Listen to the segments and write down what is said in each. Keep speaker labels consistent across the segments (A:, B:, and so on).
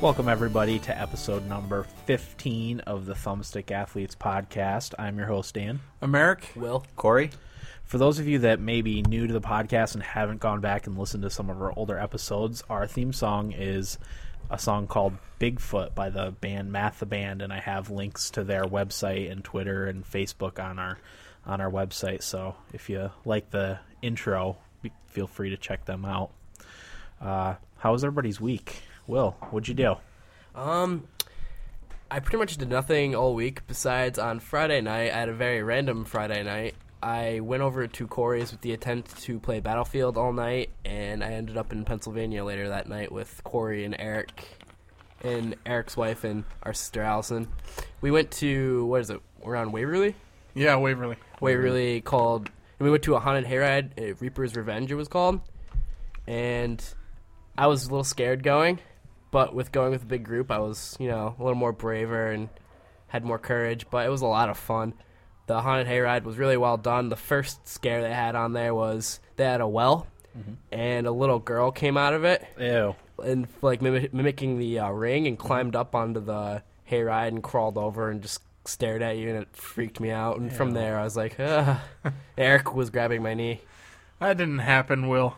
A: Welcome, everybody, to episode number 15 of the Thumbstick Athletes podcast. I'm your host, Dan.
B: I'm Eric.
C: Will.
D: Corey?
A: For those of you that may be new to the podcast and haven't gone back and listened to some of our older episodes, our theme song is a song called Bigfoot by the band Math the Band, and I have links to their website and Twitter and Facebook on our on our website. So if you like the intro, be- feel free to check them out. Uh, how was everybody's week? Will, what'd you do?
C: Um, I pretty much did nothing all week besides on Friday night. I had a very random Friday night. I went over to Corey's with the intent to play Battlefield all night, and I ended up in Pennsylvania later that night with Corey and Eric, and Eric's wife and our sister Allison. We went to what is it? We're on Waverly.
B: Yeah, Waverly.
C: Waverly called, and we went to a haunted hayride. uh, Reaper's Revenge, it was called, and I was a little scared going, but with going with a big group, I was you know a little more braver and had more courage. But it was a lot of fun. The haunted hayride was really well done. The first scare they had on there was they had a well,
A: Mm-hmm.
C: and a little girl came out of it
A: Ew.
C: and like mimic- mimicking the uh, ring
A: Mm-hmm.
C: and climbed up onto the hayride and crawled over and just stared at you and it freaked me out and from there I was like Ugh. Eric was grabbing my knee
B: That didn't happen, Will.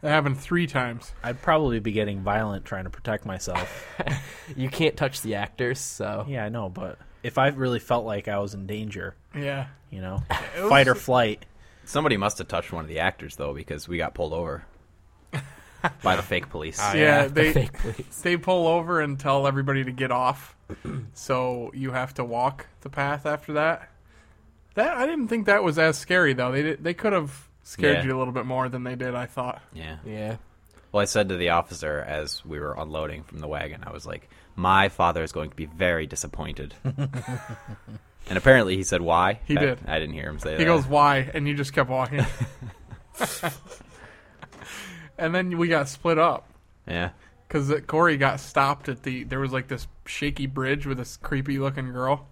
B: That happened three times.
A: I'd probably be getting violent trying to protect myself.
C: you can't touch the actors so
A: yeah, I know, but if I really felt like I was in danger,
B: Yeah.
A: you know, fight or flight.
D: Somebody must have touched one of the actors, though, because we got pulled over by the fake police.
B: Ah, yeah,
C: the
B: they
C: fake police
B: they pull over and tell everybody to get off. so you have to walk the path after that. That I didn't think that was as scary though. They did, they could have scared
D: Yeah.
B: you a little bit more than they did. I thought.
D: Yeah.
C: yeah
D: Well, I said to the officer as we were unloading from the wagon, I was like, my father is going to be very disappointed. and apparently he said, why?
B: He
D: I,
B: did.
D: I didn't hear him say that.
B: He goes, "Why?" And you just kept walking. and then we got split up.
D: Yeah.
B: because Corey got stopped at the. There was like this shaky bridge with this creepy looking girl,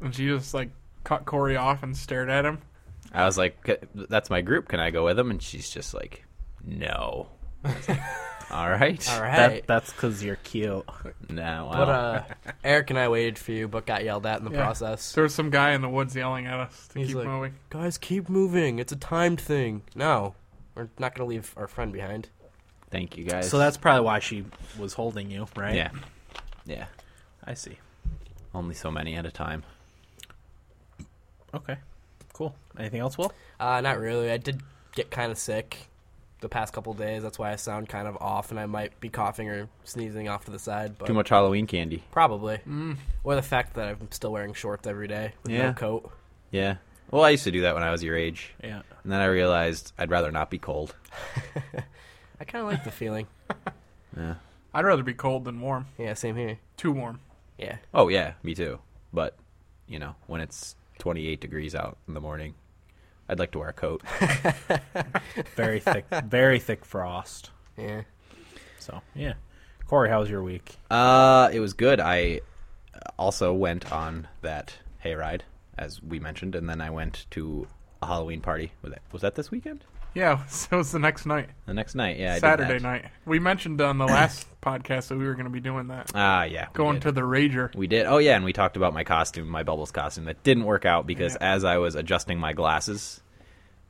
B: and she just like cut Corey off and stared at him.
D: I was like, "C- that's my group. Can I go with him? And she's just like, no. I was like, All right.
C: all right
A: That, that's because you're cute.
D: No.
C: but uh Eric and I waited for you but got yelled at in the
B: Yeah.
C: process
B: There was some guy in the woods yelling at us to
C: He's
B: keep
C: like-
B: moving.
C: guys keep moving it's a timed thing no we're not gonna leave our friend behind
D: thank you guys.
A: So that's probably why she was holding you, right?
D: Yeah. Yeah.
A: I see.
D: Only so many at a time.
A: Okay. Cool. Anything else, Will?
C: Uh, not really. I did get kind of sick the past couple days. That's why I sound kind of off, and I might be coughing or sneezing off to the side. But
D: Too much Halloween candy.
C: Probably. Or the fact that I'm still wearing shorts every day with
D: Yeah.
C: no coat.
D: Yeah. Well, I used to do that when I was your age,
A: Yeah.
D: and then I realized I'd rather not be cold.
C: I kind of like the feeling.
B: I'd rather be cold than warm.
C: Yeah, same here.
B: Too warm.
C: Yeah.
D: Oh yeah, me too. But you know, when it's 28 degrees out in the morning, I'd like to wear a coat.
A: Very thick, very thick frost.
C: Yeah.
A: So, yeah. Corey, how was your week?
D: uh, it was good. I also went on that hayride, as we mentioned, and then I went to a Halloween party. Was that was that this weekend?
B: Yeah, so it's the next night,
D: The next night, yeah, I did
B: Saturday
D: that.
B: night. We mentioned on the last podcast that we were going to be doing that,
D: Ah, yeah, we
B: going
D: did.
B: to the Rager.
D: We did. Oh yeah, and we talked about my costume, my bubbles costume that didn't work out because as I was adjusting my glasses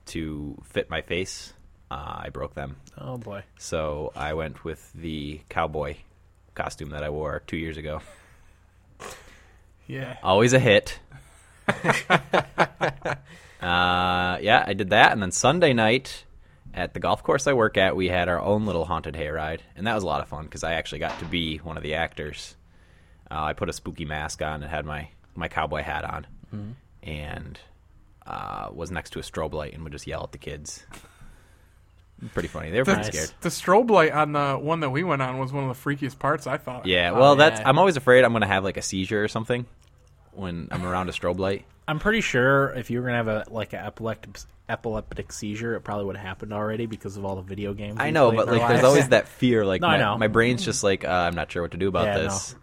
D: to fit my face, uh, I broke them.
A: Oh, boy.
D: So I went with the cowboy costume that I wore two years ago.
B: Yeah,
D: Always a hit. uh, yeah, I did that, and then Sunday night at the golf course I work at, we had our own little haunted hayride, and that was a lot of fun because I actually got to be one of the actors. Uh, I put a spooky mask on and had my my cowboy hat on, and uh, was next to a strobe light and would just yell at the kids. Pretty funny. They were pretty
B: That's-
D: scared.
B: the strobe light on the one that we went on was one of the freakiest parts. I thought.
D: Yeah, well, that's
C: yeah.
D: I'm always afraid I'm gonna have like a seizure or something when I'm around a strobe light.
A: I'm pretty sure if you were going to have a like an epileptic, epileptic seizure, it probably would have happened already because of all the video games.
D: I
A: we
D: know,
A: played in
D: but
A: our
D: like, there's
A: lives.
D: always that fear. Like,
A: No, I
D: my,
A: know.
D: my brain's just like, uh, I'm not sure what to do about
A: Yeah, I
D: this.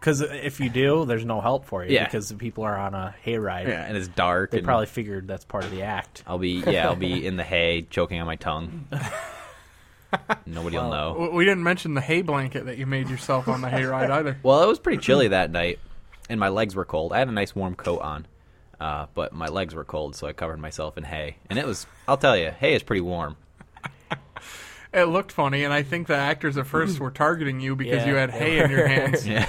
A: Because if you do, there's no help for you
D: Yeah.
A: because the people are on a hayride.
D: Yeah, and it's dark.
A: They
D: and
A: probably figured that's part of the act.
D: I'll be yeah, I'll be in the hay, choking on my tongue. Nobody will know.
B: W- We didn't mention the hay blanket that you made yourself on the hayride either.
D: Well, it was pretty chilly that night, and my legs were cold. I had a nice warm coat on, uh, but my legs were cold, so I covered myself in hay. And it was, I'll tell you, hay is pretty warm.
B: It looked funny, and I think the actors at first were targeting you because
C: Yeah,
B: you had
C: they
B: hay in your hands.
D: Yeah.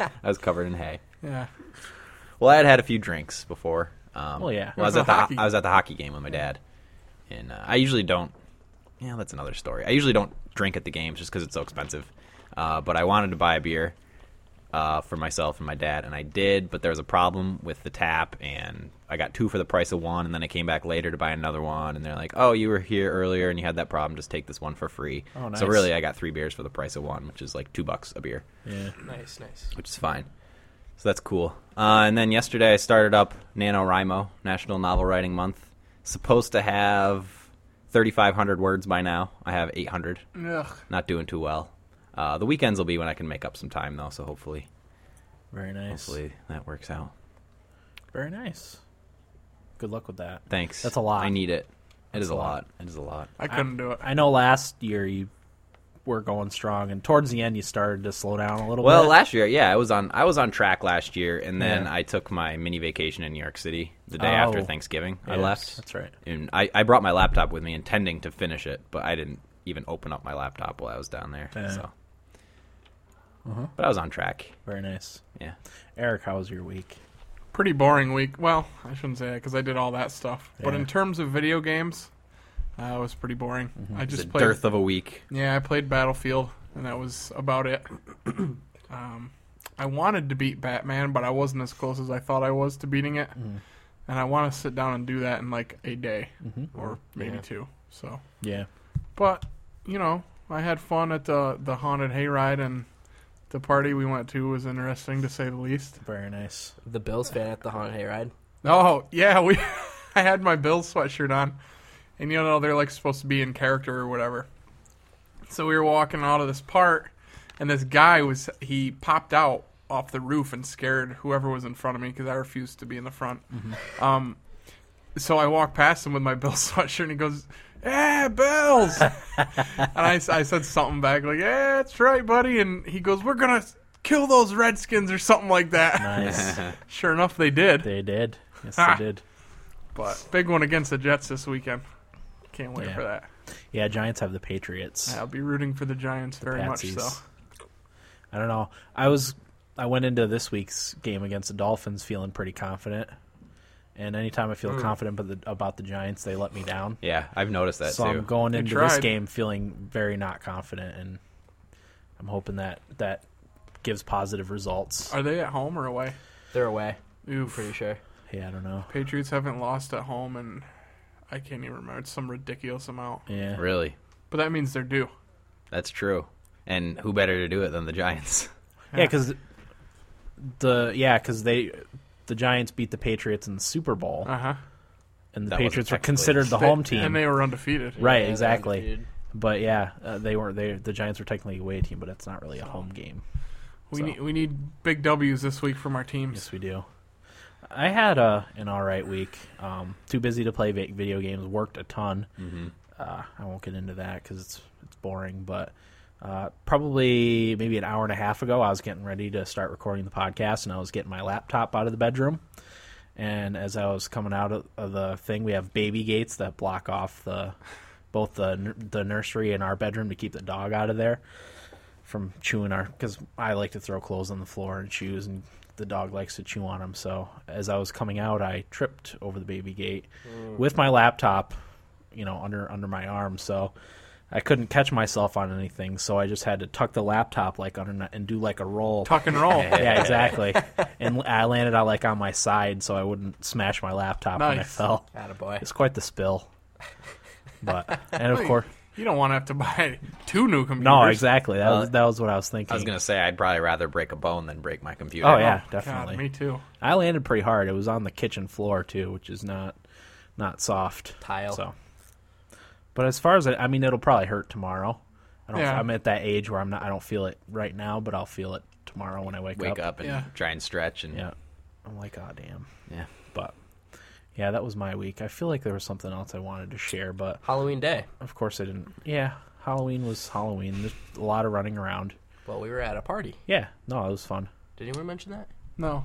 D: I was covered in hay.
B: Yeah.
D: Well, I had had a few drinks before. Um,
A: Well, yeah.
D: I was
B: It was a
D: at the
B: hockey
D: I was at the hockey game with my dad, and uh, I usually don't. Yeah, that's another story. I usually don't drink at the games just because it's so expensive. Uh, but I wanted to buy a beer uh, for myself and my dad, and I did. But there was a problem with the tap, and I got two for the price of one. And then I came back later to buy another one, and they're like, "Oh, you were here earlier, and you had that problem. Just take this one for free."
A: Oh, nice.
D: So really, I got three beers for the price of one, which is like two bucks a beer
A: Yeah.
C: Nice, nice.
D: which is fine. So that's cool. Uh, and then yesterday I started up NaNoWriMo, National Novel Writing Month. Supposed to have 3,500 words by now. I have 800.
B: Ugh.
D: Not doing too well. Uh, the weekends will be when I can make up some time, though, so hopefully,
A: Very nice.
D: hopefully that works out.
A: Very nice. Good luck with that.
D: Thanks.
A: That's a lot.
D: I need it. It is
A: a
D: a
A: lot.
D: lot. It is a lot.
B: I couldn't do it.
A: I know last year you were going strong, and towards the end you started to slow down a little
D: Well,
A: bit.
D: last year, yeah, I was on I was on track last year, and then
A: Yeah.
D: I took my mini vacation in New York City the day
A: Oh.
D: after Thanksgiving. I
A: Yes,
D: left.
A: That's right.
D: and I, I brought my laptop with me intending to finish it, but I didn't even open up my laptop while I was down there.
A: Yeah. Uh-huh.
D: So, but I was on track.
A: Very nice.
D: Yeah,
A: Eric, how was your week?
B: Pretty boring week. Well, I shouldn't say that because I did all that stuff. But
A: Yeah.
B: in terms of video games, uh, it was pretty boring.
C: Mm-hmm.
B: I
D: it's
B: just
D: a
B: played.
D: dearth of a week.
B: Yeah, I played Battlefield, and that was about it. um, I wanted to beat Batman, but I wasn't as close as I thought I was to beating it.
C: Mm.
B: And I want to sit down and do that in like a day or maybe
C: Mm-hmm. Yeah.
B: two. So,
A: Yeah.
B: but you know, I had fun at the the haunted hayride, and the party we went to was interesting to say the least.
A: Very nice.
C: The Bills fan at the haunted hayride.
B: Oh yeah, we. I had my Bills sweatshirt on, and you know they're like supposed to be in character or whatever. So we were walking out of this part, and this guy was he popped out off the roof and scared whoever was in front of me because I refused to be in the front. Um, so I walked past him with my Bills sweatshirt, and he goes, "Yeah, Bills," and I, s- I said something back like, "Yeah, that's right, buddy," and he goes, "We're gonna." Kill those Redskins or something like that.
A: Nice.
B: Sure enough, they did.
A: they did. Yes,
B: Ah.
A: they did.
B: But big one against the Jets this weekend. Can't wait
A: Yeah.
B: for that.
A: Yeah, Giants have the Patriots.
D: Oh,
B: I'll be rooting for the Giants very
A: Patsies.
B: much so.
A: I don't know. I was I went into this week's game against the Dolphins feeling pretty confident. And anytime I feel
B: Hmm.
A: confident about the, about the Giants, they let me down.
D: Yeah, I've noticed that
A: so
D: too.
A: I'm going
B: They
A: into this
B: tried.
A: game feeling very not confident, and I'm hoping that that gives positive results.
B: Are they at home or away?
C: They're away.
B: Oof.
C: Pretty sure.
A: Yeah, I don't know.
B: Patriots haven't lost at home and I can't even remember. It's some ridiculous amount.
A: Yeah,
D: really,
B: But that means they're due.
D: that's true. And who better to do it than the Giants?
A: yeah, because the yeah, because they the Giants beat the Patriots in the Super Bowl,
B: Uh huh.
A: and the
D: That wasn't
A: Patriots were
D: technically-
A: considered the home team,
B: And they were undefeated.
A: right?
C: Yeah, they're
A: exactly.
C: undefeated.
A: But yeah, uh, they weren't. They the Giants were technically away team, but it's not really a home game.
B: We
A: So.
B: need we need big W's this week from our teams.
A: Yes, we do. I had a an all right week. Um, too busy to play vi- video games. Worked a ton. Uh, I won't get into that because it's it's boring. But uh, probably maybe an hour and a half ago, I was getting ready to start recording the podcast, and I was getting my laptop out of the bedroom. And as I was coming out of, of the thing, we have baby gates that block off the both the n- the nursery and our bedroom to keep the dog out of there from chewing our because I like to throw clothes on the floor and shoes, and the dog likes to chew on them. So as I was coming out, I tripped over the baby gate with my laptop, you know, under under my arm. So I couldn't catch myself on anything. So I just had to tuck the laptop like under and do like a roll.
B: Tuck and roll.
A: yeah, exactly. and I landed on like on my side, so I wouldn't smash my laptop when I
B: Nice.
A: fell.
C: Attaboy.
A: It's quite the spill. But and of course,
B: You don't want to have to buy two new computers.
A: no, exactly. That
D: Uh,
A: was that was what I was thinking.
D: I was gonna say I'd probably rather break a bone than break my computer.
A: Oh, yeah,
B: God,
A: definitely.
B: me too.
A: I landed pretty hard. It was on the kitchen floor too, which is not not soft
C: Tile.
A: So, but as far as I, I mean, it'll probably hurt tomorrow. I don't,
B: Yeah.
A: I'm at that age where I'm not. I don't feel it right now, but I'll feel it tomorrow when I wake,
D: Wake up and
B: Yeah.
D: try and stretch and
A: Yeah, I'm like, oh damn.
D: yeah.
A: But yeah, that was my week. I feel like there was something else I wanted to share, but
C: Halloween day.
A: of course I didn't. Yeah, Halloween was Halloween. There's a lot of running around.
C: Well, we were at a party.
A: Yeah, no, it was fun.
C: Did anyone mention that?
B: No.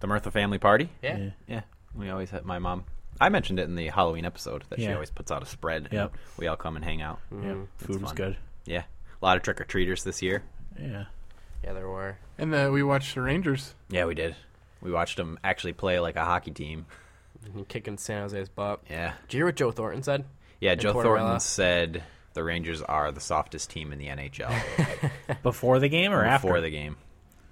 D: The Mirtha family party.
C: Yeah.
A: Yeah.
D: Yeah, we always have my mom. I mentioned it in the Halloween episode that she
A: Yeah.
D: always puts out a spread. and
A: Yep.
D: we all come and hang out.
A: Yeah, food was
D: Mm, fun.
A: good.
D: Yeah, a lot of trick or treaters this year.
A: Yeah,
C: Yeah, there were.
B: And then we watched the Rangers.
D: Yeah, we did. We watched them actually play like a hockey team.
C: Kicking San Jose's butt.
D: Yeah,
C: Did you hear what Joe Thornton said?
D: yeah. Joe
C: Tortorella.
D: Thornton said the Rangers are the softest team in the NHL
A: before the game or
D: before
A: after?
D: the game,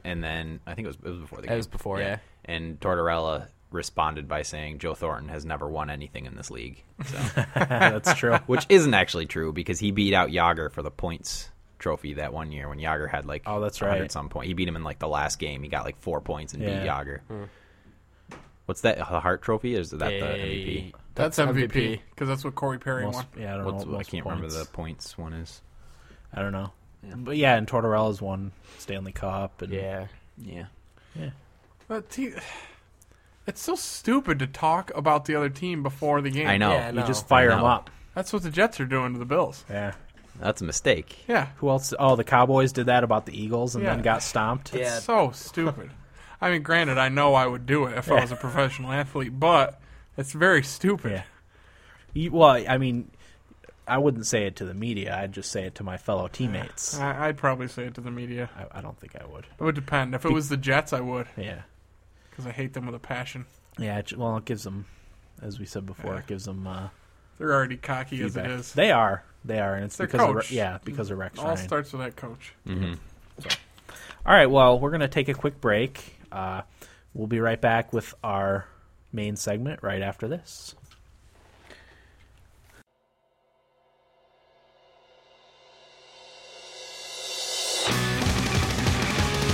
D: and then I think it was, it was before the
C: It
D: game.
C: was before, yeah.
D: And Tortorella responded by saying Joe Thornton has never won anything in this league, so,
A: That's true.
D: which isn't actually true because he beat out Yager for the points trophy that one year when Yager had like
A: Oh, that's
D: 100
A: right.
D: some point. He beat him in like the last game. He got like four points and
A: Yeah.
D: beat Yager. What's that? The Hart Trophy? Or is that the MVP?
B: That's, MVP
C: MVP.
B: because that's what Corey Perry
A: Most-
B: won.
A: yeah, I don't
D: What's,
A: know. what
D: I
A: most
D: can't remember the
A: points.
D: points one is.
A: I don't know. But yeah, and Tortorella's won Stanley Cup and
C: Yeah.
D: Yeah.
B: But te- it's so stupid to talk about the other team before the game.
D: I know.
C: Yeah,
A: you
C: no.
A: just fire
D: I
A: them
D: know.
A: up.
B: That's what the Jets are doing to the Bills.
A: Yeah.
D: That's a mistake.
B: Yeah.
A: Who else? Oh, the Cowboys did that about the Eagles and
B: Yeah.
A: then got stomped.
C: Yeah.
B: So stupid. I mean, granted, I know I would do it if I was a professional athlete, but it's very stupid.
A: Yeah. You- well, I mean, I wouldn't say it to the media. I'd just say it to my fellow teammates.
B: I- I'd probably say it to the media.
A: I, I don't think I would.
B: It would depend. If it was the Jets, I would
A: Yeah.
B: because I hate them with a passion.
A: Yeah. It, well, it gives them, as we said before, it gives them uh,
B: They're already cocky
A: feedback.
B: as it is.
A: They are. They are, and it's
B: Their
A: because of, Re-
B: coach.
A: yeah, because of Rex
B: All
A: Ryan.
B: starts with that coach.
A: All right. Well, we're gonna take a quick break. Uh, we'll be right back with our main segment right after this.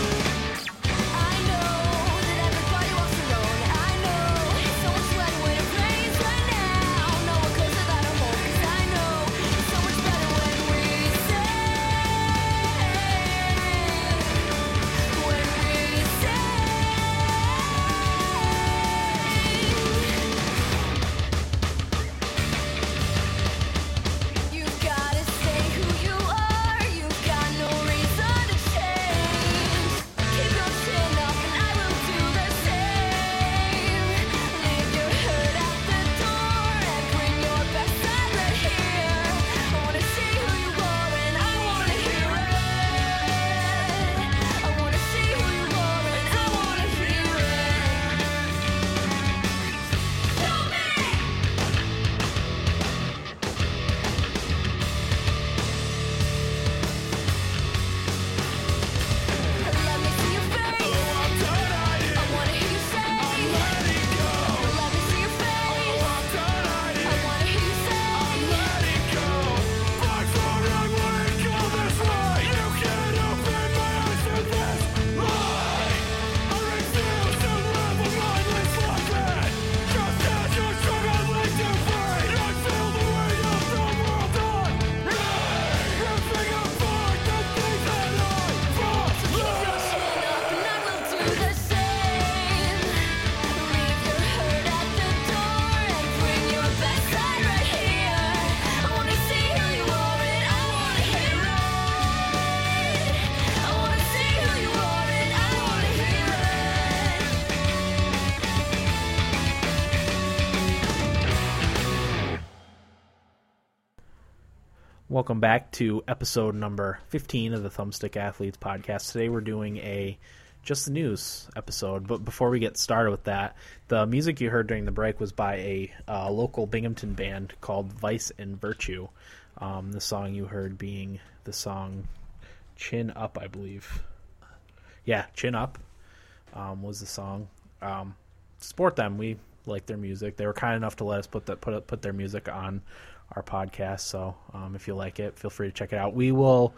E: I know that everybody walks alone. I know so much better when it rains right now. No one goes without a home 'cause I know it's so much better when we sing. When we sing. You've gotta stay who you are. You've got no reason to change. Keep your chin up, and I will do the same. Leave your hood out the door and bring your best side right here. I wanna see who you are, and I wanna hear it. I wanna see who you are, and I wanna hear it. Show me. Let me see your face. Oh, I'm done on you. I wanna hear you say. I'm letting go. Let me see your face. Oh, I'm done on you. I wanna hear you say. I'm letting go. Back for I wanna go this way. You can't open my eyes to this lie. I refuse to live a mindless life. Just as you're struggling to fight, I feel the weight of the world on me. Ripping apart the things that I fought. And I will do the same. Leave your hurt at the door and bring your best side right here. I wanna see who you are and I wanna hear it. I wanna see who you are and I wanna hear it.
A: Welcome back to episode number 15 of the Thumbstick Athletes podcast. Today we're doing a just the news episode, but before we get started with that, the music you heard during the break was by a uh, local Binghamton band called Vice and Virtue. Um, the song you heard being the song Chin Up, I believe. Yeah, Chin Up um, was the song. Um, support them. We like their music. They were kind enough to let us put that put put their music on our podcast. So um, if you like it, feel free to check it out. We will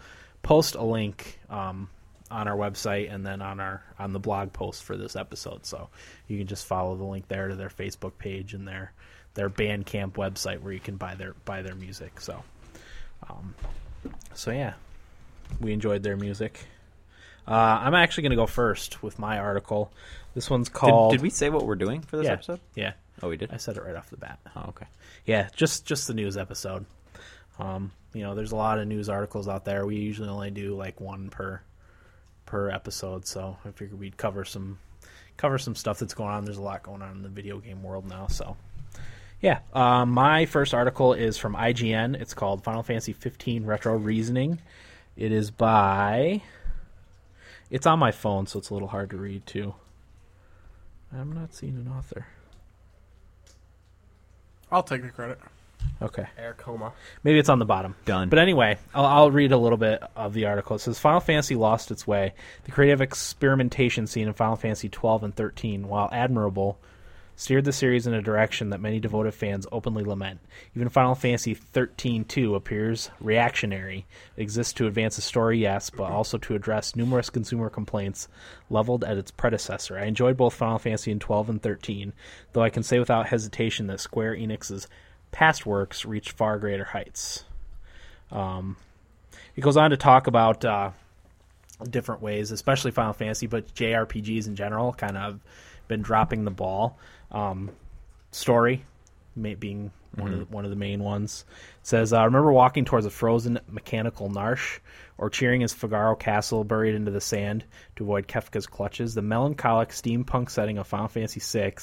A: post a link um, on our website and then on our on the blog post for this episode. So you can just follow the link there to their Facebook page and their their Bandcamp website where you can buy their buy their music. So um, so yeah, we enjoyed their music. Uh, I'm actually going to go first with my article. This one's
D: Did,
A: called.
D: did we say what we're doing for this
A: yeah,
D: episode?
A: Yeah,
D: Oh, we did.
A: I said it right off the bat.
D: Oh, okay.
A: Yeah, just just the news episode. Um, you know, there's a lot of news articles out there. We usually only do like one per per episode, so I figured we'd cover some cover some stuff that's going on. There's a lot going on in the video game world now, so yeah. Uh, my first article is from IGN. It's called Final Fantasy 15 Retro Reasoning. It is by. It's on my phone, so it's a little hard to read too. I'm not seeing an author.
B: I'll take the credit.
A: Okay.
C: Air coma.
A: Maybe it's on the bottom.
D: Done.
A: But anyway, I'll, I'll read a little bit of the article. It says Final Fantasy lost its way. The creative experimentation seen in Final Fantasy 12 and 13, while admirable, steered the series in a direction that many devoted fans openly lament. Even Final Fantasy 13-2 appears reactionary. It exists to advance the story, yes, but also to address numerous consumer complaints leveled at its predecessor. I enjoyed both Final Fantasy and 12 and 13, though I can say without hesitation that Square Enix's past works reached far greater heights. Um, it goes on to talk about uh, different ways, especially Final Fantasy, but JRPGs in general kind of been dropping the ball. Um, story ma- being one of the, one of the main ones it says uh, remember walking towards a frozen mechanical narsh or cheering as Figaro Castle buried into the sand to avoid Kefka's clutches the melancholic steampunk setting of Final Fantasy VI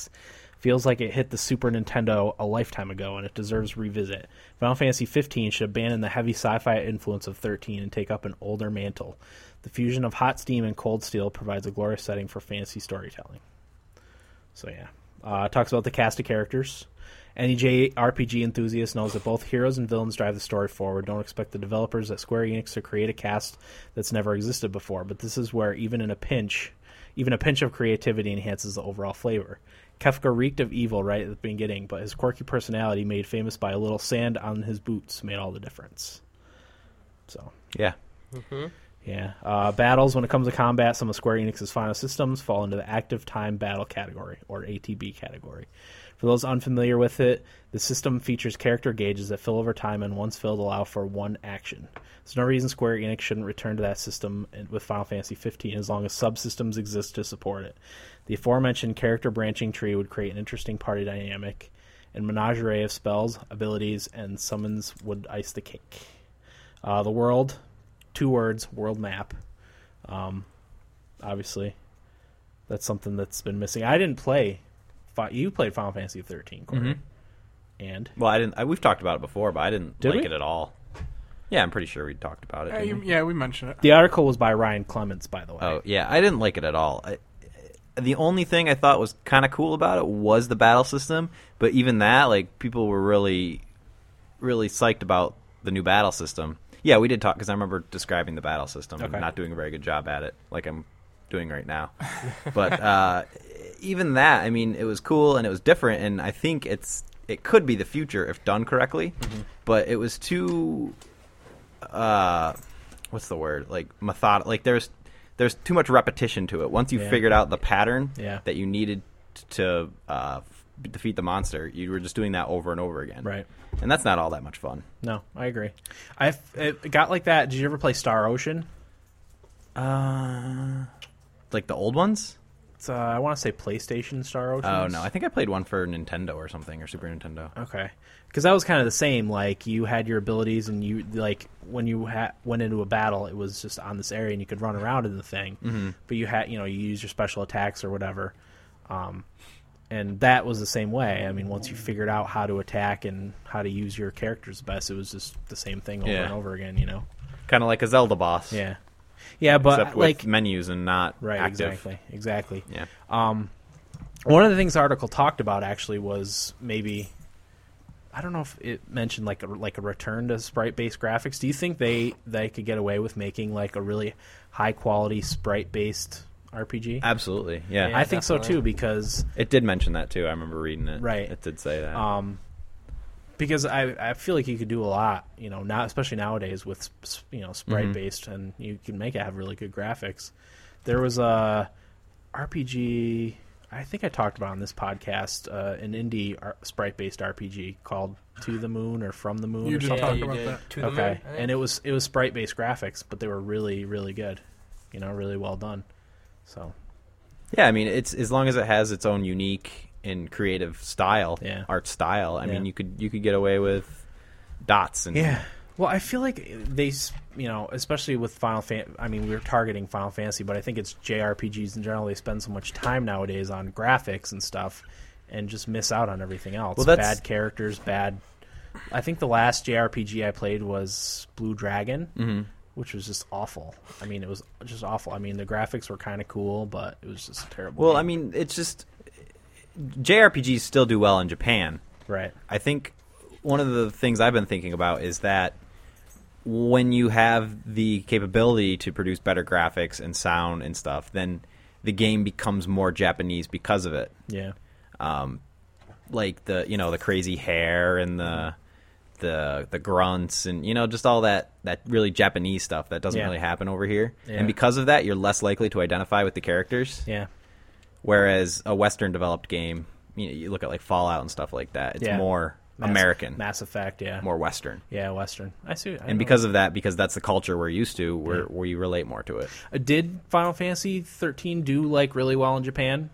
A: feels like it hit the Super Nintendo a lifetime ago and it deserves revisit Final Fantasy 15 should abandon the heavy sci-fi influence of 13 and take up an older mantle the fusion of hot steam and cold steel provides a glorious setting for fantasy storytelling so yeah, uh, it talks about the cast of characters. Any JRPG enthusiast knows that both heroes and villains drive the story forward. Don't expect the developers at Square Enix to create a cast that's never existed before, but this is where even in a pinch, even a pinch of creativity enhances the overall flavor. Kefka reeked of evil right at the beginning, but his quirky personality, made famous by a little sand on his boots, made all the difference. So
D: Yeah.
A: yeah. Uh, battles, when it comes to combat, some of Square Enix's final systems fall into the active time battle category, or ATB category. For those unfamiliar with it, the system features character gauges that fill over time and once filled allow for one action. There's no reason Square Enix shouldn't return to that system in- with Final Fantasy 15 as long as subsystems exist to support it. The aforementioned character branching tree would create an interesting party dynamic, and menagerie of spells, abilities, and summons would ice the cake. Uh, the world, two words, world map. Um, obviously, that's something that's been missing. I didn't play. Fi- You played Final Fantasy 13, Corey.
D: Mm-hmm.
A: and
D: Well, I didn't. I, we've talked about it before, but I didn't
A: Did
D: like
A: we?
D: it at all. Yeah, I'm pretty sure we talked about it.
B: Yeah,
D: didn't
B: you-
A: Mhm.
D: we?
B: yeah, we mentioned it.
A: the article was by Ryan Clements, by the way.
D: Oh yeah, I didn't like it at all. I, the only thing I thought was kind of cool about it was the battle system, but even that, like people were really, really psyched about the new battle system. Yeah, we did talk because I remember describing the battle system
A: Okay.
D: and not doing a very good job at it, like I'm doing right now. but uh, even that, I mean, it was cool and it was different, and I think it's it could be the future if done correctly. But it was too uh, what's the word like method like there's there's too much repetition to it once you
A: Yeah.
D: figured out the pattern
A: Yeah.
D: that you needed t- to uh, f- defeat the monster you were just doing that over and over again
A: Right.
D: and that's not all that much fun
A: No, I agree. I f- it got like that. Did you ever play Star Ocean?
D: uh like the old ones
A: It's, uh, I want to say PlayStation Star Ocean.
D: oh no i think i played one for nintendo or something or super nintendo
A: Okay, because that was kind of the same. Like you had your abilities, and you like when you ha- went into a battle, it was just on this area, and you could run around in the thing.
D: Mm-hmm.
A: But you had, you know, you use your special attacks or whatever, um, and that was the same way. I mean, once you figured out how to attack and how to use your characters best, it was just the same thing over
D: Yeah.
A: and over again. You know?
D: kind of like a zelda boss
A: Yeah, yeah, but
D: except with
A: like
D: menus and not
A: right,
D: active
A: exactly, exactly.
D: yeah
A: One of the things the article talked about actually was maybe I don't know if it mentioned like a, like a return to sprite based graphics. Do you think they they could get away with making like a really high quality sprite based RPG?
D: absolutely yeah,
A: I think so
C: definitely.
A: too because
D: it did mention that too i remember reading it
A: Right.
D: it did say that
A: um because I I feel like you could do a lot, you know, now especially nowadays with s- you know sprite based and you can make it have really good graphics. There was a RPG I think I talked about on this podcast uh, an indie ar- sprite based RPG called To the Moon or From the Moon
B: You
A: or
B: did
A: something.
B: talk
C: you
B: about
C: did.
B: that.
C: To the moon,
A: Okay,
C: I think.
A: and it was it was sprite based graphics, but they were really really good, you know, really well done. So
D: Yeah, I mean, it's as long as it has its own unique and creative style,
A: Yeah.
D: art style. I
A: Yeah.
D: mean, you could you could get away with dots and
A: Yeah. Well, I feel like they, s- you know, especially with Final Fan. I mean, we were targeting Final Fantasy, but I think it's JRPGs in general. They spend so much time nowadays on graphics and stuff, and just miss out on everything else.
D: Well, that's-
A: bad characters, bad. I think the last JRPG I played was Blue Dragon,
D: Mm-hmm.
A: which was just awful. I mean, it was just awful. I mean, the graphics were kind of cool, but it was just a terrible.
D: Well,
A: game.
D: I mean, it's just JRPGs still do well in Japan.
A: right?
D: I think one of the things I've been thinking about is that when you have the capability to produce better graphics and sound and stuff, then the game becomes more Japanese because of it.
A: Yeah.
D: Like the you know the crazy hair and the the the grunts and you know just all that that really Japanese stuff that doesn't
A: Yeah.
D: really happen over here.
A: Yeah.
D: And because of that, you're less likely to identify with the characters.
A: Yeah.
D: Whereas a Western developed game, you, know, you look at like Fallout and stuff like that. It's
A: Yeah.
D: more
A: Mass-
D: American,
A: Mass Effect. Yeah.
D: more Western.
A: Yeah, Western. I see. I know.
D: and because of that, because that's the culture we're used to, we're, we relate more to it.
A: Uh, Did Final Fantasy 13 do like really well in Japan?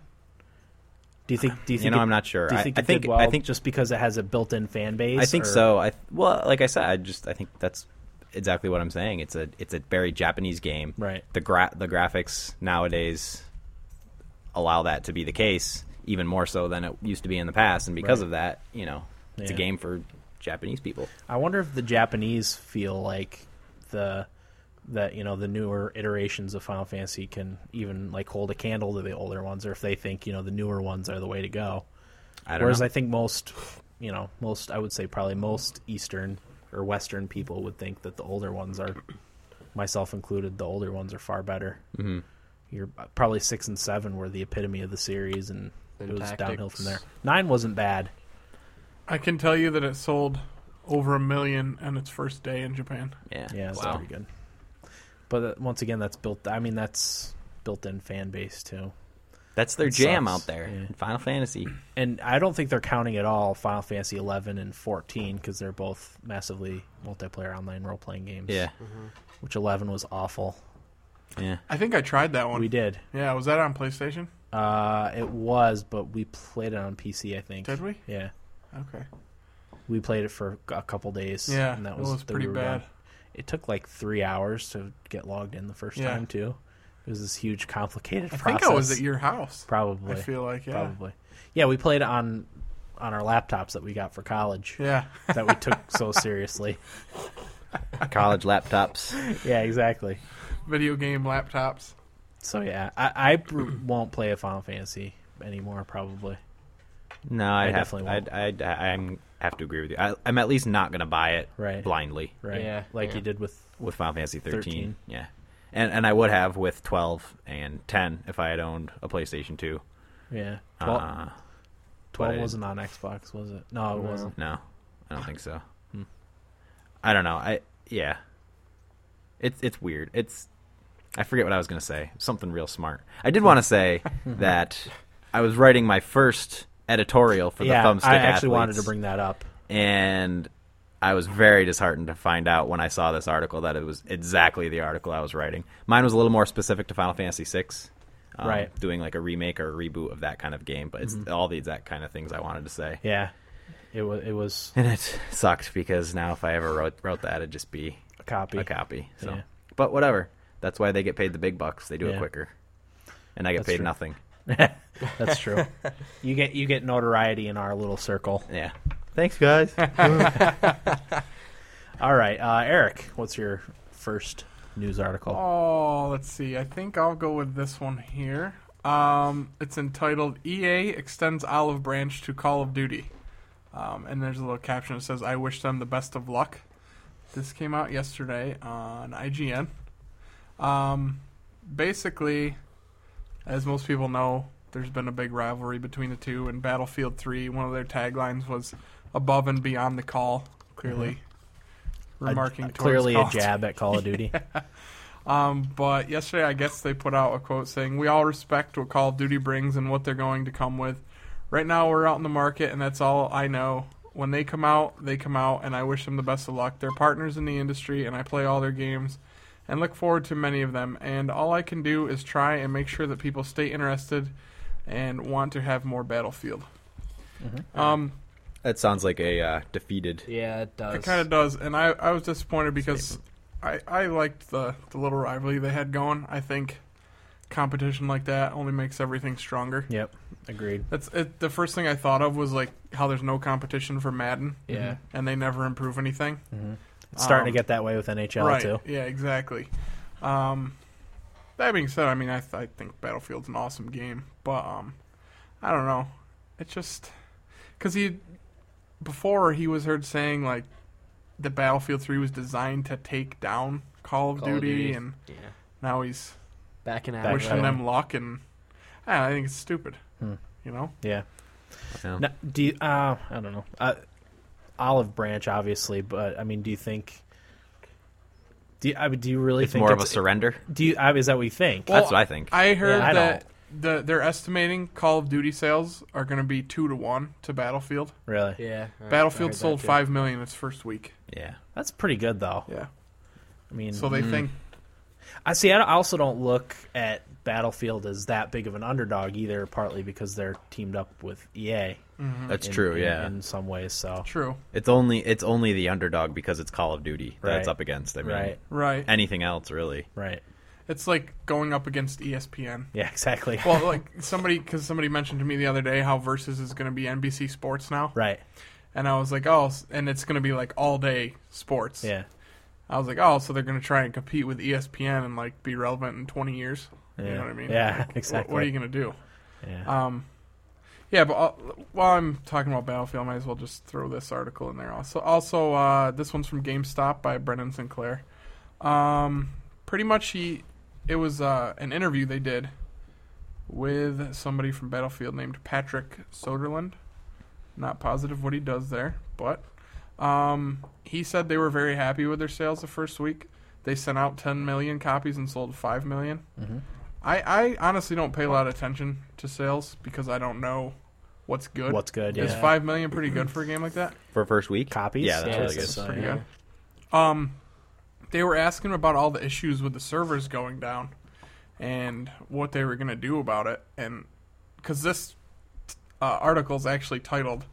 A: Do you think? Do you
D: You
A: think?
D: know,
A: it-
D: I'm not sure.
A: Do you
D: I-
A: think
D: I
A: it did
D: think-
A: well
D: I think-
A: just because it has a built-in fan base.
D: I think
A: or-
D: so. I well, like I said, I just I think that's exactly what I'm saying. It's a it's a very Japanese game.
A: Right.
D: The gra- the graphics nowadays allow that to be the case even more so than it used to be in the past, and because
A: Right.
D: of that, you know, it's
A: Yeah.
D: a game for Japanese people.
A: I wonder if the Japanese feel like the that you know the newer iterations of Final Fantasy can even like hold a candle to the older ones, or if they think you know the newer ones are the way to go.
D: I don't
A: Whereas
D: know.
A: I think most, you know, most I would say probably most Eastern or Western people would think that the older ones are, myself included, the older ones are far better. Mm-hmm. You're probably six and seven were the epitome of the series, and,
C: And
A: it was downhill
C: tactics.
A: from there. Nine wasn't bad.
B: I can tell you that it sold over a million on its first day in Japan.
D: yeah.
A: Yeah, it's
D: Wow.
A: pretty good. But uh, once again, that's built. I mean, that's built-in fan base too.
D: That's their
A: It
D: jam
A: sucks.
D: out there.
A: Yeah.
D: in Final Fantasy.
A: And I don't think they're counting at all Final Fantasy 11 and 14 because they're both massively multiplayer online role-playing games.
D: Yeah.
A: which 11 was awful.
D: Yeah.
B: I think I tried that one.
A: We did.
B: Yeah, was that on PlayStation?
A: Uh, it was, but we played it on PC. I think.
B: Did we?
A: Yeah,
B: Okay.
A: we played it for a couple days.
B: Yeah,
A: and that
B: it
A: was,
B: was
A: then
B: pretty
A: we were done.
B: bad.
A: It took like three hours to get logged in the first
B: Yeah.
A: time too. It was this huge, complicated
B: I
A: process.
B: think I was at your house.
A: probably.
B: I feel like yeah.
A: Probably. Yeah, we played it on on our laptops that we got for college
B: Yeah.
A: that we took so seriously.
D: College laptops.
A: Yeah, exactly.
B: Video game laptops.
A: So yeah, I, I pr- won't play a Final Fantasy anymore. Probably.
D: No, I'd have,
A: definitely
D: I'd, I'd, i am have to agree with you. I, I'm at least not going to buy it
A: Right.
D: blindly
A: Right.
C: Yeah,
A: Like
C: yeah.
A: you did with
D: with Final Fantasy 13.
A: 13.
D: Yeah, and and I would have with 12 and 10 if I had owned a PlayStation 2.
A: yeah.
D: Well,
A: Twelve,
D: uh,
A: 12
D: but it-
A: wasn't on Xbox, was it? No, it
C: No.
A: wasn't.
D: no, I don't think so.
A: Hmm.
D: I don't know. I yeah, it's it's weird. It's I forget what I was going to say. Something real smart. I did want to say that I was writing my first editorial for
A: yeah,
D: the Thumbstick
A: I actually wanted
D: Athletes.
A: to bring that up.
D: and I was very disheartened to find out when I saw this article that it was exactly the article I was writing. Mine was a little more specific to Final Fantasy VI, um,
A: Right. Mm-hmm.
D: Doing like a remake or a reboot of that kind of game, but it's all the exact kind of things I wanted to say.
A: Yeah, it was it was
D: And it sucked because now if I ever wrote wrote that, it'd just be
A: a copy.
D: a copy. So,
A: Yeah.
D: but whatever. That's why they get paid the big bucks. They do
A: Yeah.
D: it quicker, and I get
A: That's
D: paid
A: true.
D: nothing.
A: That's true. you get you get notoriety in our little circle.
D: Yeah. Thanks, guys.
A: All right, uh, Eric, what's your first news article?
B: Oh, let's see. I think I'll go with this one here. Um, it's entitled EA extends olive branch to Call of Duty. Um, and there's a little caption that says, I wish them the best of luck. This came out yesterday on IGN. Um, basically, as most people know, there's been a big rivalry between the two. In Battlefield 3, one of their taglines was above and beyond the call, clearly remarking
A: Mm-hmm. A-
B: towards
A: clearly
B: Call
A: a
B: of Duty.
A: jab at Call of Duty.
B: Um, but yesterday, I guess they put out a quote saying, "We all respect what Call of Duty brings and what they're going to come with. Right now, we're out in the market, and that's all I know. When they come out, they come out, and I wish them the best of luck. They're partners in the industry, and I play all their games." And look forward to many of them. And all I can do is try and make sure that people stay interested and want to have more Battlefield. Um,
D: That sounds like a uh, defeated.
C: Yeah, it does.
B: It kind of does, and I, I was disappointed because I, I liked the, the little rivalry they had going. I think competition like that only makes everything stronger.
A: Yep, agreed.
B: That's it, the first thing I thought of was like how there's no competition for Madden.
C: Yeah.
B: and they never improve anything.
A: It's starting
B: Um,
A: to get that way with NHL
B: right?
A: too.
B: Yeah, exactly. Um, that being said, I mean I, th- I think Battlefield's an awesome game, but um, I don't know. It just because he before he was heard saying like the Battlefield Three was designed to take down Call of,
C: Call of
B: Duty,
C: Duty.
B: and
C: yeah.
B: now he's
C: Back in
A: Back Hmm.
C: action.
B: wishing
A: right.
B: them luck, and I, don't know, I think it's stupid. You know,
A: Yeah.
D: Yeah.
A: Now, do you, uh, I don't know. Uh, olive branch, obviously, but I mean, do you think? Do you, I mean, do you really
D: It's
A: think
D: more of a
A: it's-
D: surrender.
A: Do you? I mean, is that what you think?
D: That's what I think.
B: I heard
A: Yeah, I
B: that the they're estimating Call of Duty sales are going to be two to one to Battlefield.
A: really?
C: Yeah. I- I heard
B: Battlefield
C: that
B: sold
C: too.
B: five million its first week.
D: Yeah.
A: That's pretty good, though.
B: Yeah,
A: I mean,
B: so they think
A: I see. I don't- I also don't look at Battlefield as that big of an underdog either. Partly because they're teamed up with EA.
D: That's
A: Mm-hmm. in-
D: true.
A: in-
D: Yeah.
A: in some ways. So
B: true,
D: It's only it's only the underdog because it's Call of Duty that it's
A: Right.
D: up against. I mean,
A: right,
B: right?
D: anything else really?
A: right.
B: It's like going up against E ESPN.
A: Yeah, exactly.
B: Well, like somebody because somebody mentioned to me the other day how Versus is going to be NBC Sports now,
A: right.
B: and I was like, oh, s- and it's going to be like all day sports.
A: Yeah.
B: I was like, oh, so they're going to try and compete with E ESPN and like be relevant in 20 years. You
A: Yeah.
B: know what I mean?
A: Yeah,
B: Like, wh-
A: exactly.
B: What are you going to do?
A: Yeah.
B: Um, yeah, but uh, while I'm talking about Battlefield, I might as well just throw this article in there. Also, also uh, this one's from GameStop by Brendan Sinclair. Um, pretty much, he it was uh, an interview they did with somebody from Battlefield named Patrick Soderlund. Not positive what he does there, but um, he said they were very happy with their sales the first week. They sent out 10 million copies and sold 5 million.
A: Mm-hmm.
B: I, I honestly don't pay a lot of attention to sales because I don't know what's good.
A: What's good?
B: Is
A: Yeah.
B: five million pretty good for a game like that?
D: For first week
A: Copies?
D: Yeah, that's
A: Yeah,
D: really
A: it's
D: good.
A: just-
B: Pretty
A: Yeah.
B: good. Um, they were asking about all the issues with the servers going down, and what they were gonna do about it, and because this uh, article is actually titled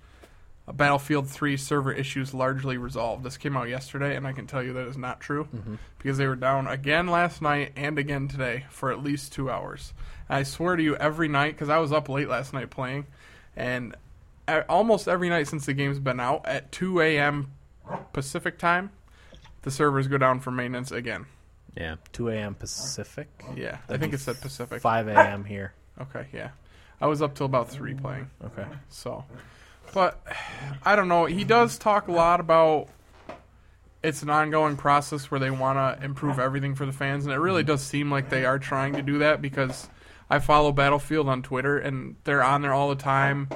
B: "Battlefield 3 Server Issues Largely Resolved." This came out yesterday, and I can tell you that is not true because they were down again last night and again today for at least two hours. I swear to you, every night because I was up late last night playing, and a- almost every night since the game's been out at 2 a.m. Pacific time, the servers go down for maintenance again.
D: Yeah.
A: 2 a.m. Pacific.
B: Yeah, I
A: That'd
B: think
A: be
B: it said Pacific.
A: 5 a.m. here.
B: Okay, yeah. I was up till about three playing.
A: Okay.
B: So, but I don't know. He does talk a lot about it's an ongoing process where they want to improve everything for the fans, and it really does seem like they are trying to do that because I follow Battlefield on Twitter, and they're on there all the time.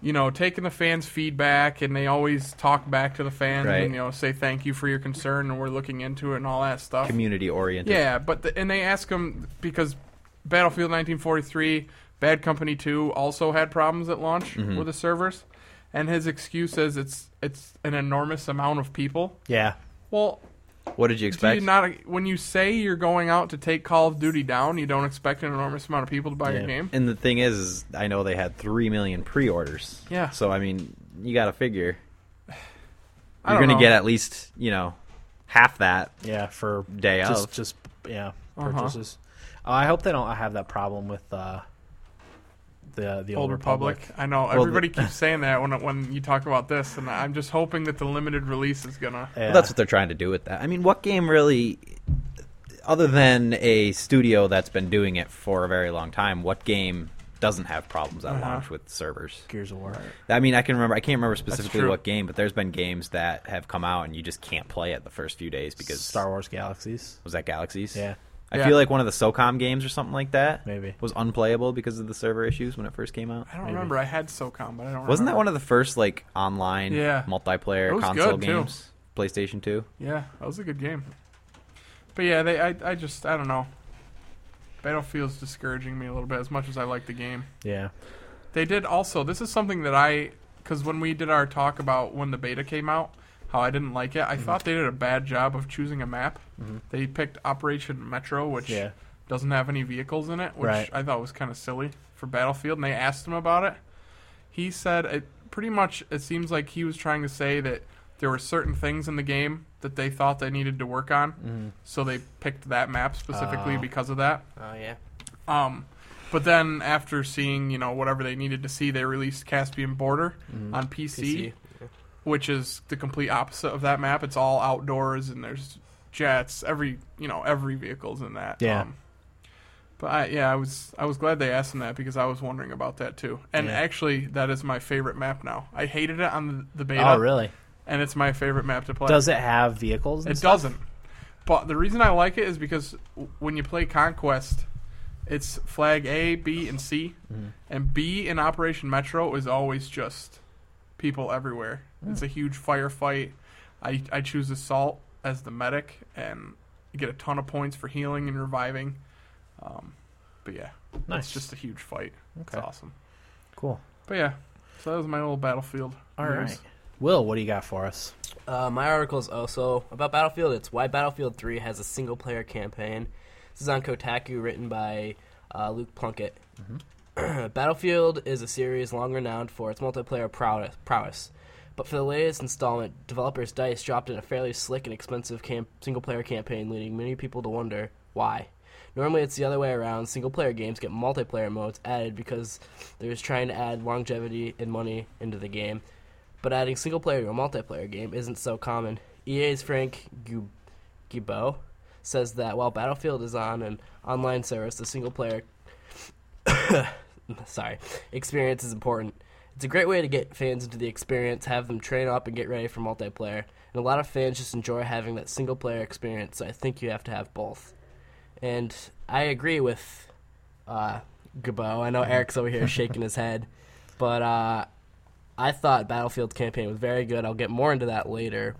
B: You know, taking the fans' feedback, and they always talk back to the fans,
D: Right.
B: and you know, say thank you for your concern, and we're looking into it, and all that stuff.
D: Community oriented.
B: Yeah, but the, and they ask him because Battlefield 1943, Bad Company 2 also had problems at launch with the servers, and his excuse is it's it's an enormous amount of people.
A: Yeah.
B: Well,
D: What did you
B: do
D: expect?
B: you not when you say you're going out to take Call of Duty down, you don't expect an enormous amount of people to buy your
A: Yeah.
B: game.
D: and the thing is, is I know they had three million pre-orders.
B: Yeah.
D: So I mean, you got to figure
B: I
D: you're
B: don't
D: going to
B: know.
D: get at least you know half that
A: Yeah, for
D: day
A: just
D: of.
A: just yeah,
B: Uh-huh.
A: purchases. Uh, I hope they don't have that problem with uh, the the
B: Old Republic. I know
D: the-
B: everybody keeps saying that when when you talk about this, and I'm just hoping that the limited release is gonna.
A: Yeah.
D: Well, that's what they're trying to do with that. I mean, what game really, other than a studio that's been doing it for a very long time, what game doesn't have problems
B: Uh-huh.
D: at launch with servers?
A: Gears of War.
D: I mean, I can remember. I can't remember specifically
B: true.
D: what game, but there's been games that have come out and you just can't play it the first few days because
A: Star Wars Galaxies.
D: was that Galaxies?
A: Yeah.
D: I
B: Yeah.
D: feel like one of the SOCOM games or something like that
A: Maybe.
D: was unplayable because of the server issues when it first came out.
B: I don't remember. I had SOCOM, but I don't.
D: Wasn't
B: remember.
D: that one of the first like online
B: Yeah. It
D: multiplayer
B: was
D: console
B: good, too.
D: games? PlayStation Two.
B: Yeah, that was a good game. But yeah, they I, I just I don't know. Battlefield's discouraging me a little bit as much as I like the game.
A: Yeah.
B: They did also. This is something that I cuz when we did our talk about when the beta came out, how I didn't like it. I thought they did a bad job of choosing a map. They picked Operation Metro, which
A: Yeah.
B: doesn't have any vehicles in it, which
A: Right.
B: I thought was kind of silly for Battlefield and they asked him about it. He said it pretty much it seems like he was trying to say that there were certain things in the game that they thought they needed to work on, so they picked that map specifically because of that.
C: Oh yeah.
B: Um, but then after seeing you know whatever they needed to see, they released Caspian Border on PC,
C: PC.
B: which is the complete opposite of that map. It's all outdoors and there's jets. Every you know every vehicle's in that. um,
A: Yeah.
B: but I, yeah, I was I was glad they asked him that because I was wondering about that too. And
A: Yeah.
B: actually, that is my favorite map now. I hated it on the beta.
A: Oh, really?
B: And it's my favorite map to play.
A: Does it have vehicles? and
B: It
A: stuff?
B: doesn't. But the reason I like it is because w- when you play Conquest, it's flag A, B, and C.
A: Mm-hmm.
B: And B in Operation Metro is always just people everywhere.
A: Mm.
B: It's a huge firefight. I, I choose Assault as the medic and you get a ton of points for healing and reviving. Um, but yeah,
A: Nice.
B: it's just a huge fight. It's
A: Okay.
B: awesome.
A: Cool.
B: But yeah, so that was my little battlefield.
A: All right.
B: news.
A: Will, what do you got for us?
C: Uh, my article is also about Battlefield. It's why Battlefield 3 has a single player campaign. This is on Kotaku, written by uh, Luke Plunkett. Battlefield is a series long renowned for its multiplayer prowess, prowess. But for the latest installment, developers Dice dropped in a fairly slick and expensive camp- single player campaign, leading many people to wonder why. Normally, it's the other way around. Single player games get multiplayer modes added because they're just trying to add longevity and money into the game but adding single player to a multiplayer game isn't so common. EA's Frank Gu- Gibeau says that while Battlefield is on an online service, the single player sorry experience is important. It's a great way to get fans into the experience, have them train up and get ready for multiplayer. And a lot of fans just enjoy having that single player experience, so I think you have to have both. And I agree with uh, Gibeau. I know Eric's over here shaking his head, but uh, I thought Battlefield's campaign was very good. I'll get more into that later.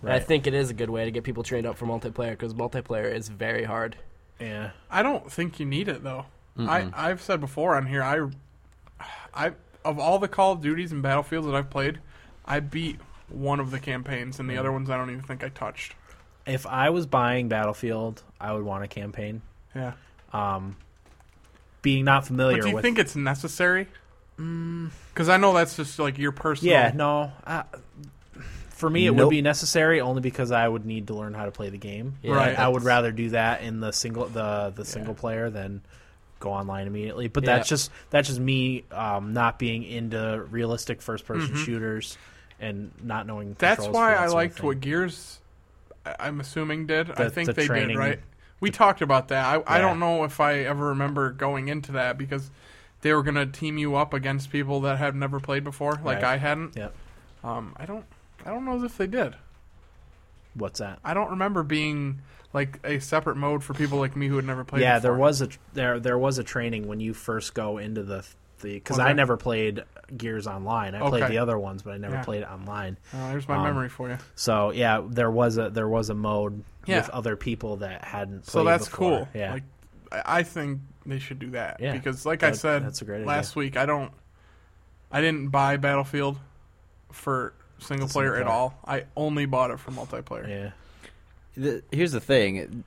C: And I
A: Right.
C: think it is a good way to get people trained up for multiplayer because multiplayer is very hard.
A: Yeah.
B: I don't think you need it though. I I've said before on here I I of all the Call of Duties and Battlefields that I've played, I beat one of the campaigns and the
A: Mm.
B: other ones I don't even think I touched.
A: If I was buying Battlefield, I would want a campaign.
B: Yeah.
A: Being not familiar
B: But do you
A: with Mm.
B: think it's necessary? Because I know that's just like your personal.
A: Yeah, no. Uh, for me, it would
D: Nope.
A: be necessary only because I would need to learn how to play the game.
C: Yeah,
B: Right.
A: I would
C: that's-
A: rather do that in the single the the single player than go online immediately. But that's
C: Yeah.
A: just that's just me um, not being into realistic first person shooters and not knowing. the
B: Mm-hmm. That's
A: controls for
B: why
A: that
B: I
A: sort of
B: liked
A: thing.
B: what Gears. I- I'm assuming did. I
A: The-
B: think
A: the
B: they
A: training-
B: did right. We talked about that. I, I
A: Yeah.
B: don't know if I ever remember going into that because they were gonna team you up against people that had never played before, like
A: Right.
B: I hadn't.
A: Yeah,
B: Um, I don't, I don't know if they did.
A: what's that?
B: I don't remember being like a separate mode for people like me who had never played.
A: yeah,
B: before.
A: there was a tr- there there was a training when you first go into the the because I
B: Okay.
A: never played Gears online. I played
B: Okay.
A: the other ones, but I never
B: Yeah.
A: played it online.
B: Oh, there's my
A: um,
B: memory for you.
A: So yeah, there was a there was a mode
B: Yeah.
A: with other people that hadn't.
B: So
A: played
B: that's
A: before.
B: cool.
A: Yeah,
B: Like, I I think they should do that.
A: Yeah.
B: Because like I
A: That-
B: said
A: that's a great
B: last week, I don't, I didn't buy Battlefield for single player at
A: player.
B: all. I only bought it for multiplayer.
A: yeah,
D: The, here's the thing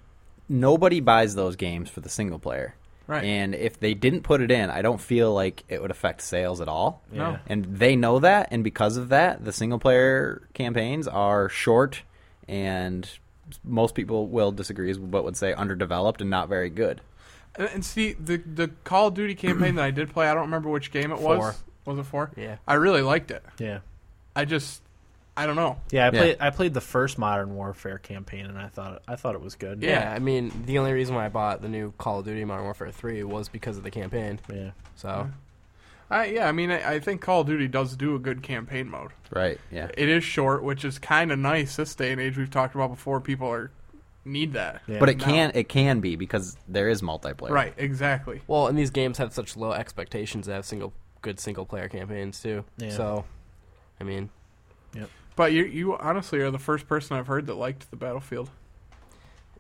D: nobody buys those games for the single player.
B: Right.
D: And if they didn't put it in, I don't feel like it would affect sales at all.
B: No.
A: Yeah.
D: And they know that, and because of that, the single player campaigns are short and most people will disagree but would say underdeveloped and not very good.
B: And, and see the the Call of Duty campaign that I did play. I don't remember which game it was.
C: Four.
B: Was it four?
C: Yeah.
B: I really liked it.
A: yeah,
B: I just, I don't know.
A: yeah. I played I played the first Modern Warfare campaign, and I thought I thought it was good.
C: Yeah. I mean, the only reason why I bought the new Call of Duty Modern Warfare 3 was because of the campaign.
A: yeah.
C: So,
B: I, Uh, yeah, I mean, I, I think Call of Duty does do a good campaign mode.
D: Right. Yeah.
B: It is short, which is kind of nice this day and age. We've talked about before. People are need that.
A: Yeah.
D: But it
B: No.
D: can it can be because there is multiplayer.
B: Right, exactly.
C: well, and these games have such low expectations to have single good single player campaigns too.
A: Yeah.
C: So, I mean,
B: But you, you honestly are the first person I've heard that liked the Battlefield.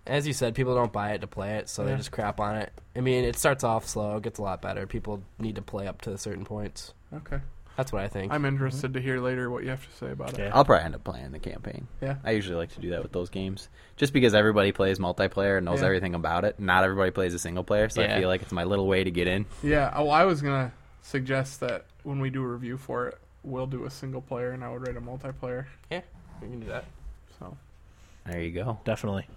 C: as you said, people don't buy it to play it, so they
B: Yeah.
C: just crap on it. I mean, it starts off slow, it gets a lot better. People need to play up to certain points.
B: Okay,
C: That's what I think.
B: I'm interested to hear later what you have to say about it.
A: Yeah.
D: I'll probably end up playing the campaign.
B: Yeah.
D: I usually like to do that with those games. Just because everybody plays multiplayer and knows
B: Yeah.
D: everything about it. Not everybody plays a single player, so
C: Yeah.
D: I feel like it's my little way to get in.
B: Yeah. Oh, I was gonna suggest that when we do a review for it, will do a single player, and I would write a multiplayer.
C: Yeah, we can do that.
B: So
D: There you go.
A: Definitely.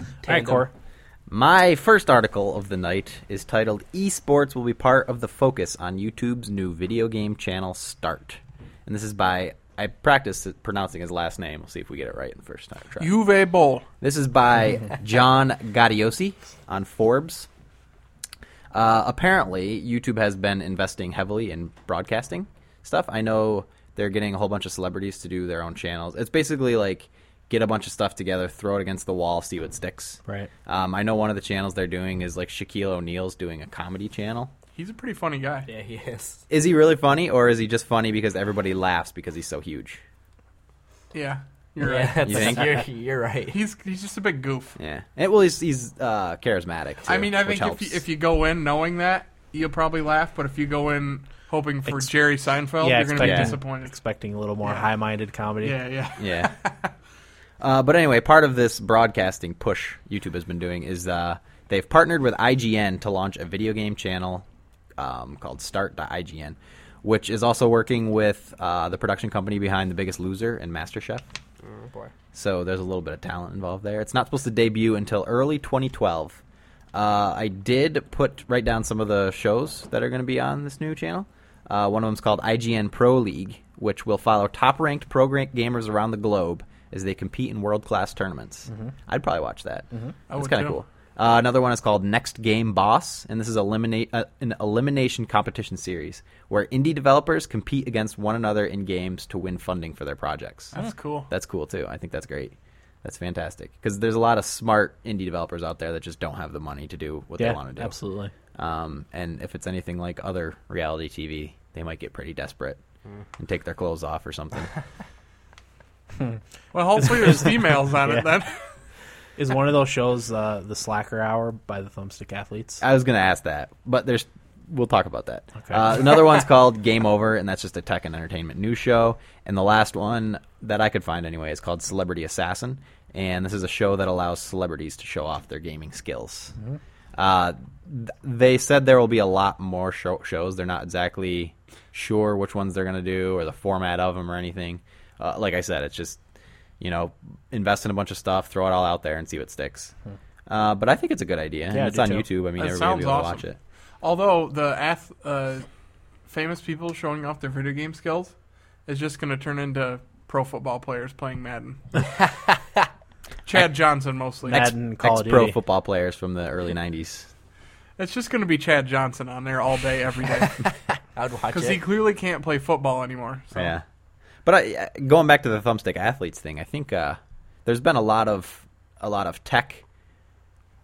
A: All right,
C: Tandem.
A: Core.
D: uh, My first article of the night is titled Esports will be part of the focus on YouTube's new video game channel Start. And this is by I practiced pronouncing his last name. We'll see if we get it right the first time. Try.
B: Juve Bowl.
D: This is by John Gaudiosi on Forbes. Uh, apparently, YouTube has been investing heavily in broadcasting stuff. I know they're getting a whole bunch of celebrities to do their own channels. It's basically like get a bunch of stuff together, throw it against the wall, see what sticks.
A: Right.
D: Um, I know one of the channels they're doing is like Shaquille O'Neal's doing a comedy channel.
B: He's a pretty funny guy.
C: Yeah, he is.
D: Is he really funny, or is he just funny because everybody laughs because he's so huge?
B: Yeah, you're
C: yeah,
B: right.
C: that's
D: You
C: like-
D: think?
C: you're, you're right.
B: He's he's just a big goof.
D: Yeah. And, well, he's, he's uh, charismatic.
B: I mean, I think if you,
D: you
B: if you go in knowing that, you'll probably laugh. But if you go in hoping for
A: Ex-
B: Jerry Seinfeld,
A: yeah,
B: Oh, you're going to be
A: expecting-
B: disappointed.
A: Expecting a little more
B: Yeah.
A: high-minded comedy.
B: Yeah, yeah.
D: Yeah. uh, but anyway, part of this broadcasting push YouTube has been doing is uh, they've partnered with IGN to launch a video game channel um, called Start.IGN, which is also working with uh, the production company behind The Biggest Loser and MasterChef.
C: Oh, boy.
D: So there's a little bit of talent involved there. It's not supposed to debut until early 2012. Uh, I did put write down some of the shows that are going to be on this new channel. Uh, one of them's called IGN Pro League, which will follow top-ranked pro ga- gamers around the globe as they compete in world-class tournaments. I'd probably watch that.
B: Mm-hmm. I
D: That's
B: would
D: kind of
B: too.
D: cool. Uh, another one is called Next Game Boss, and this is eliminate uh, an elimination competition series where indie developers compete against one another in games to win funding for their projects.
B: That's cool.
D: That's cool too. I think that's great. That's fantastic because there's a lot of smart indie developers out there that just don't have the money to do what
A: Yeah,
D: they want to do.
A: absolutely.
D: Um, and if it's anything like other reality TV, they might get pretty desperate and take their clothes off or something.
B: Well, hopefully there's females on
A: Yeah.
B: it then.
A: Is one of those shows uh, the Slacker Hour by the Thumbstick Athletes?
D: I was going to ask that, but there's we'll talk about that.
A: Okay.
D: Uh, another one's called Game Over, and that's just a tech and entertainment news show. And the last one that I could find anyway is called Celebrity Assassin, and this is a show that allows celebrities to show off their gaming skills.
A: Mm-hmm.
D: Uh, th- they said there will be a lot more show- shows. They're not exactly sure which ones they're going to do or the format of them or anything. Uh, like I said, it's just you know invest in a bunch of stuff, throw it all out there, and see what sticks. Uh, but I think it's a good idea. and
A: Hmm. I
D: it's
A: do
D: on
A: too.
D: YouTube. I mean,
B: That
D: everybody will
B: sounds
D: be able
B: awesome.
D: to watch it.
B: Although the ath- uh, famous people showing off their video game skills is just going to turn into pro football players playing Madden. Chad Johnson mostly.
A: Madden. Mm, Call of
D: Ex pro
A: Duty.
D: football players from the early '90s.
B: It's just going to be Chad Johnson on there all day, every day,
C: I would watch
B: because
C: it.
B: he clearly can't play football anymore. So.
D: Yeah, but I, uh, going back to the thumbstick athletes thing, I think uh, there's been a lot of a lot of tech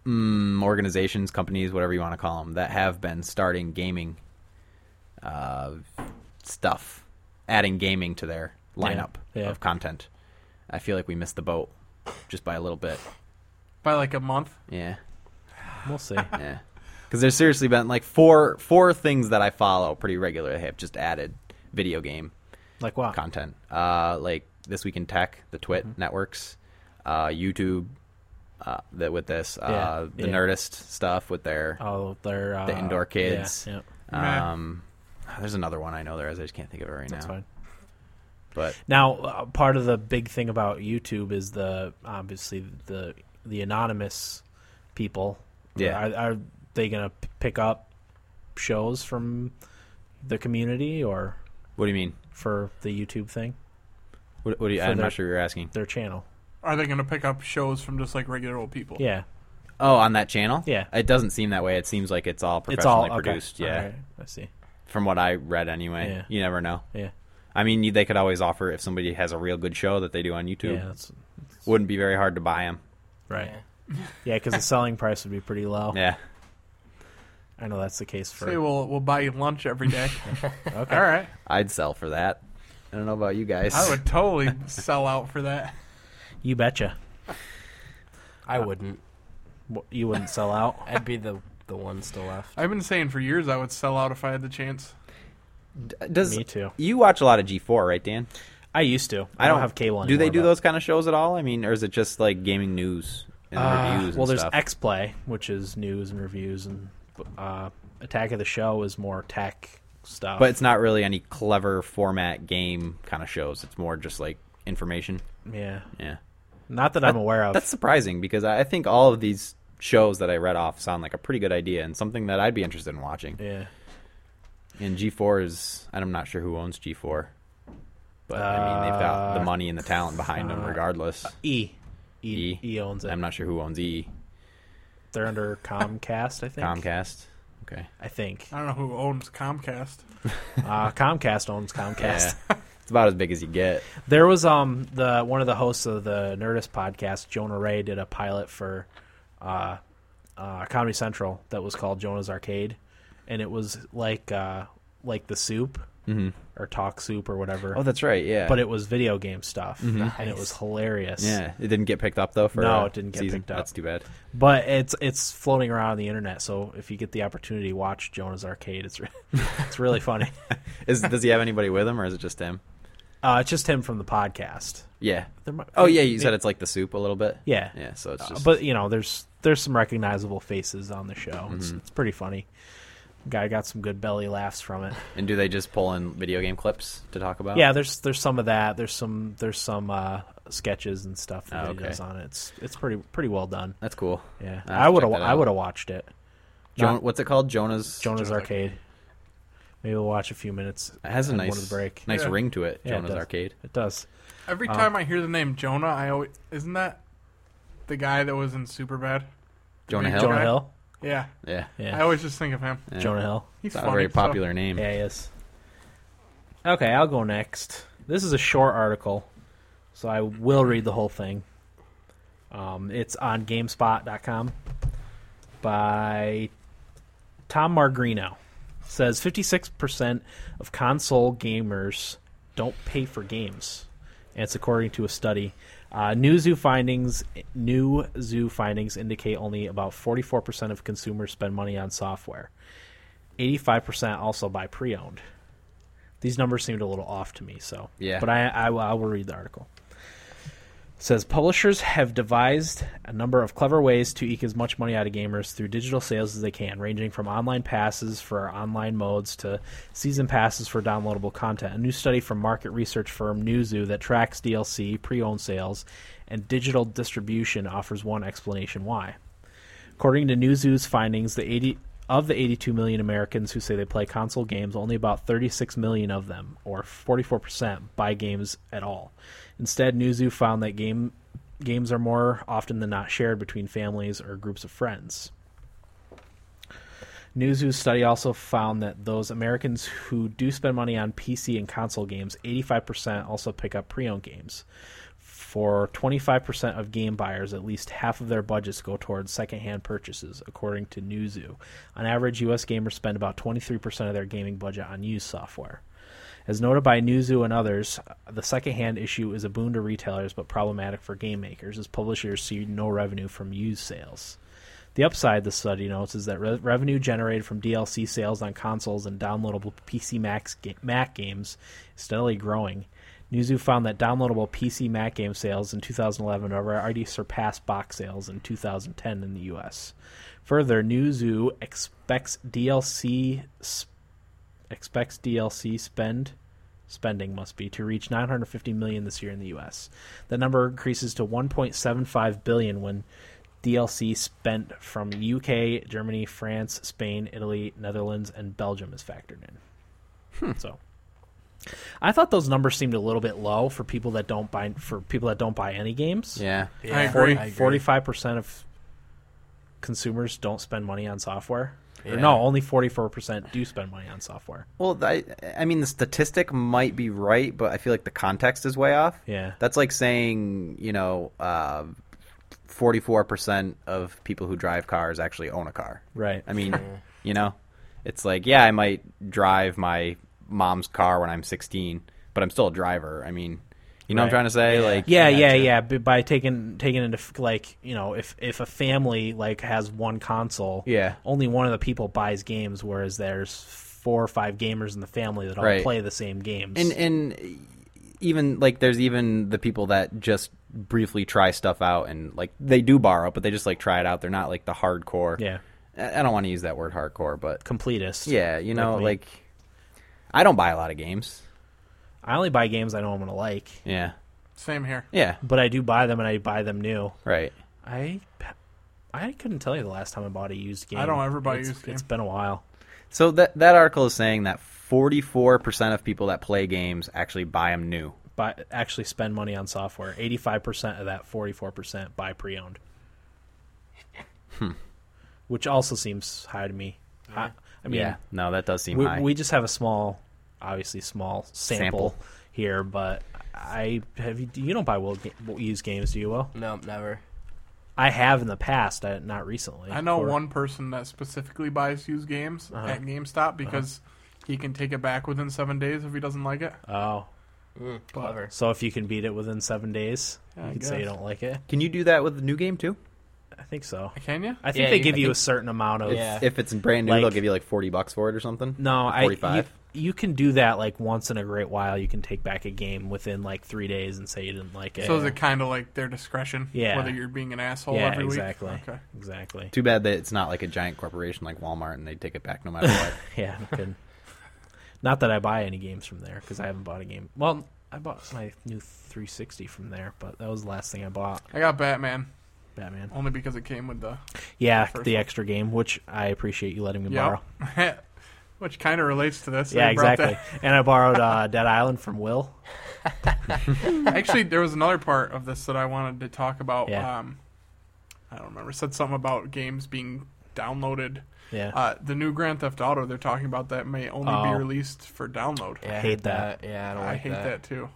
D: mm, organizations, companies, whatever you want to call them, that have been starting gaming uh, stuff, adding gaming to their lineup
A: Yeah.
D: of content. I feel like we missed the boat just by a little bit.
B: By like a month.
D: Yeah.
A: We'll see.
D: Yeah. Because there's seriously been like four four things that I follow pretty regularly have just added video game
A: Like wow.
D: content. Uh, like this week in tech, the Twit
A: Mm-hmm.
D: networks, uh, YouTube, uh, that with this, uh,
A: Yeah,
D: the
A: yeah.
D: Nerdist stuff with their.
A: Oh, they're uh,
D: The indoor kids.
A: Yeah, yeah,
B: Meh.
D: Um, there's another one I know there is. I just can't think of it right
A: that's
D: now.
A: fine.
D: But
A: Now, uh, part of the big thing about YouTube is the obviously the the anonymous people.
D: Yeah.
A: Are, are they going to pick up shows from the community or
D: what do you mean?
A: for the YouTube thing,
D: What, what do you?
A: For
D: I'm
A: their- Oh.
D: not sure you're asking.
A: their channel?
B: Are they going to pick up shows from just like regular old people?
A: Yeah.
D: Oh, on that channel?
A: Yeah.
D: It doesn't seem that way. It seems like it's all
A: It's all
D: professionally
A: okay.
D: produced. Yeah.
A: All right, I see.
D: From what I read, anyway.
A: Yeah.
D: You never know.
A: Yeah.
D: I mean, you- they could always offer if somebody has a real good show that they do on YouTube.
A: Yeah, that's
D: Wouldn't be very hard to buy them.
A: right. Yeah, because the selling price would be pretty low.
D: Yeah.
A: I know that's the case for.
B: Say we'll we'll buy you lunch every day.
A: okay.
B: All right.
D: I'd sell for that. I don't know about you guys.
B: I would totally sell out for that.
A: You betcha.
C: I wouldn't.
A: W- You wouldn't sell out.
C: I'd be the the one still left.
B: I've been saying for years I would sell out if I had the chance.
D: D- Does
A: Me too.
D: You watch a lot of G4, right, Dan?
A: I used to. I, don't, have cable
D: Do
A: anymore.
D: they do
A: but-
D: those kind of shows at all? I mean, or is it just like gaming news and
A: Uh,
D: reviews? And
A: well, there's
D: stuff?
A: XPlay, which is news and reviews, and uh, Attack of the Show is more tech stuff.
D: But it's not really any clever format game kind of shows. It's more just like information.
A: yeah,
D: Yeah.
A: not that I'm aware of.
D: That's surprising because I I think all of these shows that I read off sound like a pretty good idea and something that I'd be interested in watching.
A: yeah,
D: And G4 is, and I'm not sure who owns G4, but I mean, they've got the
A: Uh,
D: money and the talent behind them
A: uh,
D: regardless.
A: E. E,
D: E.
A: e owns it.
D: I'm not sure who owns E.
A: They're under Comcast, I think.
D: Comcast. Okay.
A: I think
B: I don't know who owns Comcast.
A: uh, Comcast owns Comcast.
D: Yeah. it's about as big as you get.
A: There was um the one of the hosts of the Nerdist podcast, Jonah Ray, did a pilot for uh, uh, Comedy Central that was called Jonah's Arcade, and it was like uh, like the soup or talk soup or whatever,
D: Mm-hmm. Oh, that's right. Yeah. Mm-hmm.
A: but it was video game stuff, and it
C: Nice.
A: was hilarious.
D: yeah, it didn't get picked up though. For
A: No,
D: uh,
A: it didn't get
D: season.
A: picked up.
D: That's too bad.
A: But it's it's floating around on the internet, so if you get the opportunity, watch Jonah's Arcade. It's re- it's really funny.
D: Is does he have anybody with him or is it just him?
A: Uh, it's just him from the podcast.
D: Yeah.
A: There might-
D: Oh yeah, you
A: may-
D: said it's like the soup a little bit.
A: Yeah.
D: Yeah. So it's
A: Uh,
D: just.
A: but you know, there's there's some recognizable faces on the show.
D: Mm-hmm.
A: It's, it's pretty funny. Guy got some good belly laughs from it.
D: and do they just pull in video game clips to talk about?
A: Yeah, there's there's some of that. There's some there's some uh, sketches and stuff that
D: Oh,
A: he
D: okay.
A: does on it. It's it's pretty pretty well done.
D: That's cool.
A: Yeah,
D: I'll have
A: I
D: to
A: would
D: check that
A: I
D: out.
A: would have watched it.
D: Jon-
A: Not-
D: what's it called? Jonah's.
A: Jonah's
B: Jonah's
A: Arcade. Maybe we'll watch a few minutes.
D: It has a
A: on
D: nice
A: one of the break.
D: nice
B: Yeah.
D: ring to it.
A: Yeah, it
D: Jonah's
A: does.
D: Arcade.
A: It does.
B: Every time I hear the name Jonah, I always isn't that the guy that was in Superbad?
D: Jonah
B: big
D: Hill.
A: Jonah
B: guy?
A: Hill.
B: Yeah,
D: Yeah.
A: Yeah.
B: I always just think of him.
D: yeah.
A: Jonah Hill.
B: He's
D: It's not
B: funny,
D: a very
B: so-
D: popular name.
A: Yeah, he is. Okay, I'll go next. This is a short article, so I will read the whole thing. Um, it's on GameSpot.com by Tom Margrino. It says 56% of console gamers don't pay for games. And it's according to a study. Uh, new zoo findings new zoo findings indicate only about 44% of consumers spend money on software. 85% also buy pre-owned. These numbers seemed a little off to me, so
D: Yeah.
A: But I, I, will- I will read the article. It says publishers have devised a number of clever ways to eke as much money out of gamers through digital sales as they can, ranging from online passes for online modes to season passes for downloadable content. A new study from market research firm Newzoo that tracks DLC, pre-owned sales, and digital distribution offers one explanation why. According to Newzoo's findings, the 80 of the 82 million Americans who say they play console games, only about 36 million of them, or 44%, buy games at all. Instead, Newzoo found that game games are more often than not shared between families or groups of friends. Newzoo's study also found that those Americans who do spend money on PC and console games, 85% also pick up pre-owned games. For 25% of game buyers, at least half of their budgets go towards secondhand purchases, according to Newzoo. On average, U.S. gamers spend about 23% of their gaming budget on used software. As noted by Newzoo and others, the secondhand issue is a boon to retailers but problematic for game makers, as publishers see no revenue from used sales. The upside, the study notes, is that re- revenue generated from DLC sales on consoles and downloadable PC Max ga- Mac games is steadily growing. Newzoo found that downloadable PC Mac game sales in 2011 have already surpassed box sales in 2010 in the U.S. Further, Newzoo expects DLC sp- expects DLC spend spending must be to reach 950 million this year in the US. The number increases to 1.75 billion when DLC spent from UK, Germany, France, Spain, Italy, Netherlands and Belgium is factored in. So I thought those numbers seemed a little bit low for people that don't buy for people that don't buy any games.
D: Yeah.
B: I
C: Yeah.
B: agree.
A: Forty-five percent of consumers don't spend money on software. Or
C: Yeah.
A: no, only forty-four percent do spend money on software.
D: Well, I, I mean, the statistic might be right, but I feel like the context is way off.
A: Yeah.
D: That's like saying, you know, uh, 44% of people who drive cars actually own a car.
A: Right.
D: I mean, you know, it's like, yeah, I might drive my mom's car when I'm 16, but I'm still a driver. I mean, you know what I'm
A: Right.
D: trying to say? Like,
A: yeah,
C: Yeah,
A: yeah,
C: too.
A: yeah. But by taking taking into f- like you know, if if a family like has one console,
D: Yeah.
A: only one of the people buys games, whereas there's four or five gamers in the family that all
D: Right.
A: play the same games.
D: And and even like there's even the people that just briefly try stuff out and like they do borrow, but they just like try it out. They're not like the hardcore.
A: yeah,
D: I I don't want to use that word hardcore, but
A: completist.
D: yeah, you know,
A: me.
D: like, I don't buy a lot of games.
A: I only buy games I know I'm gonna like,
D: Yeah.
B: Same here.
D: Yeah.
A: but I do buy them and I buy them new.
D: Right.
A: I I couldn't tell you the last time I bought a used game.
B: I don't ever buy a
A: It's-
B: used game.
A: It's been a while.
D: So that that article is saying that 44% of people that play games actually buy them new.
A: But actually, spend money on software. Eighty-five percent of that, forty-four percent buy pre-owned, which also seems high to me. I, I mean,
D: No, that does seem
A: we,
D: high.
A: we just have a small, obviously small sample,
D: Sample.
A: here, but I have you. You don't buy will ga- used games, do you? Will
C: No, never.
A: I have in the past, I, not recently.
B: I know
A: Or-
B: one person that specifically buys used games at GameStop because he can take it back within seven days if he doesn't like it.
A: Oh,
C: Clever.
A: so if you can beat it within seven days,
B: Yeah, I
A: you can say you
B: guess.
A: don't like it.
D: Can you do that with the new game too?
A: I think so.
B: Can you?
A: I think
C: Yeah,
A: they
C: you-
A: give
C: I
A: you a
C: think-
A: certain amount of.
C: Yeah.
D: If it's brand new,
A: Like-
D: they'll give you like 40 bucks for it or something.
A: No, I you,
D: 45.
A: you can do that like once in a great while. You can take back a game within like three days and say you didn't like it.
B: So is it kind of like their discretion?
A: Yeah.
B: Whether you're being an asshole
A: yeah,
B: every
A: exactly,
B: week? Okay.
A: exactly.
D: Too bad that it's not like a giant corporation like Walmart and they take it back no matter what.
A: Yeah, no kidding. Not that I buy any games from there because I haven't bought a game. Well, I bought my new 360 from there, but that was the last thing I bought.
B: I got Batman
A: Batman.
B: only because it came with the
A: Yeah,
B: First
A: the
B: one.
A: extra game, which I appreciate you letting me
B: yeah,
A: borrow.
B: which kind of relates to this.
A: yeah,
B: They brought
A: exactly. and I borrowed uh, Dead Island from Will.
B: that- Actually, there was another part of this that I wanted to talk about.
A: Yeah.
B: Um, I don't remember. It said something about games being downloaded.
A: Yeah,
B: Uh, the new Grand Theft Auto they're talking about that may only
A: Oh.
B: be released for download.
C: Yeah, I
A: hate
C: heard
A: that.
C: Yeah, I
B: I,
C: don't like
B: hate that, too.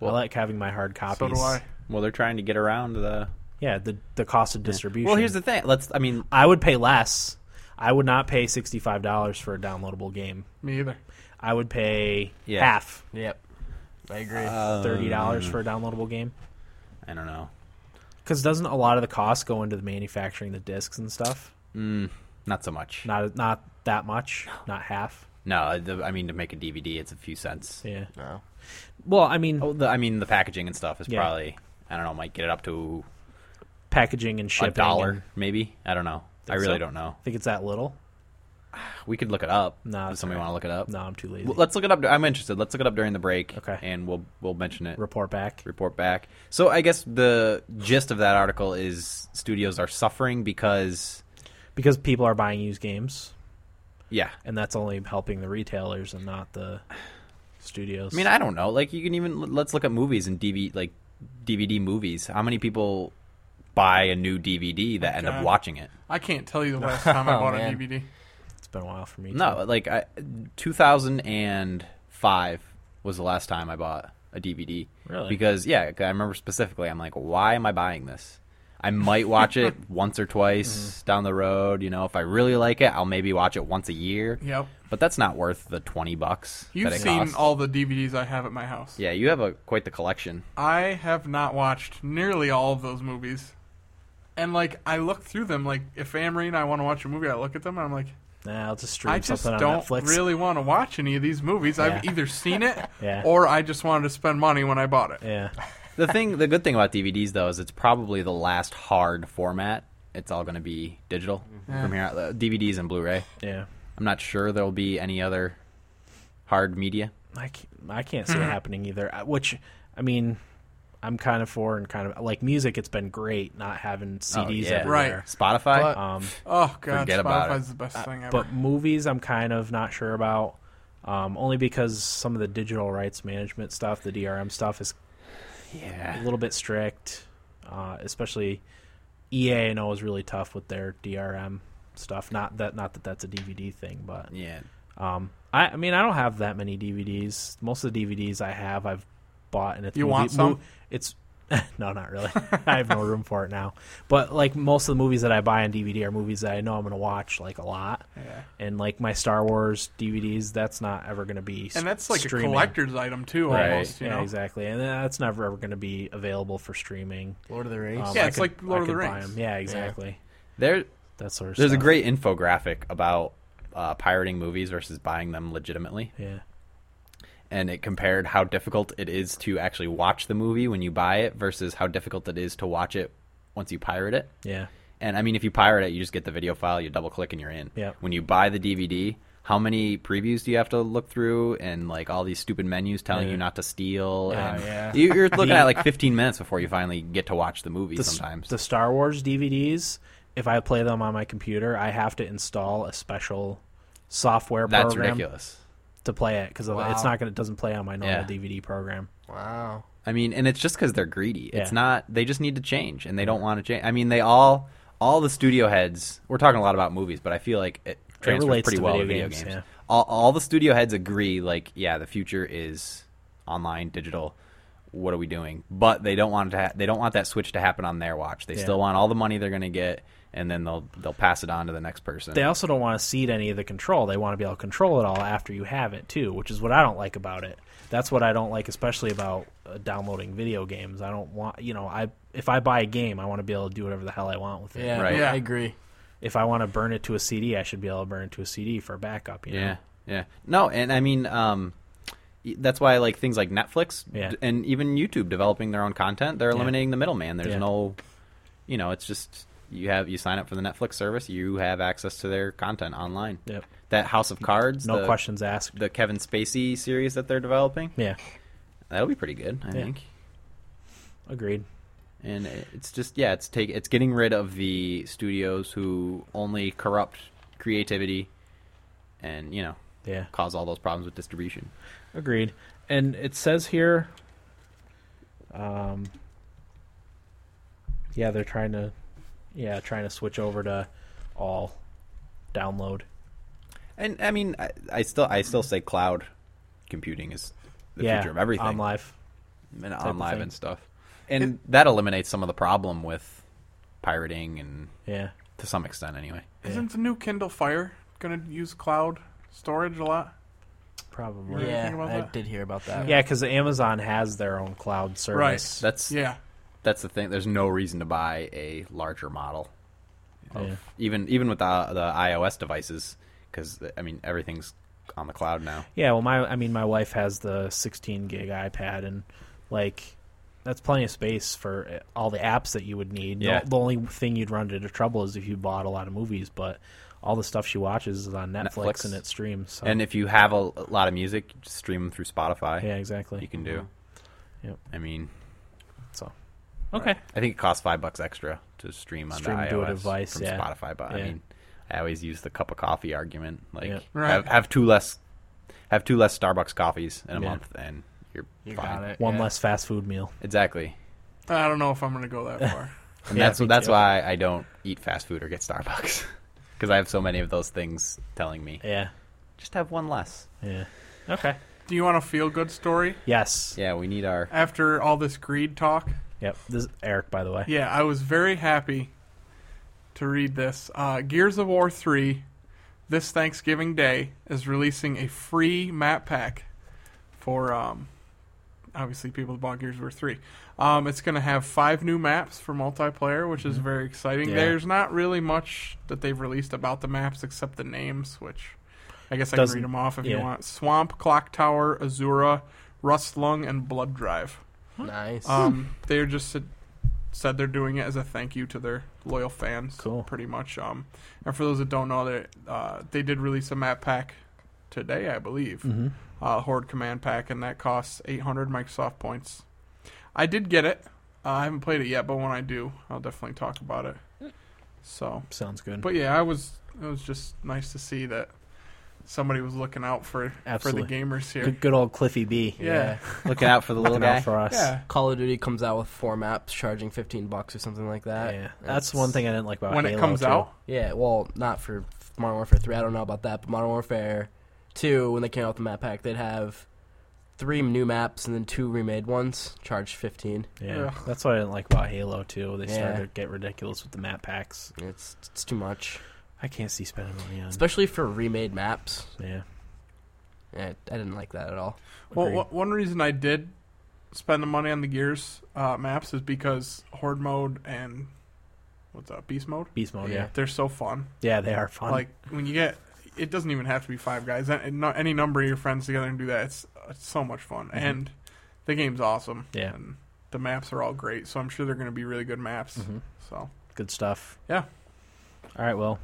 A: I like having my hard copies.
B: So do I.
D: well, they're trying to get around the.
A: Yeah, the the cost of distribution.
D: Well, here's the thing. Let's. I mean,
A: I would pay less. I would not pay sixty five dollars for a downloadable game.
B: Me either.
A: I would pay
D: Yeah. Um,
A: half
C: Yep. I agree.
A: thirty dollars for a downloadable game.
D: I don't know.
A: Because doesn't a lot of the cost go into the manufacturing the discs and stuff?
D: Not so much.
A: Not not that much, not half.
D: No, the, I mean to make a DVD, it's a few cents.
A: Yeah.
C: no.
A: Well, I mean,
D: Oh, the, I mean the packaging and stuff is
A: Yeah.
D: probably. I don't know. Might get it up to
A: packaging and
D: a
A: shipping. and-
D: dollar, maybe. I don't know. I
A: Think
D: really
A: so?
D: don't know.
A: I think it's that little.
D: We could look it up.
A: No,
D: Does
A: it's
D: somebody
A: all right.
D: want to look it up?
A: No, I'm too lazy.
D: L- Let's look it up. I'm interested. Let's look it up during the break.
A: Okay.
D: And we'll we'll mention it.
A: Report back.
D: report back. So I guess the gist of that article is studios are suffering because
A: Because people are buying used games,
D: yeah.
A: and that's only helping the retailers and not the studios.
D: I mean, I don't know. Like you can even let's look at movies and DVD like DVD movies. How many people buy a new DVD that end up
B: God.
D: watching it?
B: I can't tell you the last time I
C: Oh,
B: bought a
C: man.
B: DVD.
A: it's been a while for me.
D: No,
A: too.
D: like I, 2005 was the last time I bought a DVD.
A: Really?
D: Because yeah, I remember specifically. I'm like, why am I buying this? I might watch it once or twice down the road. You know, if I really like it, I'll maybe watch it once a year.
B: Yep.
D: But that's not worth the twenty bucks.
B: You've
D: that it
B: seen
D: costs.
B: all the DVDs I have at my house.
D: Yeah, you have a quite the collection.
B: I have not watched nearly all of those movies. And like I look through them, like if Amory and I want to watch a movie, I look at them and I'm like,
A: Nah, I'll just stream
B: I just
A: something on
B: don't
A: Netflix.
B: really want to watch any of these movies. I've
A: Yeah.
B: either seen it
A: Yeah.
B: or I just wanted to spend money when I bought it.
A: Yeah.
D: The thing, the good thing about DVDs though is it's probably the last hard format. It's all going to be digital from here out. uh, DVDs and Blu-ray.
A: Yeah.
D: I'm not sure there'll be any other hard media.
A: I can't, I can't see it happening either. I- Which, I mean, I'm kind of for and kind of like music. It's been great not having CDs
D: Oh, yeah.
A: Oh, everywhere.
D: Spotify.
C: But-
A: Um,
B: Oh god,
D: Forget about
B: Spotify's
D: it. Uh,
B: the best thing ever.
A: but movies, I'm kind of not sure about. Um, only because some of the digital rights management stuff, the DRM stuff, is a
D: yeah.
A: little bit strict. Uh, especially EA, I know is really tough with their DRM stuff. Not that, not that that's a DVD thing, but
D: Yeah.
A: Um, I, I mean, I don't have that many DVDs. Most of the DVDs I have, I've bought, and it's
B: You
A: movie-
B: want some?
A: it's no, not really. I have no room for it now. But like most of the movies that I buy on DVD are movies that I know I'm going to watch like a lot,
B: yeah.
A: and like my Star Wars DVDs, that's not ever going to be. s-
B: And that's like
A: streaming.
B: a collector's item too,
D: Right.
B: almost. You
A: yeah,
B: know,
A: exactly, and uh, that's never ever going to be available for streaming.
C: Lord of the Rings.
A: Um,
B: Yeah,
A: I
B: it's
A: could-
B: like Lord
A: I
B: of the
A: could buy
B: Rings.
A: 'em. Yeah, exactly.
D: There,
A: That sort of.
D: there's a
A: stuff.
D: great infographic about uh, pirating movies versus buying them legitimately,
A: Yeah.
D: and it compared how difficult it is to actually watch the movie when you buy it versus how difficult it is to watch it once you pirate it.
A: Yeah.
D: And I mean, if you pirate it, you just get the video file, you double click, and you're in.
A: Yeah.
D: When you buy the DVD, how many previews do you have to look through and like all these stupid menus telling
A: Yeah.
D: you not to steal
A: Yeah,
D: and
A: yeah.
D: you- you're looking
A: The-
D: at like 15 minutes before you finally get to watch the movie
A: the, s-
D: sometimes
A: the Star Wars DVDs, if I play them on my computer, I have to install a special software
D: that's
A: program
D: ridiculous
A: to play it because
C: Wow.
A: it's not going to doesn't play on my normal
D: Yeah.
A: DVD program.
C: Wow.
D: I mean, and it's just because they're greedy. It's
A: Yeah.
D: not. They just need to change, and they don't want to change. I mean, they all, all the studio heads. We're talking a lot about movies, but I feel like it transfers
A: relates
D: pretty
A: to
D: well
A: video
D: to video
A: games,
D: games.
A: yeah.
D: All, all the studio heads agree. Like, yeah, the future is online, digital. What are we doing? But they don't want it to. Ha- they don't want that switch to happen on their watch. They
A: Yeah.
D: still want all the money they're going to get, and then they'll they'll pass it on to the next person.
A: They also don't want to cede any of the control. They want to be able to control it all after you have it too, which is what I don't like about it. That's what I don't like, especially about uh, downloading video games. I don't want you know I if I buy a game, I want to be able to do whatever the hell I want with it.
C: Yeah,
D: Right.
C: I
B: Yeah.
C: agree.
A: If I want to burn it to a CD, I should be able to burn it to a CD for backup. You know?
D: Yeah, yeah. No, and I mean, um, y- that's why like things like Netflix
A: Yeah.
D: d- and even YouTube developing their own content, they're eliminating the middleman. There's
A: Yeah.
D: no, you know, it's just you have you sign up for the Netflix service, you have access to their content online.
A: Yep.
D: That House of Cards,
A: No
D: the,
A: questions asked.
D: the Kevin Spacey series that they're developing,
A: Yeah.
D: that'll be pretty good, I
A: Yeah.
D: think.
A: Agreed.
D: And it- it's just yeah, it's take it's getting rid of the studios who only corrupt creativity, and you know,
A: Yeah.
D: cause all those problems with distribution.
A: Agreed. And it says here, um, yeah, they're trying to, yeah, trying to switch over to all download.
D: And I mean, I, I still I still say cloud computing is the
A: yeah,
D: future of everything,
A: on live.
D: and
A: of
D: on live
A: thing.
D: and stuff. And that eliminates some of the problem with pirating, and
A: Yeah,
D: to some extent, anyway.
B: Isn't the new Kindle Fire gonna use cloud storage a lot?
A: probably.
B: Really?
C: Yeah,
B: think about
C: I
B: that?
C: did hear about that.
A: Yeah, because Amazon has their own cloud service.
D: That's
B: Yeah.
D: that's the thing. There's no reason to buy a larger model,
A: Yeah.
D: even even with the the iOS devices, because I mean everything's on the cloud now.
A: Yeah, well, my I mean, my wife has the 16 gig iPad, and like that's plenty of space for uh, all the apps that you would need.
D: Yeah.
A: The, the only thing you'd run into trouble is if you bought a lot of movies, but all the stuff she watches is on Netflix,
D: Netflix.
A: and it streams. So.
D: And if you have a, a lot of music, you just stream them through Spotify.
A: yeah, exactly.
D: you can do.
A: Yep.
D: I mean,
A: so okay,
D: I think it costs five bucks extra to stream onto
A: Stream
D: iOS
A: to a device,
D: from
A: yeah.
D: Spotify. But I
A: Yeah.
D: mean, I always use the cup of coffee argument. Like,
A: Yeah.
B: Right.
D: have, have two less, have two less Starbucks coffees in a
A: Yeah.
D: month, and you're
C: You
D: fine.
C: got it.
A: one
C: yeah.
A: less fast food meal.
D: Exactly,
B: I don't know if I'm gonna go that far.
D: and
A: Yeah,
D: that's
A: me
D: that's
A: too.
D: why I don't eat fast food or get Starbucks because I have so many of those things telling me
A: Yeah,
D: just have one less.
A: yeah. Okay.
B: Do you want a feel good story
A: Yes.
D: Yeah, we need our
B: after all this greed talk?
A: Yep. This is Eric, by the way.
B: Yeah, I was very happy to read this. Uh, Gears of War 3, this Thanksgiving Day, is releasing a free map pack for um, obviously people that bought Gears of War 3. Um, it's going to have five new maps for multiplayer, which is very exciting.
A: Mm-hmm. Yeah.
B: There's not really much that they've released about the maps except the names, which I guess I can
A: Doesn't-
B: read them off if you
A: yeah.
B: want. Swamp, Clock Tower, Azura, Rust Lung, and Blood Drive.
C: Nice.
A: Hmm.
B: Um, they just said, said they're doing it as a thank you to their loyal fans.
A: Cool.
B: Pretty much. Um, and for those that don't know, they uh, they did release a map pack today, I believe.
A: Hmm. Mm-hmm.
B: Uh, Horde Command Pack, and that costs 800 Microsoft points. I did get it. Uh, I haven't played it yet, but when I do, I'll definitely talk about it. So,
A: Sounds good.
B: but yeah, I was it was just nice to see that somebody was looking out for
A: Absolutely.
B: for the gamers here.
A: good, good old Cliffy B.
B: yeah.
D: looking out for the little
A: Looking out
D: guy.
A: for us.
B: Yeah.
C: Call of Duty comes out with four maps, charging fifteen bucks or something like that.
A: Yeah. That's one thing I didn't like about
B: When it
A: Halo,
B: comes
A: too.
B: out,
C: Yeah, well, not for Modern Warfare 3. I don't know about that, but Modern Warfare 2, when they came out with the map pack, they'd have three new maps and then two remade ones, charged 15.
A: Yeah,
B: Ugh.
A: that's what I didn't like about Halo too. They
C: Yeah.
A: started to get ridiculous with the map packs.
C: It's it's too much,
A: I can't see spending money on.
C: especially for remade maps.
A: yeah,
C: Yeah, I didn't like that at all.
B: Well,
A: Agreed.
B: w- one reason I did spend the money on the Gears uh, maps is because Horde mode and what's up, Beast mode,
A: beast mode. Oh, Yeah,
B: they're so fun.
A: yeah, they are fun.
B: Like when you get, it doesn't even have to be five guys. An- no- Any number of your friends together and do that. It's, it's so much fun, and the game's awesome.
A: Mm-hmm. Yeah.
B: and the maps are all great.
A: Mm-hmm.
B: So I'm sure they're going to be really good maps. So
A: good stuff.
B: yeah,
A: All right, well,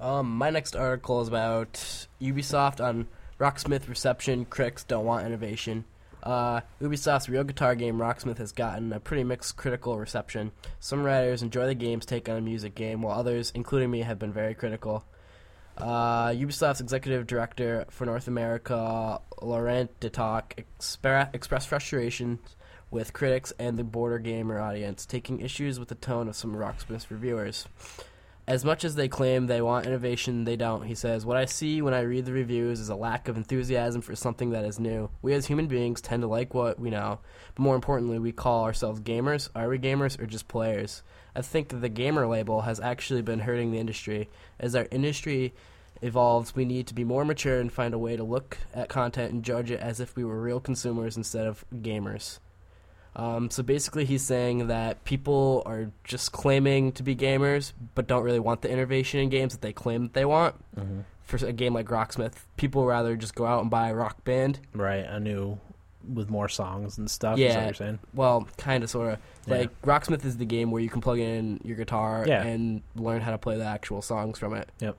C: Um, my next article is about Ubisoft on Rocksmith reception. Critics don't want innovation. Uh, Ubisoft's real guitar game Rocksmith has gotten a pretty mixed critical reception. Some writers enjoy the game's take on a music game, while others, including me, have been very critical. Uh, Ubisoft's executive director for North America, Laurent Detoc, expre- expressed frustration with critics and the border gamer audience, taking issues with the tone of some Rocksmith reviewers. As much as they claim they want innovation, they don't. He says, What I see when I read the reviews is a lack of enthusiasm for something that is new. We as human beings tend to like what we know, but more importantly, we call ourselves gamers. Are we gamers or just players? I think that the gamer label has actually been hurting the industry. As our industry evolves, we need to be more mature and find a way to look at content and judge it as if we were real consumers instead of gamers. Um, so basically, he's saying that people are just claiming to be gamers, but don't really want the innovation in games that they claim that they want. For a game like Rocksmith, people rather just go out and buy Rock Band.
A: Right, a new with more songs and stuff. Is that what
C: yeah,
A: you're saying?
C: well, kind of, sort of.
A: Yeah.
C: Like Rocksmith is the game where you can plug in your guitar
A: Yeah.
C: and learn how to play the actual songs from it.
A: Yep.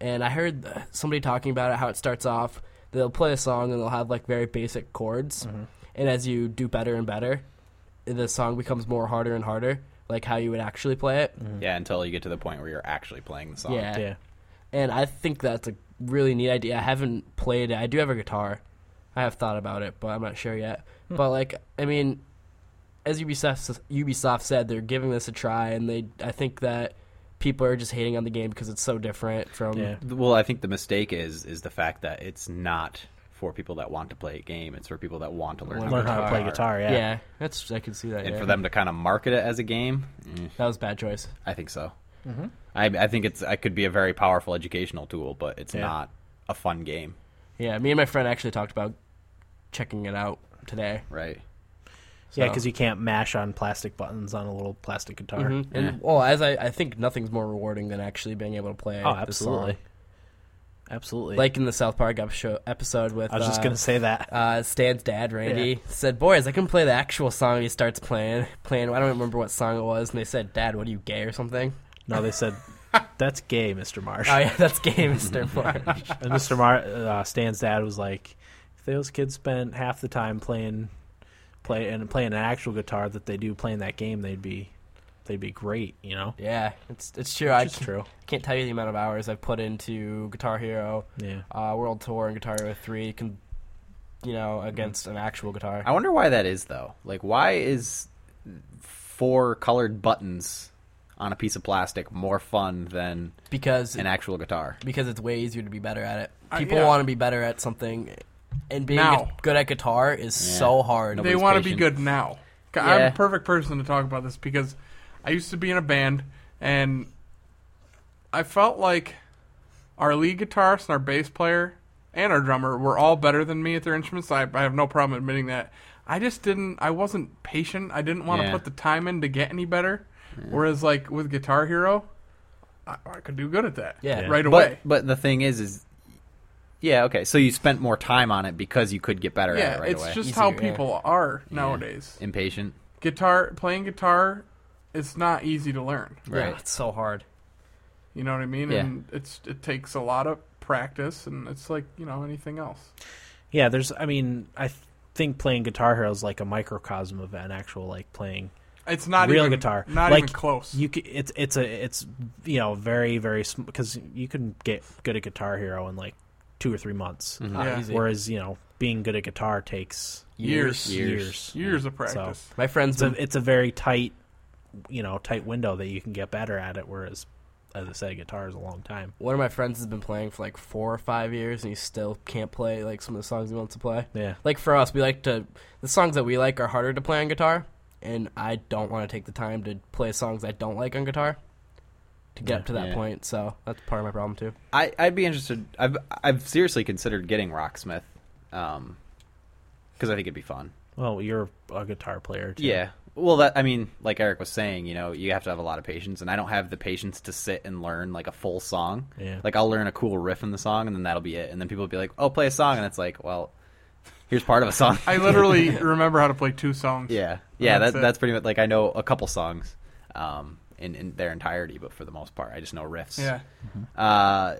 C: And I heard uh, somebody talking about it. How it starts off, they'll play a song and they'll have like very basic chords,
A: Mm-hmm.
C: and as you do better and better, the song becomes more harder and harder, like how you would actually play it.
A: Mm-hmm.
D: Yeah, until you get to the point where you're actually playing the song.
A: Yeah.
C: Yeah. And I think that's a really neat idea. I haven't played it. I do have a guitar. I have thought about it, but I'm not sure yet. But like, I mean, as Ubisoft Ubisoft said, they're giving this a try, and they I think that people are just hating on the game because it's so different from
A: Yeah.
D: Well, I think the mistake is is the fact that it's not for people that want to play a game. It's for people that want to learn,
A: Learn how to play guitar. Yeah.
C: yeah. that's I can see that.
D: And
C: yeah.
D: for them to kind of market it as a game, mm,
C: that was a bad choice.
D: I think so.
A: Mm-hmm.
D: I, I think it's I could be a very powerful educational tool, but it's
A: Yeah.
D: not a fun game,
C: Yeah, me and my friend actually talked about checking it out today.
D: right?
A: Yeah,
C: So-
A: because you can't mash on plastic buttons on a little plastic guitar.
C: Mhm. And well, as I, I think nothing's more rewarding than actually being able to play.
A: Oh,
C: the song.
A: absolutely. Absolutely.
C: Like in the South Park episode, episode with
A: I was just
C: uh,
A: going to say that.
C: uh, Stan's dad, Randy, said, "Boys, I can play the actual song." He starts playing, playing. I don't remember what song it was, and they said, "Dad, what are you gay or something?"
A: No, they said, that's gay, Mr. Marsh.
C: Oh yeah, that's gay, Mister Marsh.
A: And Mr. Mar- uh, Stan's dad was like, if those kids spent half the time playing play and playing an actual guitar that they do playing that game, they'd be they'd be great, you know?
C: yeah, it's it's true. I
A: Which is
C: can't,
A: true.
C: can't tell you the amount of hours I've put into Guitar Hero,
A: Yeah.
C: uh, World Tour, and Guitar Hero Three. Can you know
B: Mm-hmm.
C: against an actual guitar?
D: I wonder why that is though. Like, why is four colored buttons on a piece of plastic more fun than
C: Because
D: an actual guitar?
C: because it's way easier to be better at it.
B: Uh,
C: People
B: yeah.
C: want to be better at something, and being
B: Now.
C: good at guitar is so hard.
B: they
D: Nobody's
B: want to be
D: patient.
B: good now. G-
D: Yeah.
B: I'm a perfect person to talk about this because I used to be in a band and I felt like our lead guitarist and our bass player and our drummer were all better than me at their instruments. I, I have no problem admitting that. I just didn't. I wasn't patient. I didn't want to
D: Yeah.
B: put the time in to get any better. Whereas, like with Guitar Hero, I, I could do good at that.
C: Yeah.
B: right away.
D: But but the thing is, is yeah, okay. So you spent more time on it because you could get better at
B: yeah,
D: it right
B: it's
D: away.
B: just
C: Easier,
B: how
C: yeah.
B: people are nowadays.
D: impatient.
B: guitar playing guitar it's not easy to learn
C: yeah,
D: Right.
C: it's so hard.
B: you know what i mean
D: Yeah.
B: and it's it takes a lot of practice and it's like you know anything else
A: Yeah, there's I mean, I th- think playing Guitar Hero is like a microcosm of an actual like playing
B: it's not
A: real
B: even,
A: guitar,
B: not
A: like,
B: even close
A: You c- it's it's a it's you know very very because you can get good at Guitar Hero in like two or three months,
C: Ah,
B: Yeah.
C: easy.
A: whereas you know being good at guitar takes
B: years years,
D: Years.
B: of practice
C: My friend's
A: It's a
C: been
A: it's a very tight you know tight window that you can get better at it. Whereas as I said, guitar is a long time.
C: one of my friends has been playing for like four or five years and he still can't play like some of the songs he wants to play.
A: Yeah,
C: Like for us, we like to the songs that we like are harder to play on guitar, and I don't want to take the time to play songs I don't like on guitar to get up to that
D: Yeah.
C: point. So that's part of my problem too.
D: I I'd be interested. I've I've seriously considered getting Rocksmith, um, because I think it'd be fun.
A: well, you're a guitar player too.
D: Yeah. Well, that I mean, like Eric was saying, you know, you have to have a lot of patience, and I don't have the patience to sit and learn like a full song.
A: Yeah.
D: Like I'll learn a cool riff in the song, and then that'll be it. And then people will be like, "Oh, play a song," and it's like, "Well, here's part of a song."
B: i literally remember how to play two songs
D: yeah, yeah.
B: That's
D: That,
B: it.
D: that's pretty much like I know a couple songs, um, in, in their entirety, but for the most part, I just know riffs.
B: Yeah.
D: Uh,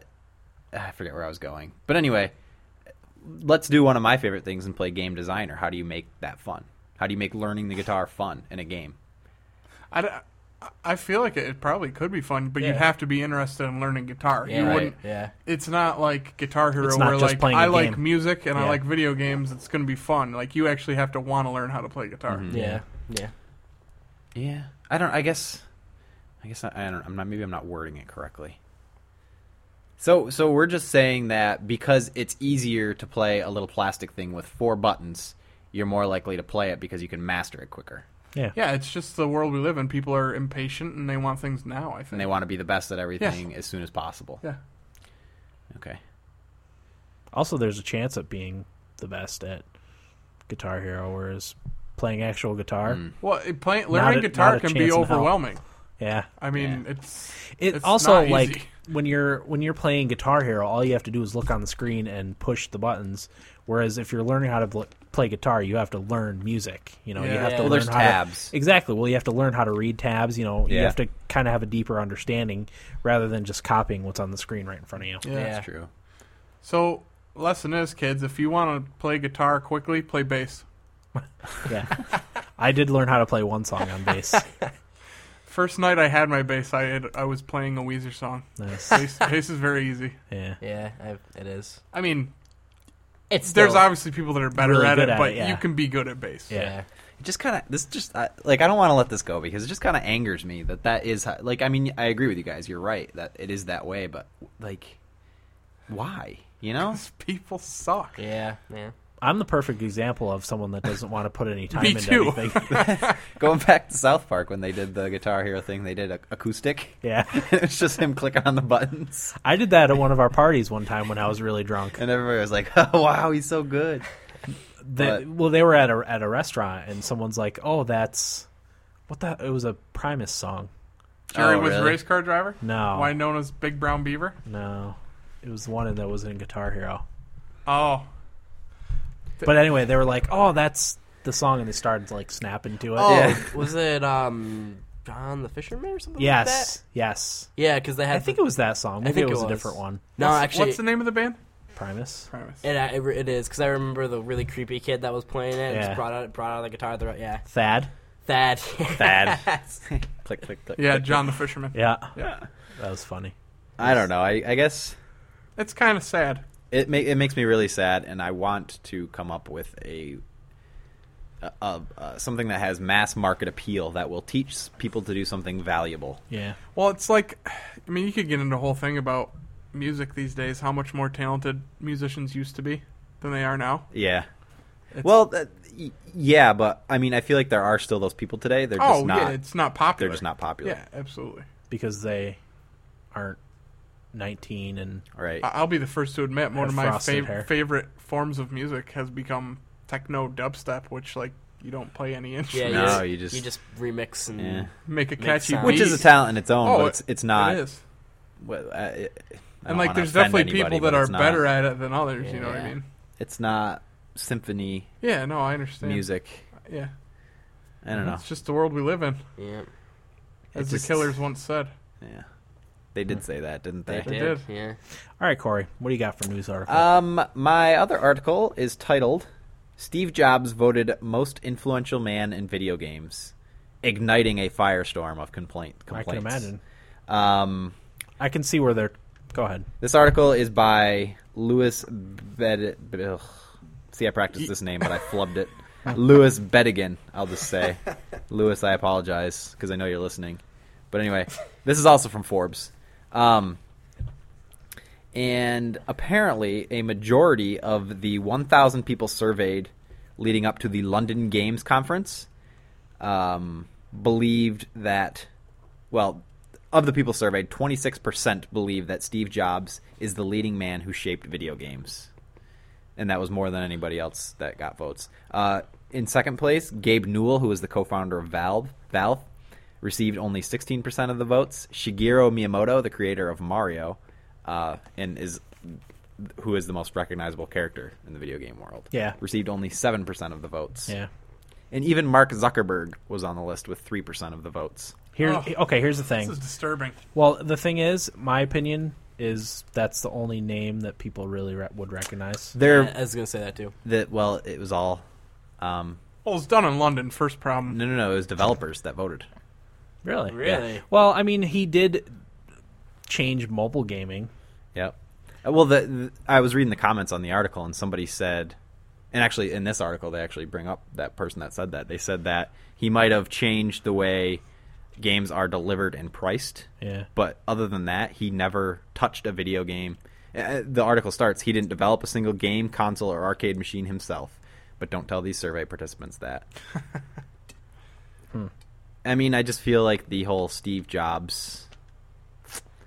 D: I forget where I was going, but anyway, let's do one of my favorite things and play game designer. How do you make that fun? How do you make learning the guitar fun in a game?
B: I, d- I feel like it probably could be fun, but you'd
C: Yeah.
B: have to be interested in learning guitar.
C: Yeah,
B: you
C: right,
B: wouldn't.
C: yeah.
B: It's not like Guitar Hero
A: It's not
B: where
A: just
B: like
A: playing a
B: I like
A: game.
B: music and I
A: Yeah.
B: like video games. It's going to be fun. Like you actually have to want to learn how to play guitar.
A: Mm-hmm.
C: Yeah. Yeah.
D: Yeah, I don't. I guess, I guess I, I don't. I'm not. Maybe I'm not wording it correctly. So, so we're just saying that because it's easier to play a little plastic thing with four buttons, you're more likely to play it because you can master it quicker,
A: Yeah.
B: Yeah, it's just the world we live in. People are impatient and they want things now. I
D: and
B: think.
D: they want to be the best at everything as soon as possible.
B: yeah.
D: Okay.
A: Also, there's a chance at being the best at Guitar Hero, whereas playing actual guitar,
B: Well, it- playing
A: Not
B: learning
A: a-
B: guitar
A: not a
B: can
A: chance
B: be
A: in hell.
B: overwhelming.
A: yeah,
B: I mean,
D: Yeah.
B: it's
A: It
B: It's
A: also
B: not
A: like
B: easy.
A: when you're when you're playing Guitar Hero, all you have to do is look on the screen and push the buttons. Whereas if you're learning how to bl- play guitar, you have to learn music. You know, you
B: Yeah.
A: have to
D: Well,
A: learn
D: there's
A: how
D: tabs.
A: To, exactly. Well, you have to learn how to read tabs. You know,
D: Yeah.
A: you have to kind of have a deeper understanding rather than just copying what's on the screen right in front of you.
B: yeah.
D: That's true.
B: So lesson is, kids, if you want to play guitar quickly, play bass.
A: Yeah, I did learn how to play one song on bass.
B: First night I had my bass, I had, I was playing a Weezer song.
A: Nice.
B: Bass, bass is very easy.
A: Yeah.
C: Yeah. I, it is.
B: I mean,
C: It's still,
B: there's obviously people that are better
A: Really
B: at
A: good
B: it,
A: at
B: but
A: it, yeah.
B: you can be good at bass.
A: Yeah.
D: It just kind of this just I, like I don't want to let this go because it just kind of angers me that that is how, like I mean I agree with you guys. You're right that it is that way, but like, why? You know.
B: These people suck.
C: Yeah. Yeah.
A: I'm the perfect example of someone that doesn't want to put any time
B: Me
A: into
B: too.
A: anything.
D: Going back to South Park when they did the Guitar Hero thing, they did a- acoustic.
A: Yeah.
D: it was just him clicking on the buttons,
A: I did that at one of our parties one time when I was really drunk.
D: and everybody was like, "Oh wow, he's so good."
A: They,
D: But-
A: well, they were at a at a restaurant, and someone's like, "Oh, that's what that." It was a Primus song.
B: Jerry
D: Oh,
B: was a
D: really?
B: race car driver.
A: No,
B: Why known as Big Brown Beaver?
A: no, it was one that was in Guitar Hero.
B: Oh,
A: But anyway, they were like, "Oh, that's the song," and they started like snapping to it.
C: Oh,
D: Yeah.
C: was it um John the Fisherman or something? Like that?
A: Yes, yes.
C: Yeah, because they had.
A: I think
C: the-
A: it was that song. Maybe
C: think
A: it
C: it
A: was,
C: was.
A: a different one.
C: No, actually,
B: what's the name of the band?
A: Primus.
B: Primus.
C: It, it, it is because I remember the really creepy kid that was playing it. and
A: Yeah.
C: Just brought out brought out the guitar. The, yeah,
A: Thad.
C: Thad.
D: Thad. click, click, click.
B: yeah,
D: click.
B: John the Fisherman.
A: Yeah,
B: Yeah.
A: that was funny.
D: I don't know. I, I guess
B: It's kind of sad.
D: it ma- it makes me really sad, and I want to come up with a. a- a- uh, something that has mass market appeal that will teach people to do something valuable.
A: Yeah,
B: Well, it's like, I mean, you could get into a whole thing about music these days, how much more talented musicians used to be than they are now.
D: Yeah. well, that, y- yeah, but I mean, I feel like there are still those people today. They're just
B: oh,
D: not.
B: yeah, it's not popular.
D: they're just not popular.
B: Yeah, absolutely.
A: because they aren't 19 and
D: Right.
B: I- I'll be the first to admit one
A: Have
B: of my
A: frosted hair.
B: fav- favorite forms of music has become techno dubstep, which like you don't play any
C: yeah,
B: instrument,
D: No,
C: you
D: you
C: just
D: just-
C: you just remix and
D: yeah.
B: make a
C: Makes
B: catchy
A: Mm.
C: sense.
B: beat.
D: Which is a talent in its own,
B: Oh,
D: but it's it's not.
B: It is.
D: well, I- it- I
B: And
D: don't
B: like,
D: wanna
B: there's
D: offend
B: definitely
D: anybody,
B: people that
D: but
B: are
D: it's not-
B: better at it than others. You know what I
C: Yeah.
B: mean?
D: It's not symphony
B: Yeah. No, I understand.
D: music.
B: Yeah.
D: I don't know.
B: It's just the world we live in,
C: yeah.
B: as the
D: It just-
B: Killers once said.
D: Yeah, they did say that, didn't they?
C: They
B: Hmm. They
C: did.
B: did.
C: Yeah.
A: all right corey what do you got for news article
D: Um, my other article is titled "Steve Jobs voted most influential man in video games," igniting a firestorm of complaint
A: i
D: complaints.
A: can imagine
D: Um,
A: i can see where they're go ahead
D: This article is by Louis Bed. ugh. See, I practiced this name, but I flubbed it. Louis Bedigan, I'll just say. Louis, I apologize because I know you're listening. But anyway, this is also from Forbes. Um, and apparently, a majority of the 1,000 people surveyed leading up to the London Games Conference um, believed that, well, of the people surveyed, 26% believe that Steve Jobs is the leading man who shaped video games. And that was more than anybody else that got votes. Uh, in second place, Gabe Newell, who is the co founder of Valve, Valve, received only 16% of the votes. Shigeru Miyamoto, the creator of Mario, uh, and is who is the most recognizable character in the video game world,
A: Yeah.
D: received only 7% of the votes
A: yeah
D: And even Mark Zuckerberg was on the list with 3% of the votes.
A: Here's
B: Oh.
A: okay. Here's the
B: This
A: thing.
B: is disturbing.
A: Well, the thing is, my opinion is that's the only name that people really re- would recognize.
D: They're,
C: I was gonna say that too.
D: the, well, it was all. Um,
B: Well, it's done in London. First problem.
D: no, no, no. It was developers that voted.
A: Really?
C: Really?
A: Well, I mean, he did change mobile gaming.
D: Yep. Uh, Well, the, the I was reading the comments on the article, and somebody said, and actually in this article they actually bring up that person that said that. They said that he might have changed the way games are delivered and priced.
A: Yeah.
D: But other than that, he never touched a video game. Uh, The article starts. He didn't develop a single game, console, or arcade machine himself. But don't tell these survey participants that. Hmm. I mean, I just feel like the whole Steve Jobs.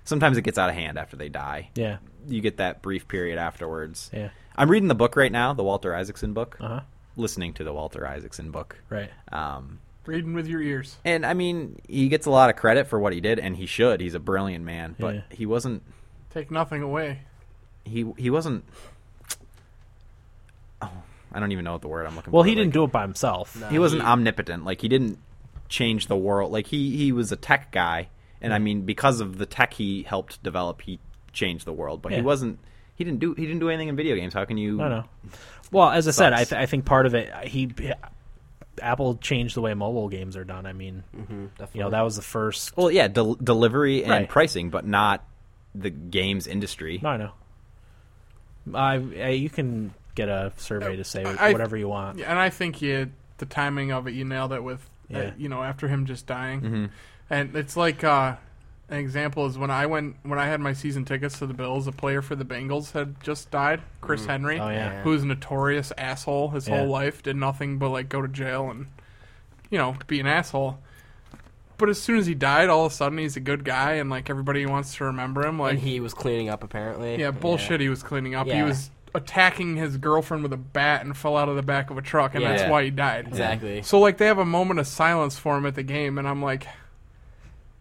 D: Sometimes it gets out of hand after they die
A: Yeah.
D: you get that brief period afterwards.
A: Yeah.
D: I'm reading the book right now, the Walter Isaacson book.
A: Uh huh.
D: Listening to the Walter Isaacson book.
A: Right.
D: Um,
B: Reading with your ears.
D: and I mean, he gets a lot of credit for what he did, and he should. He's a brilliant man, but
A: Yeah.
D: he wasn't.
B: Take nothing away.
D: He he wasn't. Oh, I don't even know what the word I'm looking
A: Well,
D: for.
A: he
D: Like,
A: didn't do it by himself.
D: He wasn't
C: He-
D: omnipotent. Like he didn't change the world. Like he he was a tech guy, and I mean, because of the tech he helped develop, he changed the world. But
A: Yeah.
D: he wasn't. He didn't do. He didn't do anything in video games. How can you?
A: No, no. Well, as I said, I,
D: Sucks.
A: th- I think part of it he Apple changed the way mobile games are done. I mean,
C: Definitely.
A: you know, that was the first.
D: Well, yeah, del- delivery and
A: Right.
D: pricing, but not the games industry.
A: No, I know. I, I you can get a survey to say
B: I-
A: whatever you want.
B: Yeah, and I think you, the timing of it, you nailed it with, uh,
A: Yeah. Mm-hmm.
B: you know, after him just dying. And it's like uh, an example is when I went when I had my season tickets to the Bills, a player for the Bengals had just died, Chris Henry,
A: Oh, yeah.
B: who's a notorious asshole his
A: Yeah.
B: whole life, did nothing but like go to jail and, you know, be an asshole. But as soon as he died, all of a sudden he's a good guy, and like everybody wants to remember him. Like
C: and he was cleaning up apparently.
B: Yeah, bullshit. He was cleaning up. He
C: Yeah.
B: was attacking his girlfriend with a bat and fell out of the back of a truck, and that's
D: Yeah.
B: why he died.
C: Exactly.
B: So like they have a moment of silence for him at the game, and I'm like,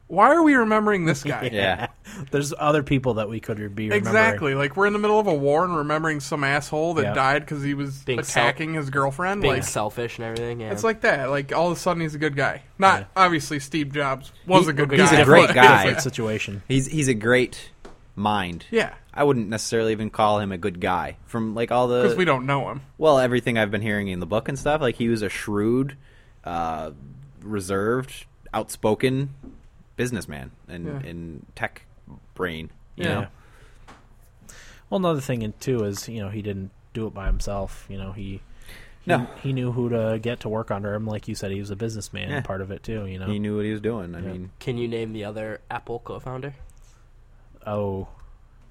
B: why are we remembering this guy?
D: Yeah.
A: There's other people that we could be remembering.
B: Exactly. Like we're in the middle of a war and remembering some asshole that
A: Yeah.
B: died because he was
C: Being
B: attacking his girlfriend.
C: Being
B: like
C: selfish and everything. Yeah.
B: it's like that. Like all of a sudden he's a good guy. Not obviously Steve Jobs was
C: He-
B: a good
C: he's
B: guy.
D: He's a
B: but-
D: great guy.
A: Different situation.
D: He's he's a great mind.
B: Yeah,
D: I wouldn't necessarily even call him a good guy. From like all the
B: because we don't know him.
D: well, everything I've been hearing in the book and stuff, like he was a shrewd, uh, reserved, outspoken businessman and
B: Yeah.
D: and tech brain. You
B: Yeah.
D: know?
A: Well, another thing in- too is you know he didn't do it by himself. You know he. he-
D: No.
A: he knew who to get to work under him. Like you said, he was a businessman.
D: Yeah.
A: Part of it too, you know.
D: He knew what he was doing. I mean,
C: Can you name the other Apple co-founder?
A: oh,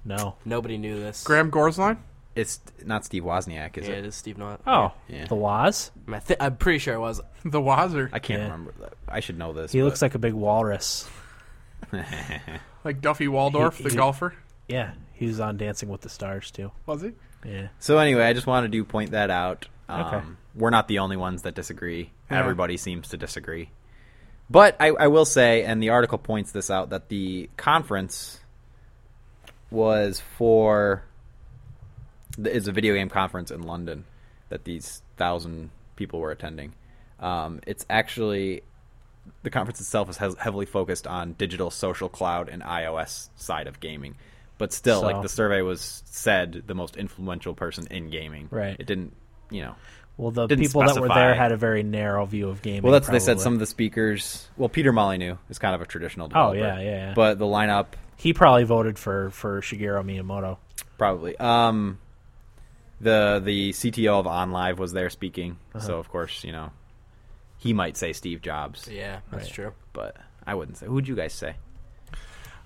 A: no.
C: Nobody knew this.
B: Graham Gorsline.
D: it's not Steve Wozniak, is
C: Yeah, it
D: it?
C: is Steve Not.
A: Oh,
D: Yeah.
A: the Waz.
C: I thi- I'm pretty sure it was.
B: The Wazer.
D: I can't
A: Yeah.
D: remember. I should know this.
A: He looks like a big walrus.
B: Like Duffy Waldorf,
A: He-
B: the
A: he-
B: golfer.
A: Yeah, he was on Dancing with the Stars too.
B: Was he?
A: Yeah,
D: So anyway, I just wanted to point that out. Um,
A: Okay.
D: We're not the only ones that disagree.
B: Yeah.
D: Everybody seems to disagree. But I, I will say, and the article points this out, that the conference was for is a video game conference in London that these thousand people were attending. Um, it's actually the conference itself is heav- heavily focused on digital, social, cloud, and iOS side of gaming. But still,
A: So-
D: like the survey was said, the most influential person in gaming.
A: Right.
D: It didn't, you know.
A: Well, the
D: Didn't
A: people that were there
D: specify.
A: had a very narrow view of gaming.
D: Well, that's what they said.
A: probably.
D: Some of the speakers. Well, Peter Molyneux is kind of a traditional
A: Oh,
D: developer.
A: yeah, yeah, yeah.
D: But the lineup
A: He probably voted for for Shigeru Miyamoto.
D: probably. Um, the the CTO of OnLive was there speaking, so of course you know he might say Steve Jobs,
C: Yeah, that's true.
D: but I wouldn't say. Who'd you guys say?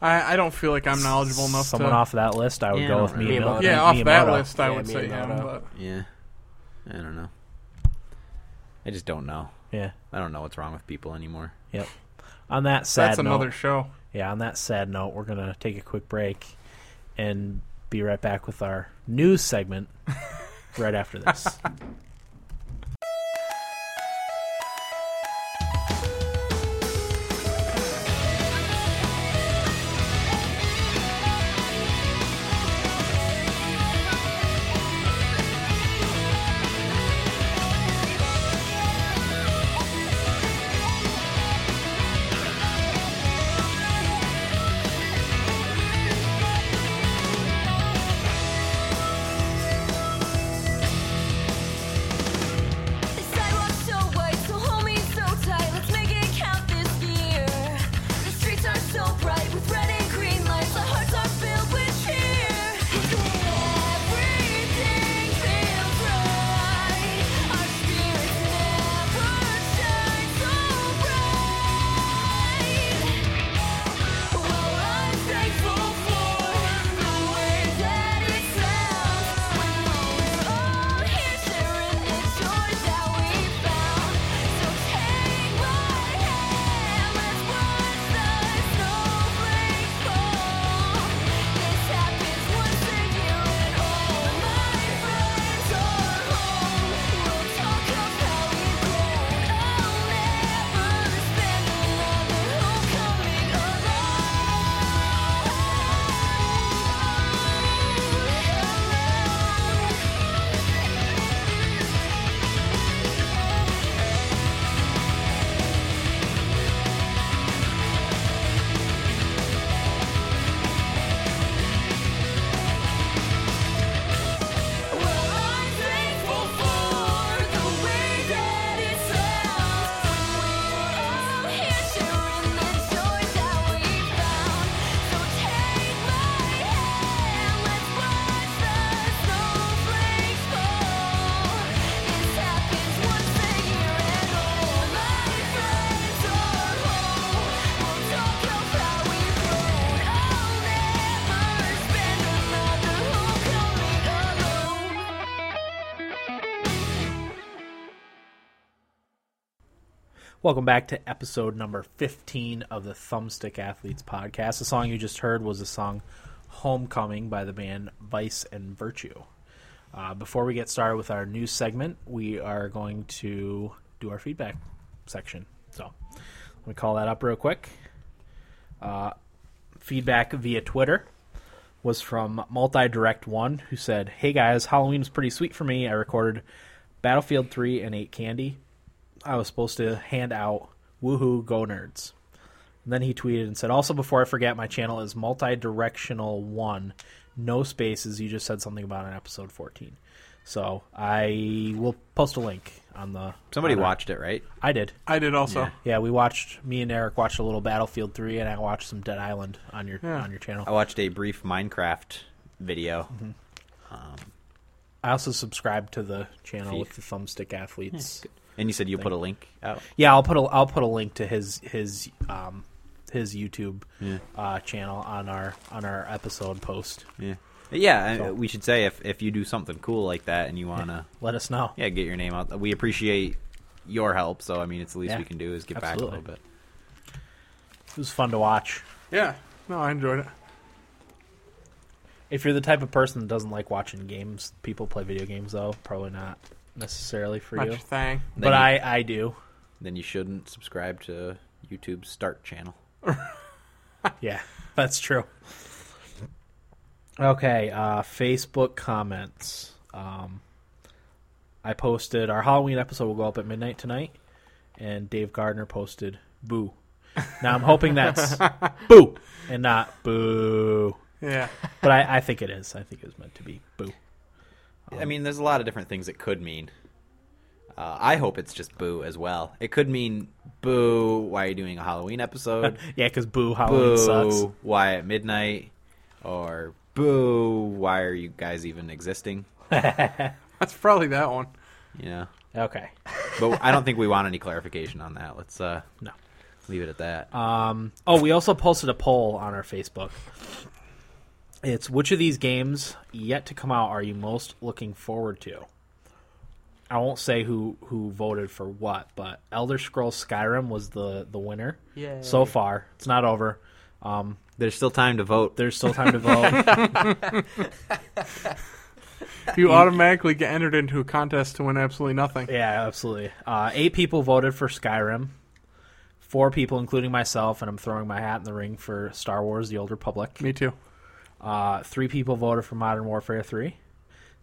B: I, I don't feel like I'm knowledgeable enough
A: Someone
B: to.
A: off that list, I would
D: Yeah, I
A: go with
D: don't
C: know.
A: Miyamoto.
B: yeah, off that
A: Miyamoto.
B: list, I
C: Yeah,
B: would say him.
C: Miyamoto.
B: But
D: Yeah, I don't know. I just don't know.
A: Yeah,
D: I don't know what's wrong with people anymore.
A: yep. On that sad
B: that's another
A: note,
B: show.
A: yeah. On that sad note, we're gonna take a quick break and be right back with our news segment right after this.
E: Thank
A: Welcome back to episode number 15 of the Thumbstick Athletes podcast. The song you just heard was the song Homecoming by the band Vice and Virtue. Uh, before we get started with our new segment, we are going to do our feedback section. So let me call that up real quick. Uh, feedback via Twitter was from Multi Direct One, who said, "Hey guys, Halloween was pretty sweet for me. I recorded Battlefield Three and ate candy. I was supposed to hand out woohoo go nerds." And then he tweeted and said, "Also, before I forget, my channel is Multi Directional One, no spaces. You just said something about an episode 14, so I will post a link on the
D: Somebody
A: on our-
D: watched it, right?
A: I did.
B: I did also.
A: Yeah, we watched. Me and Eric watched a little Battlefield Three, and I watched some Dead Island on your
B: Yeah.
A: on your channel.
D: I watched a brief Minecraft video.
A: I also subscribe to the channel
D: Feed.
A: with the Thumbstick Athletes. Yeah,
D: And you said you'll put a link out.
A: I'll put a I'll put a link to his his um his YouTube uh, channel on our on our episode post.
D: Yeah. Yeah, I-
A: So-
D: we should say if, if you do something cool like that and you want to
A: Let us know.
D: yeah, get your name out, we appreciate your help. So, I mean, it's the least
A: Yeah.
D: we can do is get back a
A: Absolutely.
D: little bit.
A: It was fun to watch.
B: Yeah. No, I enjoyed it.
A: If you're the type of person that doesn't like watching games, people play video games though, probably not necessarily for
B: Not
A: you.
B: your thing.
A: But
D: Then you-
A: I I do.
D: Then you shouldn't subscribe to YouTube's Start channel.
A: Yeah, that's true. Okay, uh, Facebook comments. Um, I posted our Halloween episode will go up at midnight tonight, and Dave Gardner posted boo. Now I'm hoping that's boo and not boo,
B: Yeah.
A: but I, I think it is. I think it was meant to be boo. Oh.
D: I mean, there's a lot of different things it could mean. Uh, I hope it's just boo as well. It could mean boo. Why are you doing a Halloween episode?
A: Yeah, because boo Halloween sucks.
D: boo. Why at midnight? Or boo. Why are you guys even existing?
B: That's probably that one.
D: You know.
A: Okay,
D: But I don't think we want any clarification on that. Let's uh,
A: no.
D: leave it at that.
A: Um, oh, we also posted a poll on our Facebook. It's which of these games yet to come out are you most looking forward to? I won't say who who voted for what, but Elder Scrolls Skyrim was the the winner.
C: Yay.
A: So far, it's not over. Um,
D: There's still time to vote.
A: there's still time to vote.
B: You automatically get entered into a contest to win absolutely nothing.
A: yeah, absolutely. Uh, eight people voted for Skyrim. Four people, including myself, and I'm throwing my hat in the ring for Star Wars: The Old Republic.
B: Me too.
A: Uh, three people voted for Modern Warfare 3.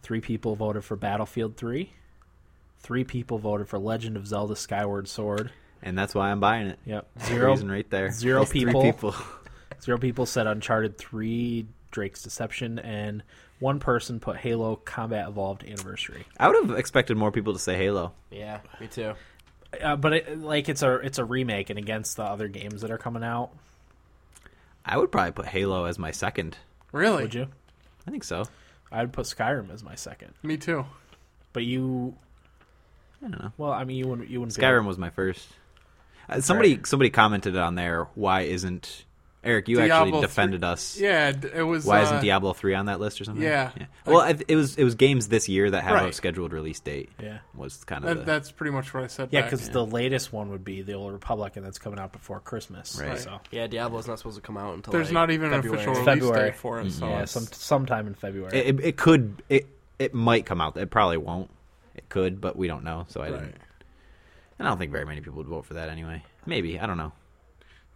A: Three people voted for Battlefield 3. Three people voted for Legend of Zelda Skyward Sword.
D: and that's why I'm buying it.
A: Yep.
D: That's the
A: Zero,
D: reason right there.
A: zero
D: Those three
A: people.
D: people.
A: zero people said Uncharted 3, Drake's Deception, and one person put Halo Combat Evolved Anniversary.
D: I would have expected more people to say Halo.
C: Yeah, me too.
A: Uh, but it, like it's a it's a remake and against the other games that are coming out.
D: I would probably put Halo as my second.
B: Really?
A: Would you?
D: I think so.
A: I would put Skyrim as my second.
B: Me too.
A: But you
D: I don't know.
A: well, I mean you wouldn't you wouldn't be
D: Skyrim was my first. Uh, somebody
A: Right.
D: somebody commented on there. Why isn't Eric? You
B: Diablo
D: actually
B: three-
D: defended us.
B: Yeah, d- it was.
D: Why
B: uh,
D: isn't Diablo three on that list or something?
B: yeah.
D: Well, I, it was it was games this year that have a
B: Right.
D: scheduled release date.
A: Yeah.
D: Was kind of
B: That,
D: the,
B: that's pretty much what I said.
A: Yeah,
B: back.
A: because the latest one would be the Old Republic, and that's coming out before Christmas.
D: Right.
A: So
C: Yeah, Diablo's not supposed to come out until
B: there's
C: like,
B: not even
C: February.
B: an official release
A: February.
B: date for it. So
A: yeah,
B: it's-
A: some sometime in February.
D: it, it, it could it it might come out. It probably won't. It could, but we don't know. So I
B: Right.
D: didn't. And I don't think very many people would vote for that anyway. Maybe I don't know.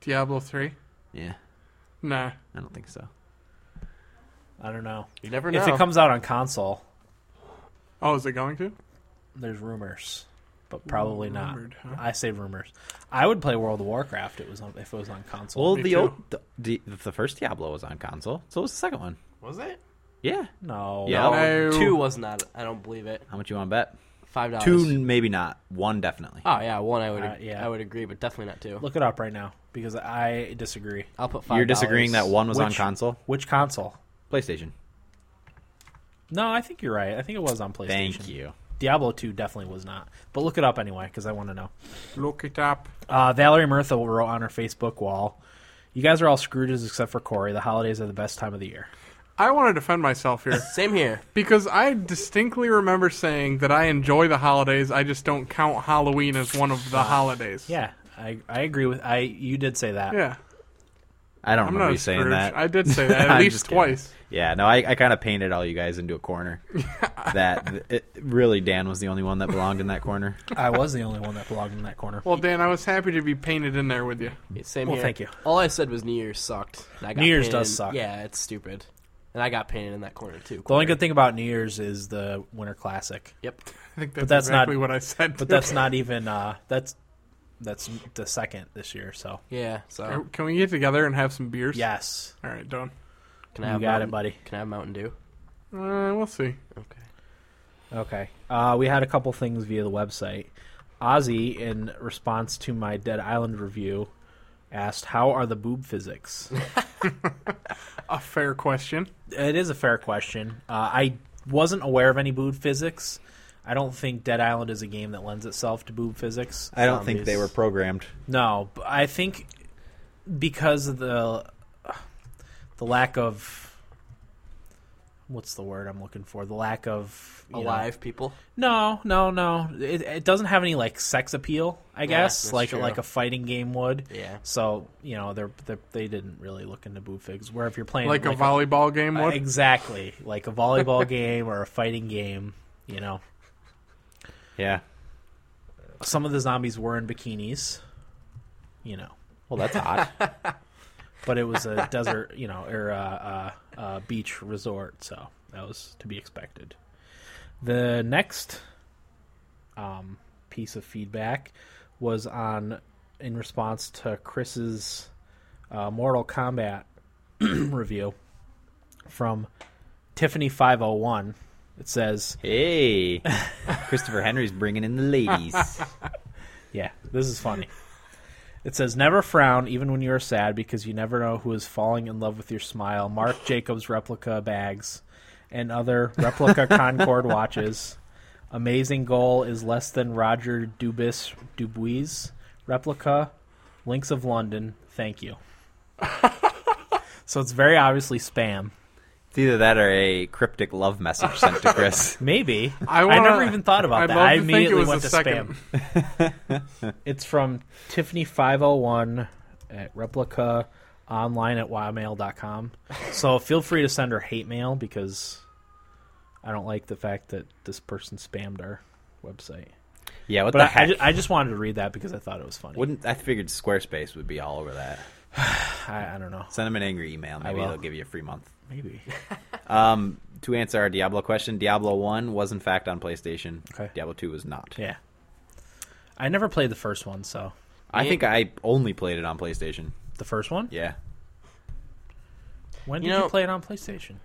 B: Diablo three.
D: Yeah,
B: Nah.
D: I don't think so.
A: I don't know.
C: You never know.
A: If it comes out on console,
B: Oh, is it going to?
A: there's rumors, but probably not.
B: rumored, huh?
A: I say rumors. I would play World of Warcraft. It was on, if it was on console.
D: Well,
B: Me
D: the
B: too.
D: old the, the, the first Diablo was on console, so was the second one.
C: was it?
D: Yeah.
A: no.
D: Yeah.
C: Oh,
B: No.
C: Two was not. I don't believe it.
D: How much you want to bet?
C: Five
B: Uh,
C: dollars.
D: Two, maybe not. One, definitely.
C: Oh yeah, one I would.
A: Uh, yeah.
C: I would agree, but definitely not two.
A: Look it up right now because I disagree.
C: I'll put five.
D: You're disagreeing that one was on
A: Which-
D: console?
A: Which console?
D: PlayStation.
A: No, I think you're right. I think it was on PlayStation.
D: Thank you.
A: Diablo 2 definitely was not. But look it up anyway because I want to know.
B: Look it up.
A: Uh, Valerie Murtha wrote on her Facebook wall, "You guys are all Scrooges except for Corey. The holidays are the best time of the year."
B: I want to defend myself here
C: Same here.
B: because I distinctly remember saying that I enjoy the holidays. I just don't count Halloween as one of the holidays.
A: Yeah, I I agree with I. You did say that.
B: Yeah.
D: I don't
B: I'm
D: remember
B: not
D: you
B: a
D: saying
B: Scrooge.
D: that.
B: I did say that at
D: I'm
B: least
D: just kidding.
B: twice.
D: Yeah, no, I, I kind of painted all you guys into a corner. that it, really, Dan was the only one that belonged in that corner.
A: I was the only one that belonged in that corner.
B: Well, Dan, I was happy to be painted in there with you.
C: Same
A: Well,
C: here.
A: thank you.
C: All I said was New Year's sucked. And I got
A: New Year's
C: painted
A: does
C: in-
A: suck.
C: Yeah, it's stupid. And I got painted in that corner too.
A: the only good thing about New Year's is the Winter Classic,
C: Yep.
B: I think that's,
A: that's not-
B: exactly what I said.
A: but that's not even uh, that's that's the second this year. So
C: Yeah. So
B: Can we get together and have some beers?
A: yes,
B: All right, done.
C: can I
A: you
C: have
A: got
C: Mountain,
A: it, buddy.
C: Can I have Mountain Dew?
B: Uh, we'll see.
C: Okay.
A: Okay. Uh, we had a couple things via the website. Ozzy, in response to my Dead Island review, asked, "How are the boob physics?"
B: A fair question.
A: it is a fair question. Uh, I wasn't aware of any boob physics. I don't think Dead Island is a game that lends itself to boob physics.
D: I don't think they were
A: Zombies.
D: programmed.
A: No, but I think because of the the lack of what's the word I'm looking for? The lack of you know-
C: Alive people.
A: no, no, no. It, it doesn't have any like sex appeal. I guess
C: that's
A: like
C: true.
A: like a fighting game would.
C: Yeah.
A: So you know they're, they're they didn't really look into boob figs. Where if you're playing
B: Like, a volleyball game
A: uh,
B: would.
A: exactly like a volleyball game or a fighting game, you know,
D: Yeah.
A: some of the zombies were in bikinis, you know,
D: Well, that's odd.
A: but it was a desert, you know, or a, a, a beach resort, so that was to be expected. The next um, piece of feedback was on in response to Chris's uh, Mortal Kombat review from Tiffany five hundred one. It says,
D: hey, Christopher Henry's bringing in the ladies.
A: Yeah, this is funny. It says, "Never frown, even when you are sad, because you never know who is falling in love with your smile." Mark Jacobs replica bags and other replica Concord watches. Amazing goal is less than Roger Dubis Dubuis replica Links of London. Thank you. so it's very obviously spam.
D: It's either that or a cryptic love message sent to Chris.
A: Maybe
B: I
A: I,
B: wanna-
A: never even thought about
B: I'd
A: that.
B: love
A: I
B: to think it
A: immediately
B: was
A: went
B: the
A: to
B: second.
A: spam. it's from Tiffany five hundred one at replica online at ymail.com. So feel free to send her hate mail because I don't like the fact that this person spammed our website.
D: Yeah, what
A: But
D: the
A: I, I,
D: heck?
A: ju- I just wanted to read that because I thought it was funny.
D: Wouldn't I figured Squarespace would be all over that?
A: I, I don't know.
D: Send them an angry email. Maybe
A: will.
D: they'll give you a free month.
A: Maybe.
D: Um, to answer our Diablo question, Diablo One was in fact on PlayStation.
A: Okay.
D: Diablo Two was not.
A: Yeah. I never played the first one, so
D: I think I only played it on PlayStation.
A: the first one?
D: Yeah.
A: When did
C: You
A: you,
C: know-
A: play it on PlayStation?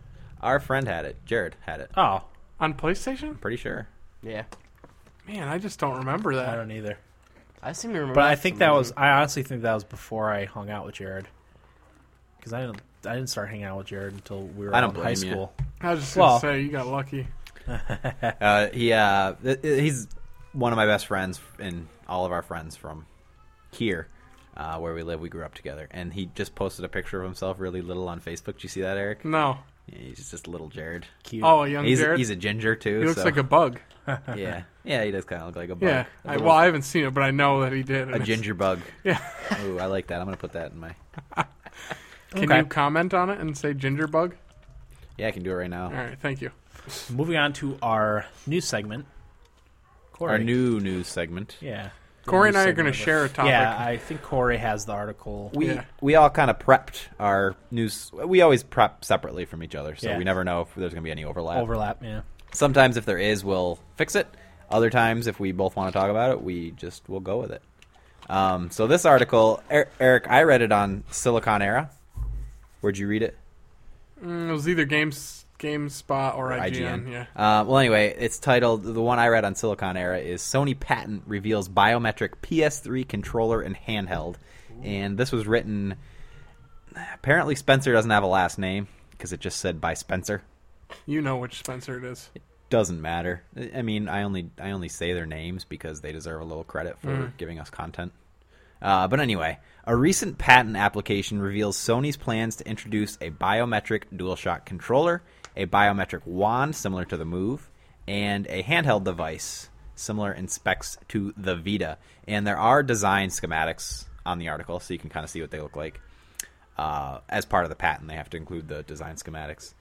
D: Our friend had it. Jared had it.
A: Oh,
B: On PlayStation?
D: Pretty sure.
C: Yeah.
B: Man, I just don't remember
A: I
B: that.
A: don't either.
C: I seem to remember.
A: But I
C: for
A: think
C: some
A: that was
C: reason.
A: I honestly think that was before I hung out with Jared. Cuz I didn't I didn't start hanging out with Jared until we were
D: I don't
A: all in high
D: blame you.
A: school.
B: I was just going to
A: Well-
B: say, you got lucky.
D: Uh, he uh, th- he's one of my best friends and all of our friends from here, uh, where we live. We grew up together, and he just posted a picture of himself really little on Facebook. Do you see that, Eric?
B: No.
D: Yeah, he's just little Jared.
A: Cute.
B: Oh, a young
D: He's
B: Jared?
D: he's a ginger too.
B: he looks
D: so-
B: like a bug.
D: yeah yeah. He does kind of look like a bug.
B: Yeah.
D: A
B: I,
D: little-
B: well, I haven't seen it, but I know that he did. and
D: a
B: it's-
D: ginger bug.
B: Yeah.
D: Ooh, I like that. I'm gonna put that in my.
B: Can
A: Okay.
B: you comment on it and say ginger bug?
D: Yeah, I can do it right now.
B: All right, thank you.
A: Moving on to our news segment. Corey.
D: Our new news segment.
A: yeah.
B: Corey and
A: News
B: I are going to
A: segment.
B: share a topic.
A: Yeah, I think Corey has the article.
D: We
B: Yeah.
D: we all kind of prepped our news. We always prep separately from each other, so
A: Yeah.
D: we never know if there's gonna be any overlap.
A: overlap, yeah.
D: Sometimes if there is, we'll fix it. Other times, if we both want to talk about it, we just will go with it. Um, so this article, er- Eric, I read it on Silicon Era. Where'd you read it?
B: Mm, it was either Games GameSpot or IGN.
D: IGN.
B: Yeah.
D: Uh, well, anyway, it's titled. The one I read on Silicon Era is Sony patent reveals biometric PS3 controller and handheld, and this was written. Apparently, Spencer doesn't have a last name because it just said by Spencer.
B: You know which Spencer it is.
D: Doesn't matter. I- I mean, I only I only say their names because they deserve a little credit for giving us content. Uh, but anyway, a recent patent application reveals Sony's plans to introduce a biometric DualShock controller, a biometric wand similar to the Move, and a handheld device similar in specs to the Vita. And there are design schematics on the article, so you can kind of see what they look like uh, as part of the patent, they have to include the design schematics.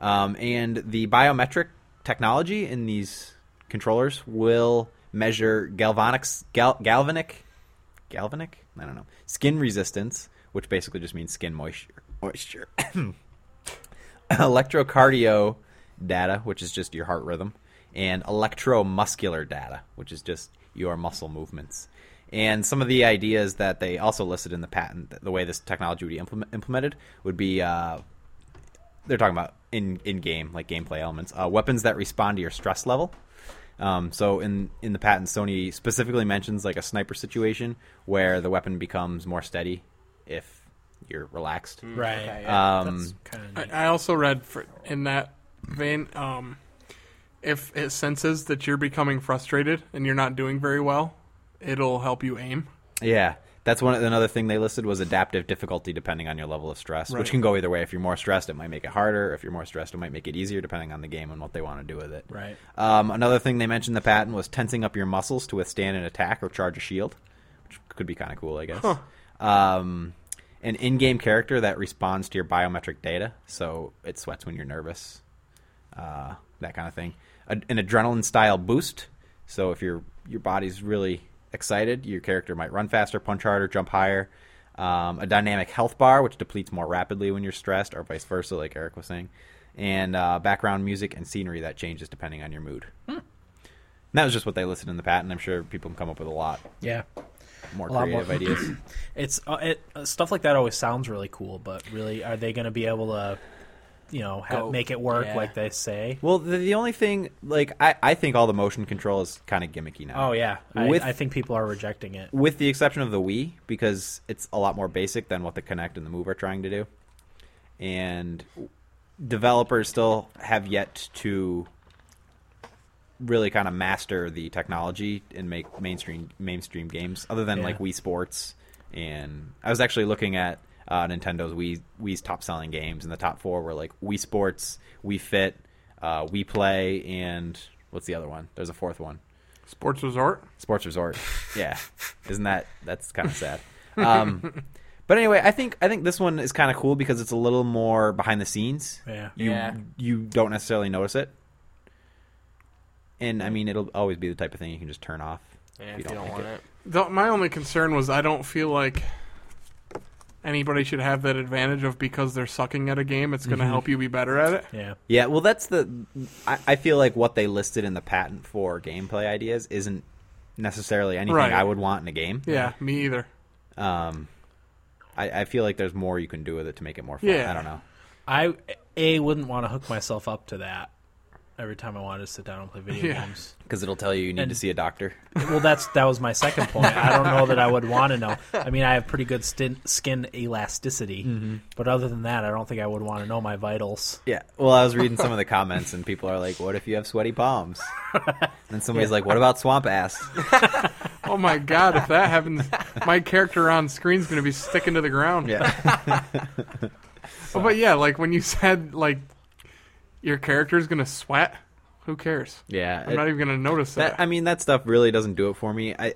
D: Um, and the biometric technology in these controllers will measure galvanic, gal- galvanic, galvanic. I don't know skin resistance, which basically just means skin moisture, moisture, electrocardio data, which is just your heart rhythm, and electromuscular data, which is just your muscle movements. And some of the ideas that they also listed in the patent, the way this technology would be implement, implemented, would be uh, they're talking about in in game like gameplay elements, uh, weapons that respond to your stress level. Um, so in in the patent, Sony specifically mentions like a sniper situation where the weapon becomes more steady if you're relaxed.
A: Right.
D: Um,
A: kind
B: I, I also read for, in that vein, um, if it senses that you're becoming frustrated and you're not doing very well, it'll help you aim.
D: Yeah, that's one another thing they listed was adaptive difficulty depending on your level of stress,
B: Right.
D: which can go either way. If you're more stressed, it might make it harder. If you're more stressed, it might make it easier, depending on the game and what they want to do with it.
A: Right.
D: Um, another thing they mentioned in the patent was tensing up your muscles to withstand an attack or charge a shield, which could be kind of cool, I guess. Um, an in-game character that responds to your biometric data, so it sweats when you're nervous uh, that kind of thing. A, an adrenaline style boost. So if your your body's really excited, your character might run faster, punch harder, jump higher. Um, a dynamic health bar, which depletes more rapidly when you're stressed, or vice versa, like Eric was saying. And uh, background music and scenery that changes depending on your mood.
A: Hmm.
D: And that was just what they listed in the patent. I'm sure people can come up with a lot
A: yeah.
D: more
A: A lot
D: creative
A: more.
D: ideas.
A: It's uh, it, uh, stuff like that always sounds really cool, but really, are they going to be able to, you know, ha-
C: Go.
A: make it work
C: Yeah.
A: like they say?
D: Well, the, the only thing, like, I, I think all the motion control is kind of gimmicky now.
A: Oh yeah, I,
D: With-
A: I think people are rejecting it.
D: with the exception of the Wii, because it's a lot more basic than what the Kinect and the Move are trying to do. And developers still have yet to really kind of master the technology and make mainstream mainstream games, other than
A: Yeah.
D: like Wii Sports. And I was actually looking at uh, Nintendo's Wii Wii's top selling games, and the top four were like Wii Sports, Wii Fit, uh, Wii Play, and what's the other one? There's a fourth one.
B: Sports resort.
D: Sports Resort. Yeah, isn't that that's kind of sad. Um, but anyway, I think I think this one is kind of cool because it's a little more behind the scenes.
A: Yeah.
D: You
C: Yeah.
D: you don't necessarily notice it, and I mean it'll always be the type of thing you can just turn off.
C: Yeah,
D: if you don't like
C: want it.
B: The, my only concern was I don't feel like anybody should have that advantage of because they're sucking at a game, it's going
D: Mm-hmm.
B: to help you be better at it.
A: Yeah.
D: Yeah, well, that's the. I, I feel like what they listed in the patent for gameplay ideas isn't necessarily anything
B: Right.
D: I would want in a game.
B: Yeah, me either.
D: Um, I, I feel like there's more you can do with it to make it more fun.
B: Yeah.
D: I don't know.
A: I a wouldn't want to hook myself up to that every time I wanted to sit down and play video
B: Yeah.
A: games.
D: Because it'll tell you you need
A: And-
D: to see a doctor.
A: Well, that's that was my second point. I don't know that I would want to know. I mean, I have pretty good stin- skin elasticity, but other than that, I don't think I would want to know my vitals.
D: Yeah. Well, I was reading some of the comments, and people are like, "What if you have sweaty palms?" And somebody's like, "What about swamp ass?"
B: Oh my god, if that happens, my character on screen's going to be sticking to the ground.
D: Yeah.
B: Oh, but yeah, like when you said like your character's going to sweat, who cares?
D: Yeah.
B: I'm
D: it-
B: not even going to notice that.
D: that, I mean, that stuff really doesn't do it for me. I.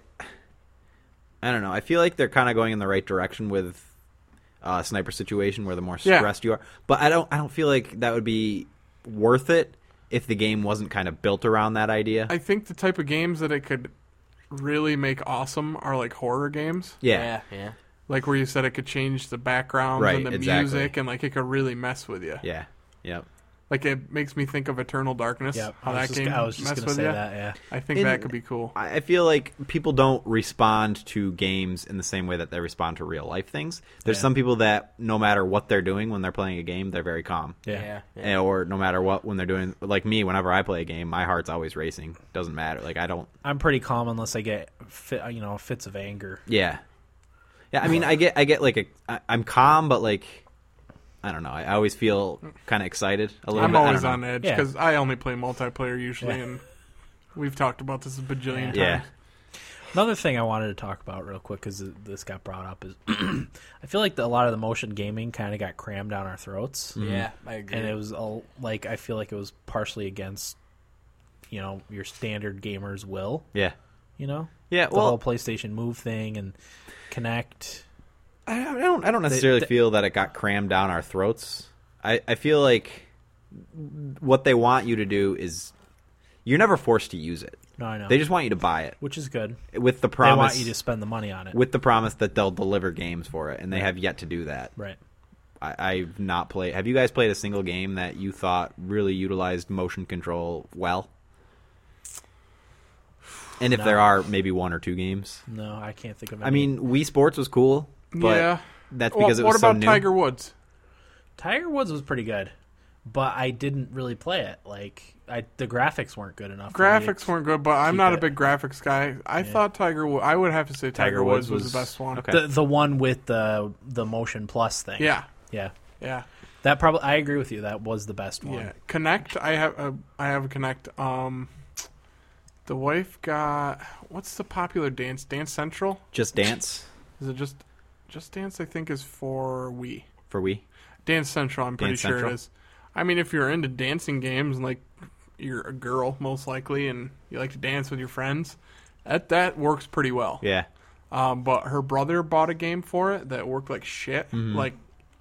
D: I don't know. I feel like they're kind of going in the right direction with uh, sniper situation, where the more
B: Yeah.
D: stressed you are, but I don't. I don't feel like that would be worth it if the game wasn't kind of built around that idea.
B: I think the type of games that it could really make awesome are like horror games.
D: yeah.
C: yeah. yeah.
B: Like where you said it could change the backgrounds
D: Right,
B: and the
D: exactly.
B: music and like it could really mess with you.
D: Yeah. Yep.
B: Like it makes me think of Eternal Darkness.
A: Yeah,
B: How
A: I was
B: that
A: just,
B: game
A: I was just
B: messed
A: gonna
B: with
A: say
B: ya.
A: that. Yeah.
B: I think
D: In-
B: that could be cool.
D: I I feel like people don't respond to games in the same way that they respond to real life things. There's
A: Yeah.
D: some people that no matter what they're doing when they're playing a game, they're very calm.
A: Yeah.
D: And- Or no matter what when they're doing like me, whenever I play a game, my heart's always racing. Doesn't matter. Like I don't
A: I'm pretty calm unless I get fit, you know fits of anger.
D: Yeah. Yeah, I mean I get I get like a I, I'm calm but like I don't know. I always feel kind of excited a little
B: I'm
D: bit. I don't
B: always
D: know.
B: on edge
A: Yeah.
B: because I only play multiplayer usually,
A: Yeah.
B: and we've talked about this a bajillion times.
D: Yeah.
A: Another thing I wanted to talk about real quick because this got brought up is I feel like the, a lot of the motion gaming kind of got crammed down our throats,
C: Yeah, I agree.
A: and it was all like I feel like it was partially against you know your standard gamer's will.
D: Yeah.
A: You know,
D: Yeah,
A: the
D: well-
A: whole PlayStation Move thing and Connect.
D: I I don't. I don't necessarily
A: they-
D: feel that it got crammed down our throats. I, I feel like what they want you to do is you're never forced to use it.
A: No, I know.
D: They just want you to buy it
A: which is good.
D: with the
A: They want
D: promise
A: you to spend the money on it,
D: with the promise that they'll deliver games for it, and they have yet to do that.
A: right?
D: I, I've not played. Have you guys played a single game that you thought really utilized motion control well? And if
A: No.
D: there are, maybe one or two games.
A: No, I can't think of. Any.
D: I mean, Wii Sports was cool, but
B: yeah.
D: that's
B: Well,
D: because it
B: what
D: was so
B: about
D: new.
B: Tiger Woods?
A: Tiger Woods was pretty good, but I didn't really play it. Like, I the graphics weren't good enough. for me to-
B: Graphics weren't good, but I'm
A: keep
B: not a
A: it.
B: big graphics guy. I thought Tiger Woods. I would have to say Tiger, Woods was, the best one.
D: okay.
A: The the one with the the motion plus thing.
B: Yeah,
A: yeah.
B: yeah,
A: That probably I agree with you. That was the best one.
B: yeah. Connect. I have. A, I have a Connect. Um, the wife got. What's the popular dance? Dance Central.
D: Just Dance
B: Is it just? Just Dance. I think is for Wii.
D: for Wii.
B: Dance Central. I'm pretty
D: Dance
B: sure
D: Central?
B: it is. I mean, if you're into dancing games and like you're a girl most likely, and you like to dance with your friends, that that works pretty well.
D: Yeah.
B: Um, but her brother bought a game for it that worked like shit,
D: Mm-hmm.
B: like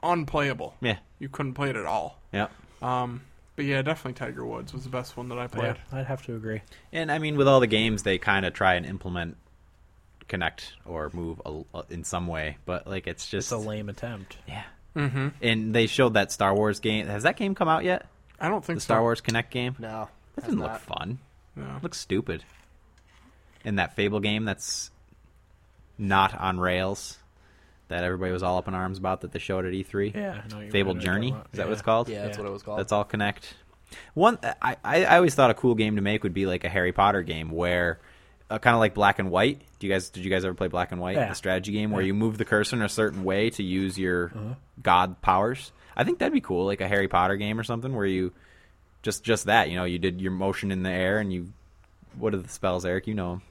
B: unplayable.
D: Yeah.
B: You couldn't play it at all.
D: Yeah.
B: Um, but yeah, definitely Tiger Woods was the best one that I
A: Yeah,
B: played.
A: I'd have to agree.
D: And I mean, with all the games, they kind of try and implement connect or move a, in some way, but like it's
A: It's
D: just
A: a lame attempt.
D: yeah. Mm-hmm. And they showed that Star Wars game. Has that game come out yet?
B: I don't think
D: The Star
B: so.
D: Wars Connect game.
C: no,
D: That
C: has
D: doesn't look
C: not.
D: fun.
B: No.
D: It looks stupid. And that Fable game that's not on rails that everybody was all up in arms about that they showed at E3.
A: Yeah, I know what you
D: Fable
A: mean.
D: Journey. Is
A: Yeah.
D: that what it's called?
C: Yeah, that's
A: Yeah.
C: what it was called.
D: That's all connect. One, I, I, I always thought a cool game to make would be like a Harry Potter game where, uh, kind of like Black and White. Do you guys did you guys ever play Black and White,
A: Yeah. Uh-huh.
D: the strategy game where you move the cursor in a certain way to use your god powers? I think that'd be cool, like a Harry Potter game or something where you just just that. You know, you did your motion in the air and you. What are the spells, Eric? You know 'em.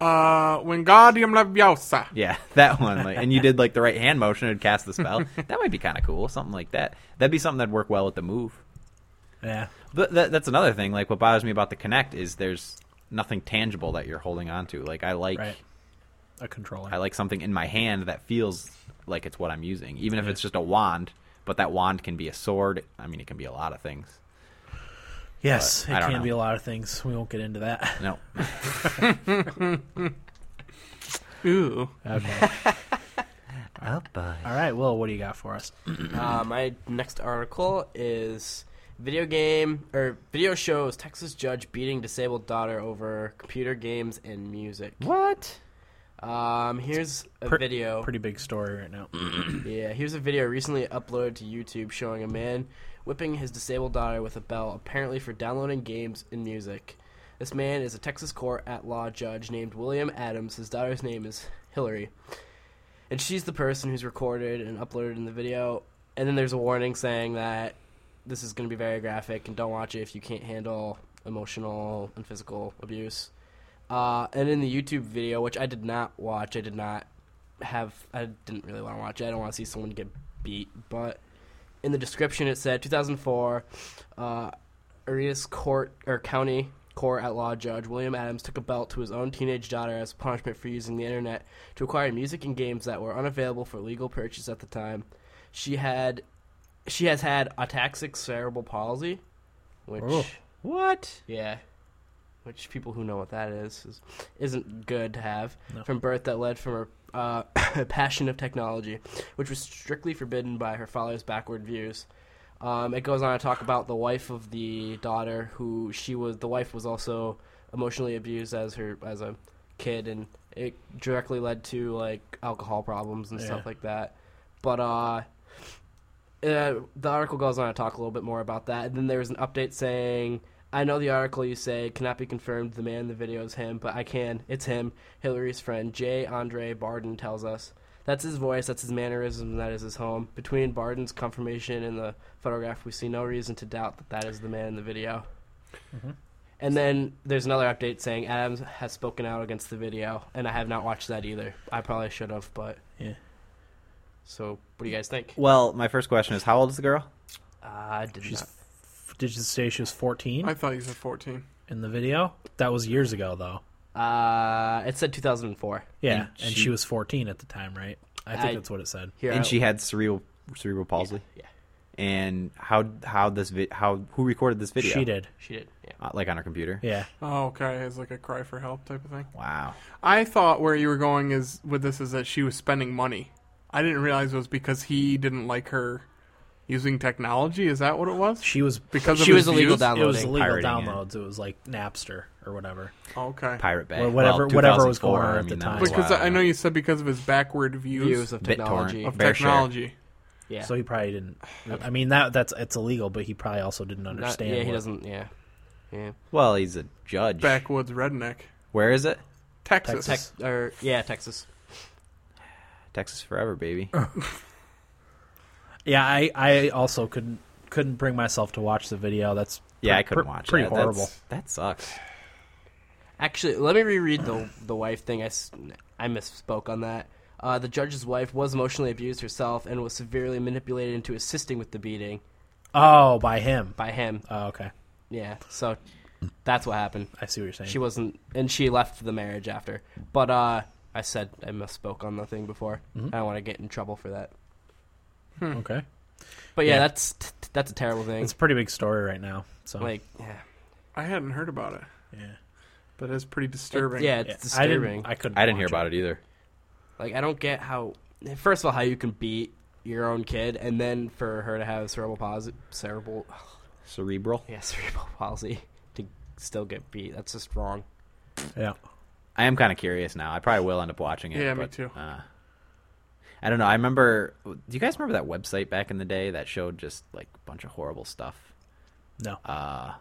B: Uh, Wingardium Leviosa.
D: Yeah, that one. Like, and you did like the right hand motion and cast the spell. that might be kind of cool. Something like that. That'd be something that'd work well with the move.
A: Yeah.
D: But that, that's another thing. Like what bothers me about the Connect is there's nothing tangible that you're holding on to. Like I like
A: Right. A controller.
D: I like something in my hand that feels like it's what I'm using, even if it's just a wand. But that wand can be a sword. I mean, it can be a lot of things.
A: yes, it
D: but I don't
A: can
D: know.
A: be a lot of things. We won't get into that.
D: No,
B: Ooh.
A: Okay.
D: Oh,
A: All right, Will, what do you got for us?
C: Uh, my next article is video game or video shows Texas judge beating disabled daughter over computer games and music.
D: what?
C: Um, here's a
A: Pre-
C: video.
A: Pretty big story right now.
C: Yeah, here's a video recently uploaded to YouTube showing a man whipping his disabled daughter with a bell, apparently for downloading games and music. This man is a Texas court at law judge named William Adams. His daughter's name is Hillary. And she's the person who's recorded and uploaded in the video. And then there's a warning saying that this is going to be very graphic and don't watch it if you can't handle emotional and physical abuse. Uh, and in the YouTube video, which I did not watch, I did not have, I didn't really want to watch it. I don't want to see someone get beat. But in the description, it said 2004, uh, Arias Court or County Court at Law Judge William Adams took a belt to his own teenage daughter as punishment for using the internet to acquire music and games that were unavailable for legal purchase at the time. She had, she has had ataxic cerebral palsy, which.
A: Oh.
D: What?
C: Yeah. Which people who know what that is, is isn't good to have
A: No.
C: from birth that led from her uh, passion of technology, which was strictly forbidden by her father's backward views. Um, it goes on to talk about the wife of the daughter, who she was. The wife was also emotionally abused as her as a kid, and it directly led to like alcohol problems and
A: Yeah.
C: stuff like that. But uh, uh, the article goes on to talk a little bit more about that. And then there was an update saying, I know the article you say cannot be confirmed. The man in the video is him, but I can. It's him. Hillary's friend, J. Andre Barden, tells us. That's his voice, that's his mannerism, that is his home. Between Barden's
A: Mm-hmm.
C: confirmation and the photograph, we see no reason to doubt that that is the man in the video. And then there's another update saying Adams has spoken out against the video, and I have not watched that either. I probably should have, but
A: Yeah.
C: So, what do you guys think?
D: Well, my first question is, how old is the girl?
C: I did
A: She's
C: not.
A: f- did you say she was 14
B: I thought you said 14.
A: in the video? That was years ago, though.
C: Uh, it said 2004.
A: Yeah,
D: And
A: and she,
D: she-
A: was 14 at the time, right? I think
C: I-
A: that's what it said.
C: Here, I-
D: And she had cerebral cerebral palsy.
C: yeah.
D: And how how this vi- how who recorded this video?
A: She did.
C: she did. Yeah.
D: Uh, like on her computer.
A: Yeah.
B: Oh, okay. It's like a cry for help type of thing.
D: Wow.
B: I thought where you were going is with this is that she was spending money. I didn't realize it was because he didn't like her using technology. Is that what it was?
A: She was
B: Because of
C: She
B: his
C: was illegal
B: views?
C: down-
A: it was
C: Downloading,
A: illegal
D: pirating it.
A: downloads. It. was like Napster or whatever.
B: Oh, Okay.
D: Pirate Bay.
A: Well, whatever- whatever was
D: 2004,
A: going on
D: I
A: at the
D: mean, that
A: time.
D: was
B: Because
D: wild.
B: I know you said because of his backward views,
C: Views of
D: BitTorrent.
C: technology.
B: of
D: Fair share.
B: technology.
C: Yeah.
A: So he probably didn't. I mean, that that's it's illegal, but he probably also didn't
C: Not-
A: understand.
C: yeah, he
A: what-
C: doesn't. Yeah. Yeah.
D: Well, he's a judge.
B: Backwoods redneck.
D: Where is it?
B: Texas.
A: Texas.
C: Or yeah, Texas.
D: Texas forever, baby.
A: Yeah, I I also couldn't couldn't bring myself to watch the video. That's
D: yeah,
A: pre-
D: I couldn't
A: pre-
D: watch
A: Pretty
D: that.
A: horrible.
D: That's- that sucks.
C: Actually, let me reread the the wife thing. I, s- I misspoke on that. Uh, the judge's wife was emotionally abused herself and was severely manipulated into assisting with the beating
A: Oh, by him.
C: by him.
A: Oh, okay.
C: Yeah, so that's what happened.
A: I see what you're saying.
C: She wasn't, and she left the marriage after. But uh, I said I misspoke on the thing before.
D: Mm-hmm.
C: I don't want to get in trouble for that.
A: okay.
C: But yeah,
A: Yeah.
C: that's t- t- that's a terrible thing.
A: It's a pretty big story right now. So
C: like, yeah,
B: I hadn't heard about it,
A: yeah,
B: but it's pretty
C: it,
B: disturbing.
C: yeah, it's
A: Yeah, I
C: disturbing.
A: didn't. I couldn't.
D: I didn't
A: watch
D: hear about it either.
C: like, I don't get how. First of all, how you can beat your own kid, and then for her to have cerebral palsy, cerebral,
D: Cerebral.
C: yeah, cerebral palsy to still get beat. That's just wrong.
A: Yeah.
D: I am kind of curious now. I probably will end up watching it.
B: Yeah, me
D: but,
B: too.
D: Uh, I don't know. I remember. Do you guys remember that website back in the day that showed just like a bunch of horrible stuff?
A: No.
D: Uh,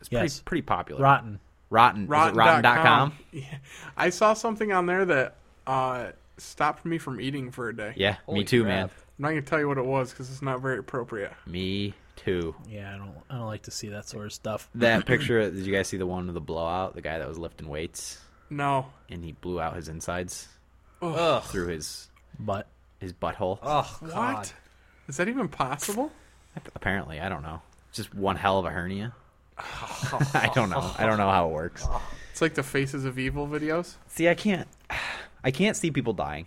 D: it's
A: Yes.
D: pretty, pretty popular.
A: Rotten.
D: Rotten. Rotten.
B: Rotten.com.
D: Was it rotten.com?
B: Yeah. I saw something on there that uh, stopped me from eating for a day.
D: Yeah,
C: Holy
D: me too,
C: crap.
D: man.
B: I'm not gonna tell you what it was because it's not very appropriate.
D: Me too.
A: Yeah, I don't. I don't like to see that sort of stuff.
D: That picture. Did you guys see the one with the blowout? The guy that was lifting weights
B: No,
D: and he blew out his insides
C: Ugh.
D: through his
A: But
D: his butthole.
C: Oh, God.
B: what? Is that even possible?
D: Apparently, I don't know. Just one hell of a hernia. I don't know. I don't know how it works.
B: It's like the Faces of Evil videos.
D: See, I can't. I can't see people dying.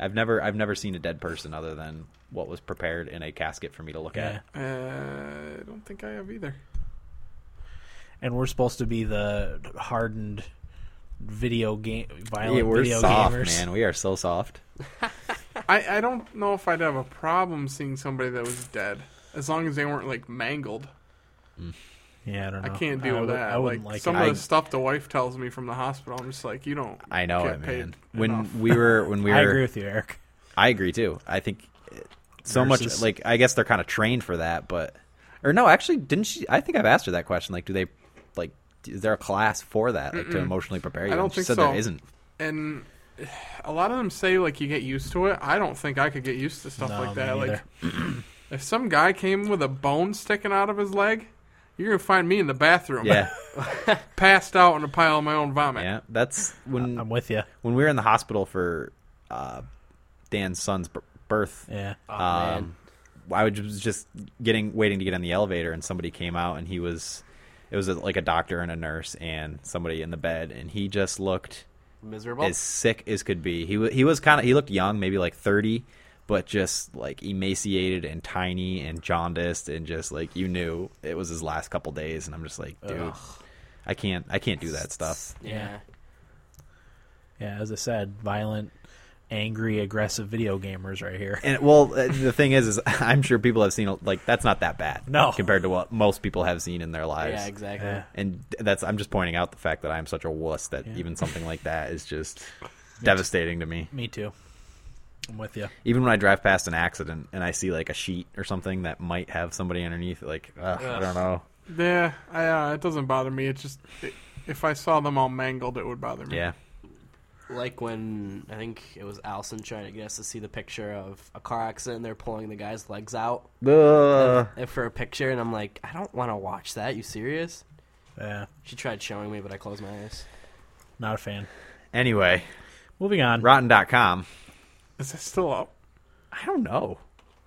D: I've never. I've never seen a dead person other than what was prepared in a casket for me to look
A: yeah,
D: at.
B: Uh, I don't think I have either.
A: and we're supposed to be the hardened video game violent
D: Yeah, we're
A: video
D: soft,
A: gamers.
D: man. We are so soft.
B: I, I don't know if I'd have a problem seeing somebody that was dead, as long as they weren't like mangled.
A: Yeah, I don't
B: I
A: know.
B: can't deal with
A: would-
B: that.
A: I wouldn't like,
B: some
A: it.
B: of
D: I-
B: the stuff the wife tells me from the hospital. I'm just like, you don't.
D: I know
B: get
D: it,
B: paid
D: man. When
B: enough.
D: we were, when we were,
A: I agree with you, Eric.
D: I agree too. I think it- so much.
A: Nurses.
D: Like, I guess they're kind of trained for that, but or no, actually, didn't she? I think I've asked her that question. Like, do they like? Is there a class for that, like, to emotionally prepare you?
B: don't
D: and she
B: think
D: said
B: so.
D: there isn't.
B: and a lot of them say like you get used to it. I don't think I could get used to stuff
A: No,
B: like
A: me
B: that. Like
A: neither.
B: if some guy came with a bone sticking out of his leg, you're gonna find me in the bathroom,
D: Yeah,
B: passed out in a pile of my own vomit.
D: yeah. That's when
A: I'm with you.
D: when we were in the hospital for uh, Dan's son's b- birth,
A: Yeah.
C: Oh,
D: um, I was just- just getting waiting to get in the elevator, and somebody came out, and he was it was like a doctor and a nurse and somebody in the bed, and he just looked
C: Miserable.
D: as sick as could be. He wa he was kind of he looked young, maybe like thirty, but just like emaciated and tiny and jaundiced, and just like you knew it was his last couple days, and I'm just like, dude. I can't. I can't do that stuff.
C: yeah.
A: Yeah, as I said, violent, angry, aggressive video gamers right here.
D: And well, uh, the thing is, is I'm sure people have seen like that's not that bad.
A: No.
D: compared to what most people have seen in their lives.
C: Yeah, exactly.
A: Yeah.
D: And that's I'm just pointing out the fact that I'm such a wuss that even something like that is just devastating to me.
A: Me too. I'm with you.
D: Even when I drive past an accident and I see like a sheet or something that might have somebody underneath, like ugh, I don't know.
B: Yeah, I, uh, it doesn't bother me. It's just it, if I saw them all mangled, it would bother me.
D: Yeah,
C: like when I think it was Allison trying to get us to see the picture of a car accident and they're pulling the guy's legs out uh,
D: Ugh.
C: and for a picture, and I'm like, I don't want to watch that. You serious?
A: Yeah,
C: She tried showing me, but I closed my eyes.
A: not a fan.
D: Anyway,
A: Moving on.
D: Rotten.com.
B: Is it still up?
D: I don't know.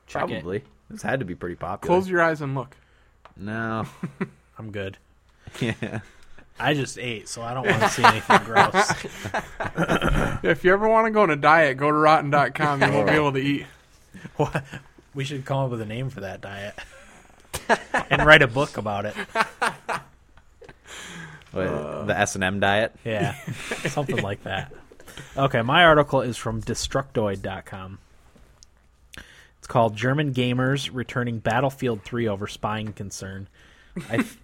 C: Check it.
D: Probably. This had to be pretty popular.
B: Close your eyes and look.
D: No.
A: I'm good.
D: yeah.
A: I just ate, so I don't want to see anything gross.
B: If you ever want to go on a diet, go to rotten.com. You won't be able to eat.
A: What? We should come up with a name for that diet and write a book about it.
D: What, the S&M diet.
A: Yeah, something like that. Okay, my article is from Destructoid.com. It's called German Gamers Returning Battlefield 3 Over Spying Concern. I th-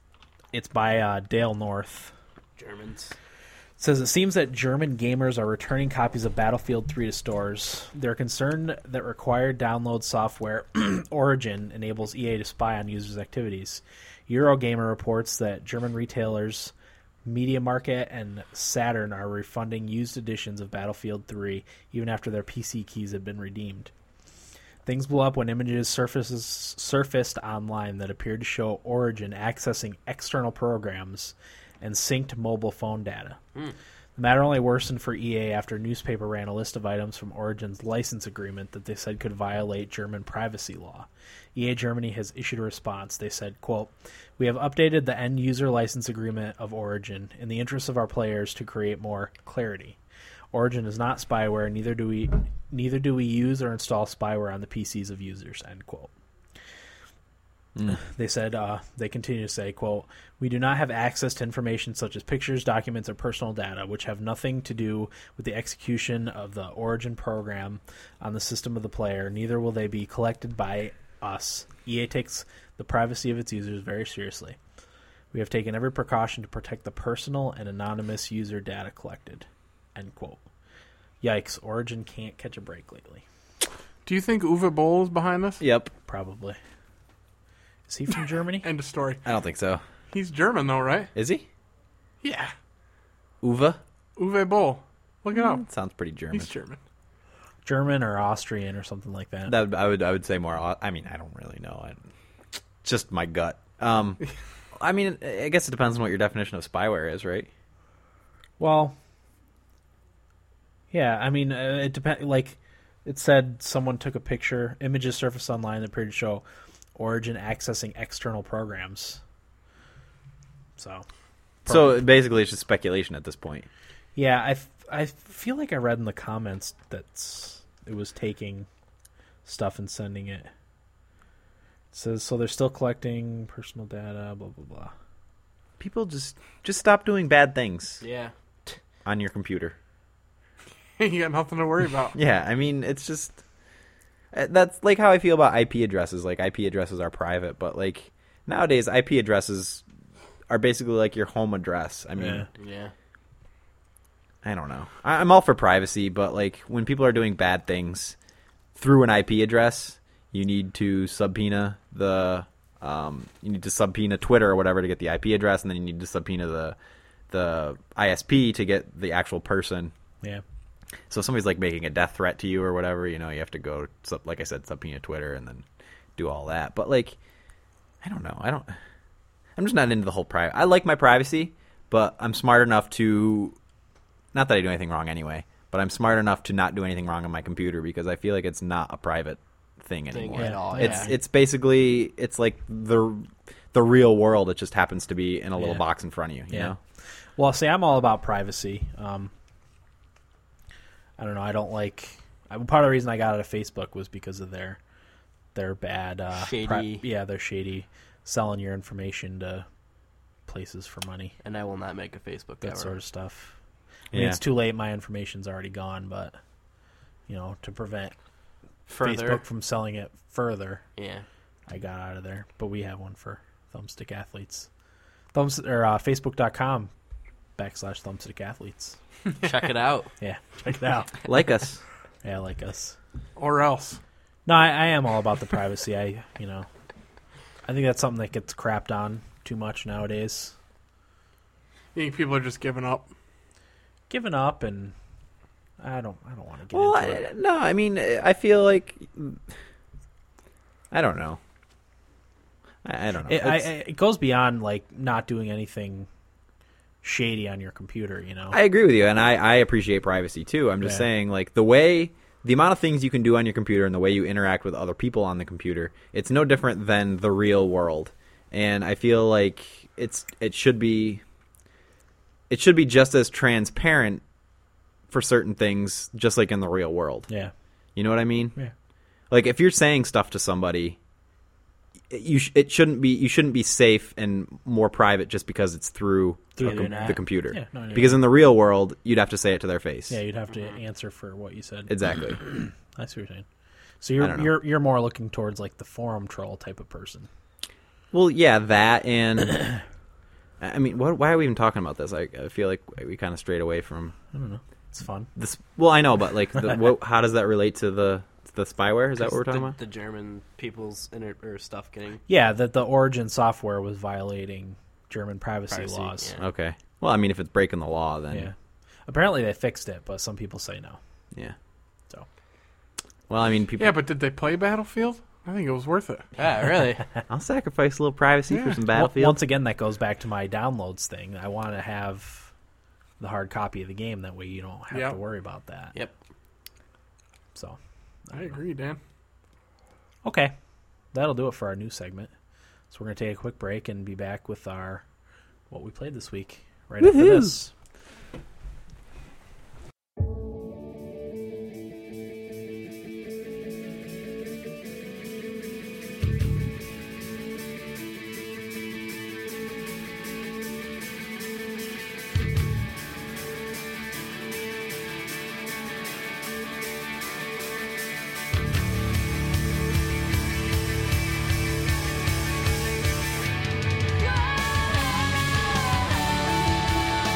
A: it's by uh, Dale North.
C: Germans.
A: says it seems that German gamers are returning copies of Battlefield 3 to stores. They're concerned that required download software Origin enables EA to spy on users' activities. Eurogamer reports that German retailers Media Market and Saturn are refunding used editions of Battlefield 3 even after their PC keys have been redeemed. Things blew up when images surfaces, surfaced online that appeared to show Origin accessing external programs and synced mobile phone data. The matter only worsened for EA after a newspaper ran a list of items from Origin's license agreement that they said could violate German privacy law. EA Germany has issued a response. They said, quote, We have updated the end user license agreement of Origin in the interest of our players to create more clarity. Origin is not spyware, neither do we neither do we use or install spyware on the PCs of users, end quote. They said uh, they continue to say, "quote We do not have access to information such as pictures, documents, or personal data, which have nothing to do with the execution of the origin program on the system of the player. Neither will they be collected by us. EA takes the privacy of its users very seriously. We have taken every precaution to protect the personal and anonymous user data collected." End quote. Yikes! Origin can't catch a break lately.
B: Do you think Uwe Boll is behind this?
D: Yep.
A: Probably. Is he from Germany?
B: End of story.
D: I don't think so.
B: He's German, though, right?
D: Is he?
B: Yeah.
D: Uwe?
B: Uwe Boll. Look it up.
D: Sounds pretty German.
B: He's German.
A: German or Austrian or something like that.
D: That would, I would I would say more. au- I mean, I don't really know. I, just my gut. Um, I mean, I guess it depends on what your definition of spyware is, right?
A: Well, yeah, I mean, uh, it depends. Like, it said someone took a picture, images surfaced online that appeared to show Origin accessing external programs. So,
D: So basically, it's just speculation at this point.
A: yeah, I, f- I feel like I read in the comments that s- it was taking stuff and sending it. It says, so they're still collecting personal data, blah, blah, blah.
D: People just just stop doing bad things
C: Yeah.
D: on your computer.
B: you got nothing to worry about.
D: Yeah, I mean, it's just uh, that's like how I feel about IP addresses. Like IP addresses are private, but like nowadays, IP addresses are basically like your home address. I mean,
A: Yeah.
C: Yeah.
D: I don't know. I, I'm all for privacy, but like when people are doing bad things through an IP address, you need to subpoena the um, you need to subpoena Twitter or whatever to get the IP address, and then you need to subpoena the the ISP to get the actual person.
A: Yeah.
D: So if somebody's like making a death threat to you or whatever, you know, you have to go sub- like I said, subpoena Twitter and then do all that. But like, I don't know. I don't. I'm just not into the whole private. I like my privacy, but I'm smart enough to not that I do anything wrong anyway, but I'm smart enough to not do anything wrong on my computer because I feel like it's not a private thing
C: Thing
D: anymore.
C: at all.
D: It's
C: yeah.
D: it's basically it's like the the real world. It just happens to be in a little
A: Yeah.
D: box in front of you. You
A: Yeah.
D: know.
A: Well, see, I'm all about privacy. Um, I don't know. I don't like. I, part of the reason I got out of Facebook was because of their their bad uh,
C: Shady.
A: yeah, they're shady, selling your information to places for money,
C: And I will not make a Facebook
A: that
C: ever.
A: sort of stuff. I mean,
D: Yeah.
A: it's too late. My information's already gone, but you know, to prevent
C: Further.
A: Facebook from selling it further,
C: Yeah.
A: I got out of there. But we have one for thumbstick athletes. Thumbs or uh, Facebook.com backslash thumbstick athletes.
C: Check it out.
A: Yeah, check it out.
D: Like us.
A: yeah, like us.
B: Or else.
A: No, I, I am all about the privacy. I, you know, I think that's something that gets crapped on too much nowadays.
B: You think people are just giving up?
A: Giving up, and I don't, I don't want to get
D: Well,
A: into
D: I,
A: it.
D: no, I mean, I feel like I don't know. I, I don't know.
A: It, I,
D: It's-
A: I- it goes beyond like not doing anything shady on your computer. You know,
D: I agree with you, and I, I appreciate privacy too. I'm just
A: Yeah.
D: saying, like the way the amount of things you can do on your computer and the way you interact with other people on the computer, it's no different than the real world. And I feel like it's it should be it should be just as transparent for certain things, just like in the real world.
A: yeah,
D: You know what I mean?
A: yeah,
D: Like if you're saying stuff to somebody, it- you sh- it shouldn't be you shouldn't be safe and more private just because it's through,
A: Through
D: a
A: the
D: com-
A: net.
D: the computer.
A: Yeah, no, I know.
D: because in the real world, you'd have to say it to their face.
A: yeah. You'd have to
D: Mm-hmm.
A: answer for what you said.
D: exactly.
A: I see what you're saying. So you're
D: don't know.
A: you're you're more looking towards like the forum troll type of person.
D: well, yeah, that and I I mean, what, why are we even talking about this? I, I feel like we kind of strayed away from
A: It's fun.
D: this. Well, I know, but like, the, what, how does that relate to the to the spyware? Is that what we're talking
C: the,
D: about?
C: The German people's inter- or stuff getting
A: Yeah, that the origin software was violating German privacy,
C: Privacy,
A: laws.
C: yeah.
D: Okay. Well, I mean, if it's breaking the law, then
A: Yeah. Apparently they fixed it, but some people say no.
D: yeah.
A: So.
D: Well, I mean, people.
B: Yeah, but did they play Battlefield? I think it was worth it.
C: yeah, Ah, really.
D: I'll sacrifice a little privacy for
B: Yeah.
D: some
A: Well,
D: battlefield.
A: Once again, that goes back to my downloads thing. I want to have the hard copy of the game. That way, you don't have
B: Yeah.
A: to worry about that.
C: yep.
A: So,
B: I agree, Dan.
A: okay, that'll do it for our new segment. So we're gonna take a quick break and be back with our what we played this week right after this.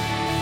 E: Go!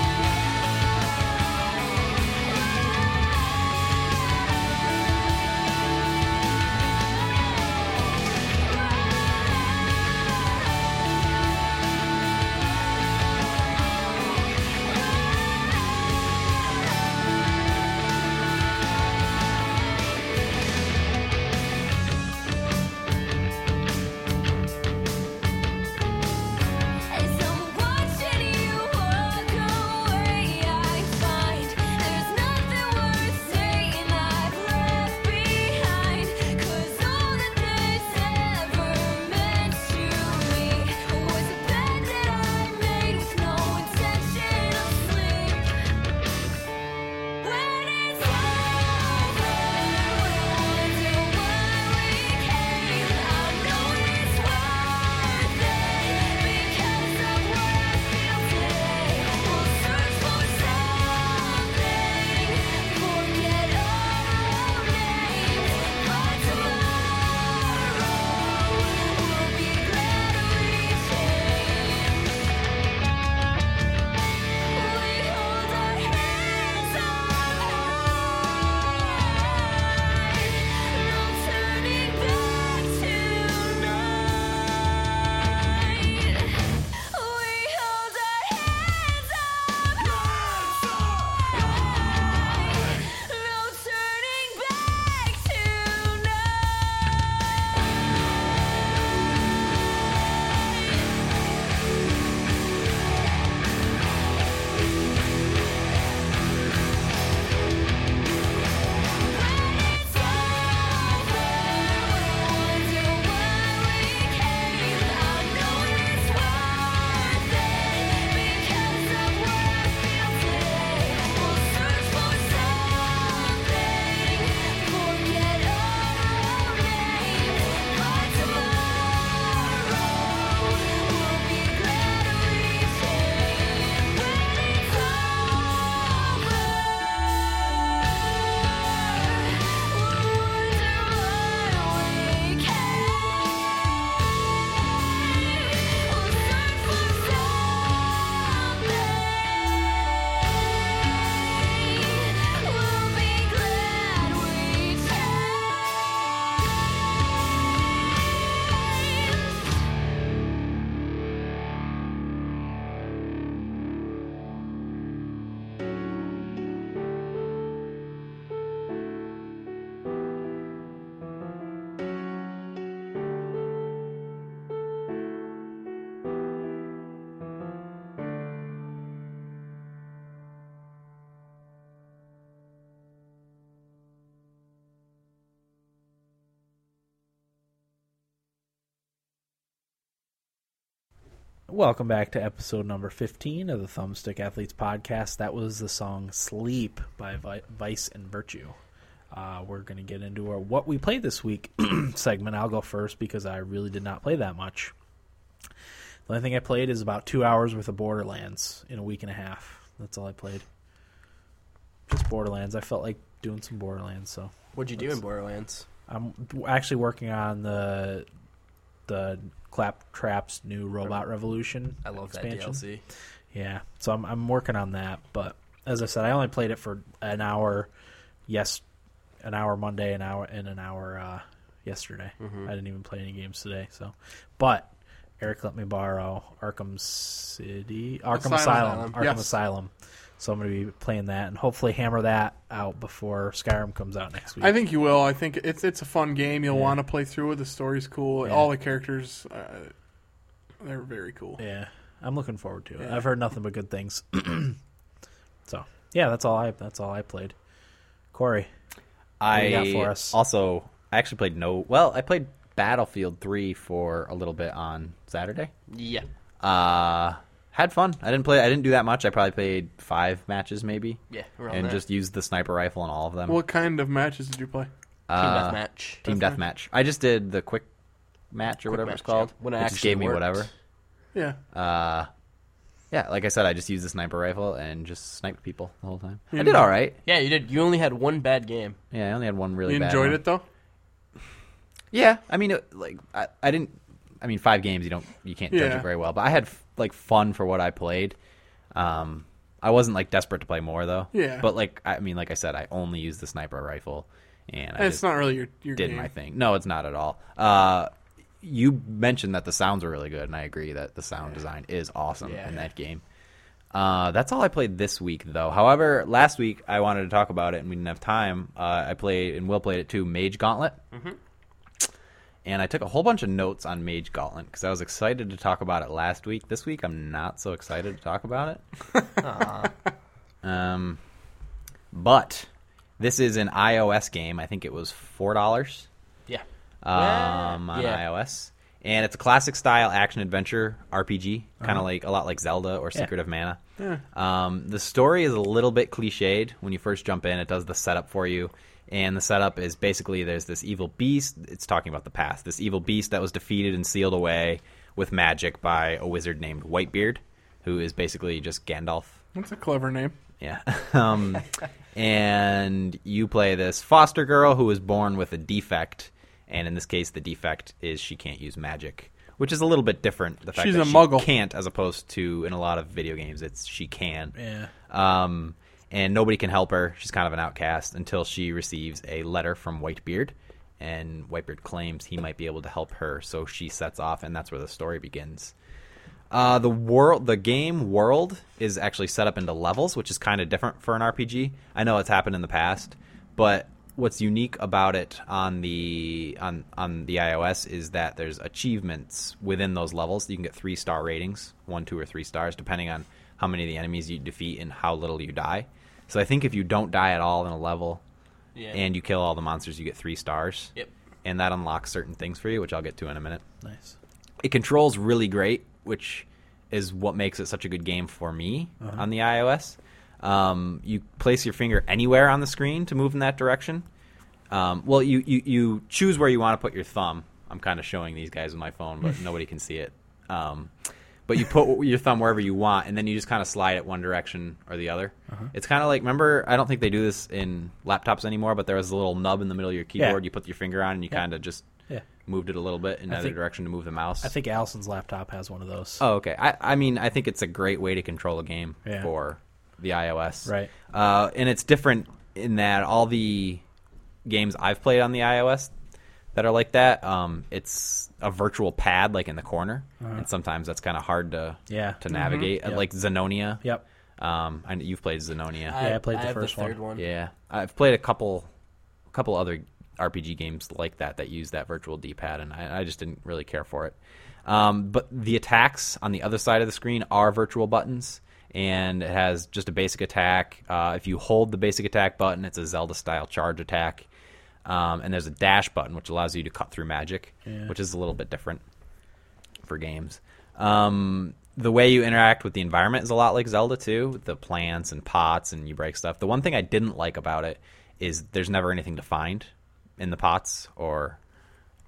A: Welcome back to episode number 15 of the Thumbstick Athletes podcast. That was the song Sleep by Vi- Vice and Virtue. Uh, we're going to get into our what we played this week segment. I'll go first because I really did not play that much. The only thing I played is about two hours worth of Borderlands in a week and a half. That's all I played. Just Borderlands. I felt like doing some Borderlands, so
C: What'd you do in Borderlands?
A: I'm actually working on the the Claptrap's new Robot Revolution.
C: I love
A: expansion.
C: that DLC.
A: Yeah, so I'm I'm working on that, but as I said, I only played it for an hour. Yes, an hour Monday, an hour and an hour uh, yesterday.
B: Mm-hmm.
A: I didn't even play any games today. So, but Eric let me borrow Arkham City, Arkham Asylum,
B: Asylum.
A: Arkham
B: Yes.
A: Asylum. So I'm going to be playing that and hopefully hammer that out before Skyrim comes out next week.
B: I think you will. I think it's it's a fun game. You'll want to play through it. The story's cool.
A: Yeah.
B: All the characters, uh, they're very cool.
A: Yeah, I'm looking forward to it.
B: Yeah.
A: I've heard nothing but good things. so yeah, that's all I that's all I played. Corey,
D: I
A: do you got for us?
D: also I actually played no. Well, I played Battlefield Three for a little bit on Saturday.
C: Yeah.
D: Uh had fun. I didn't play. I didn't do that much. I probably played five matches maybe.
C: Yeah, around
D: and
C: there.
D: just used the sniper rifle on all of them.
B: What kind of matches did you play?
D: Uh,
C: Team deathmatch.
D: Team deathmatch. I just did the quick match or whatever it's
C: match,
D: called.
C: yeah. When it
D: it just
C: actually
D: gave me
C: worked.
D: whatever.
B: Yeah,
D: Uh, yeah, like I said, I just used the sniper rifle and just sniped people the whole time. I
B: You
D: did
B: did-
D: all right.
C: Yeah, you did. You only had one bad game.
D: Yeah, I only had one really.
B: you
D: bad
B: enjoyed
D: one.
B: it though.
D: Yeah, I mean, it, like I, I didn't. I mean, five games you don't you can't judge
B: Yeah.
D: it very well. But I had f- like fun for what I played. Um, I wasn't like desperate to play more though.
B: Yeah.
D: But like I mean, like I said, I only used the sniper rifle, and I
B: It's
D: just
B: not really your your
D: did
B: game.
D: my thing. No, it's not at all. Uh, you mentioned that the sounds are really good, and I agree that the sound design is awesome
C: Yeah.
D: in that game. Uh, that's all I played this week, though. However, last week I wanted to talk about it, and we didn't have time. Uh, I played, and Will played it too, Mage Gauntlet.
B: Mm-hmm.
D: And I took a whole bunch of notes on Mage Gauntlet because I was excited to talk about it last week. This week I'm not so excited to talk about it. Um, but this is an iOS game. I think it was four dollars
C: Yeah.
D: um, on
C: Yeah.
D: iOS, and it's a classic style action adventure RPG, kind of like a lot like Zelda or Secret of Mana. Um, the story is a little bit cliched when you first jump in. It does the setup for you, and the setup is basically there's this evil beast. It's talking about the past. This evil beast that was defeated and sealed away with magic by a wizard named Whitebeard, who is basically just Gandalf
B: That's a clever name.
D: yeah. Um, and you play this foster girl who was born with a defect, and in this case, the defect is she can't use magic, which is a little bit different. The fact
B: She's
D: that
B: a
D: she
B: muggle.
D: can't, as opposed to in a lot of video games, it's she can.
A: Yeah.
D: Um, and nobody can help her. She's kind of an outcast until she receives a letter from Whitebeard, and Whitebeard claims he might be able to help her. So she sets off, and that's where the story begins. Uh, the world, the game world is actually set up into levels, which is kind of different for an RPG. I know it's happened in the past, but what's unique about it on the on on the iOS is that there's achievements within those levels. You can get three star ratings, one, two, or three stars, depending on how many of the enemies you defeat and how little you die. So I think if you don't die at all in a level,
C: Yeah.
D: and you kill all the monsters, you get three stars.
C: Yep.
D: And that unlocks certain things for you, which I'll get to in a minute
A: Nice.
D: it controls really great, which is what makes it such a good game for me on the iOS. Um, you place your finger anywhere on the screen to move in that direction. Um, well, you, you, you choose where you want to put your thumb. I'm kind of showing these guys with my phone, but nobody can see it. Um, but you put your thumb wherever you want, and then you just kind of slide it one direction or the other.
A: Uh-huh.
D: It's kind of like remember, I don't think they do this in laptops anymore, but there was a little nub in the middle of your keyboard. You put your finger on, and you kind of just
A: Yeah.
D: moved it a little bit in
A: I
D: another
A: think-
D: direction to move the mouse.
A: I think Allison's laptop has one of those.
D: Oh, okay. I, I mean, I think it's a great way to control a game
A: Yeah.
D: for the iOS.
A: Right.
D: Uh, and it's different in that all the games I've played on the iOS that are like that, um, it's a virtual pad like in the corner, and sometimes that's kind of hard to
A: Uh-huh. Yeah.
D: to navigate. Uh,
A: Yep.
D: Like Xenonia.
A: Yep.
D: Um, I know you've played Xenonia.
A: Yeah, I played the
C: have
A: first one.
C: third one.
D: Yeah, I've played a couple, a couple other RPG games like that that use that virtual D-pad, and I, I just didn't really care for it. Um, but the attacks on the other side of the screen are virtual buttons, and it has just a basic attack. Uh, if you hold the basic attack button, it's a Zelda-style charge attack, um, and there's a dash button which allows you to cut through magic, which is a little bit different for games. Um, the way you interact with the environment is a lot like Zelda too, with the plants and pots and you break stuff. The one thing I didn't like about it is there's never anything to find in the pots or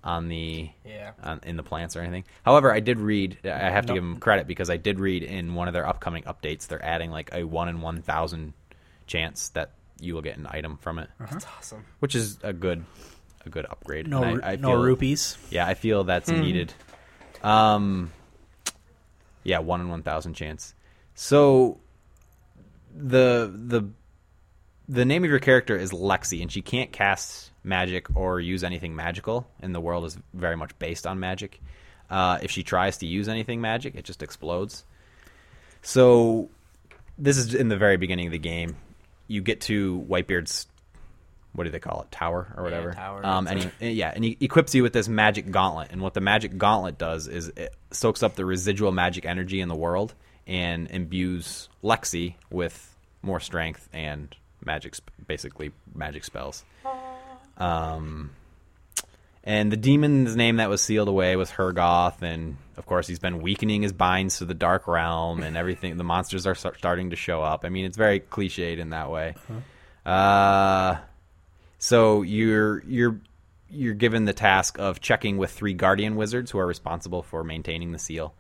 D: on the
C: Yeah.
D: on, in the plants or anything. However, I did read. I have to give them credit because I did read in one of their upcoming updates they're adding like a one in one thousand chance that you will get an item from it,
C: That's awesome.
D: which is a good a good upgrade.
A: No,
D: And I- I
A: no
D: feel-
A: rupees.
D: yeah, I feel that's needed. Um, yeah, one in one thousand chance. So the the the name of your character is Lexi, and she can't cast magic or use anything magical, and the world is very much based on magic. Uh, if she tries to use anything magic, it just explodes. So this is in the very beginning of the game. You get to Whitebeard's what do they call it? Tower or whatever.
C: tower,
D: Um, and he, yeah, and he equips you with this magic gauntlet. And what the magic gauntlet does is it soaks up the residual magic energy in the world and imbues Lexi with more strength and magic, sp- basically magic spells. Um, and the demon's name that was sealed away was Hergoth, and of course he's been weakening his binds to the dark realm and everything. the monsters are start- starting to show up. I mean, it's very cliched in that way. Uh, so you're you're you're given the task of checking with three guardian wizards who are responsible for maintaining the seal,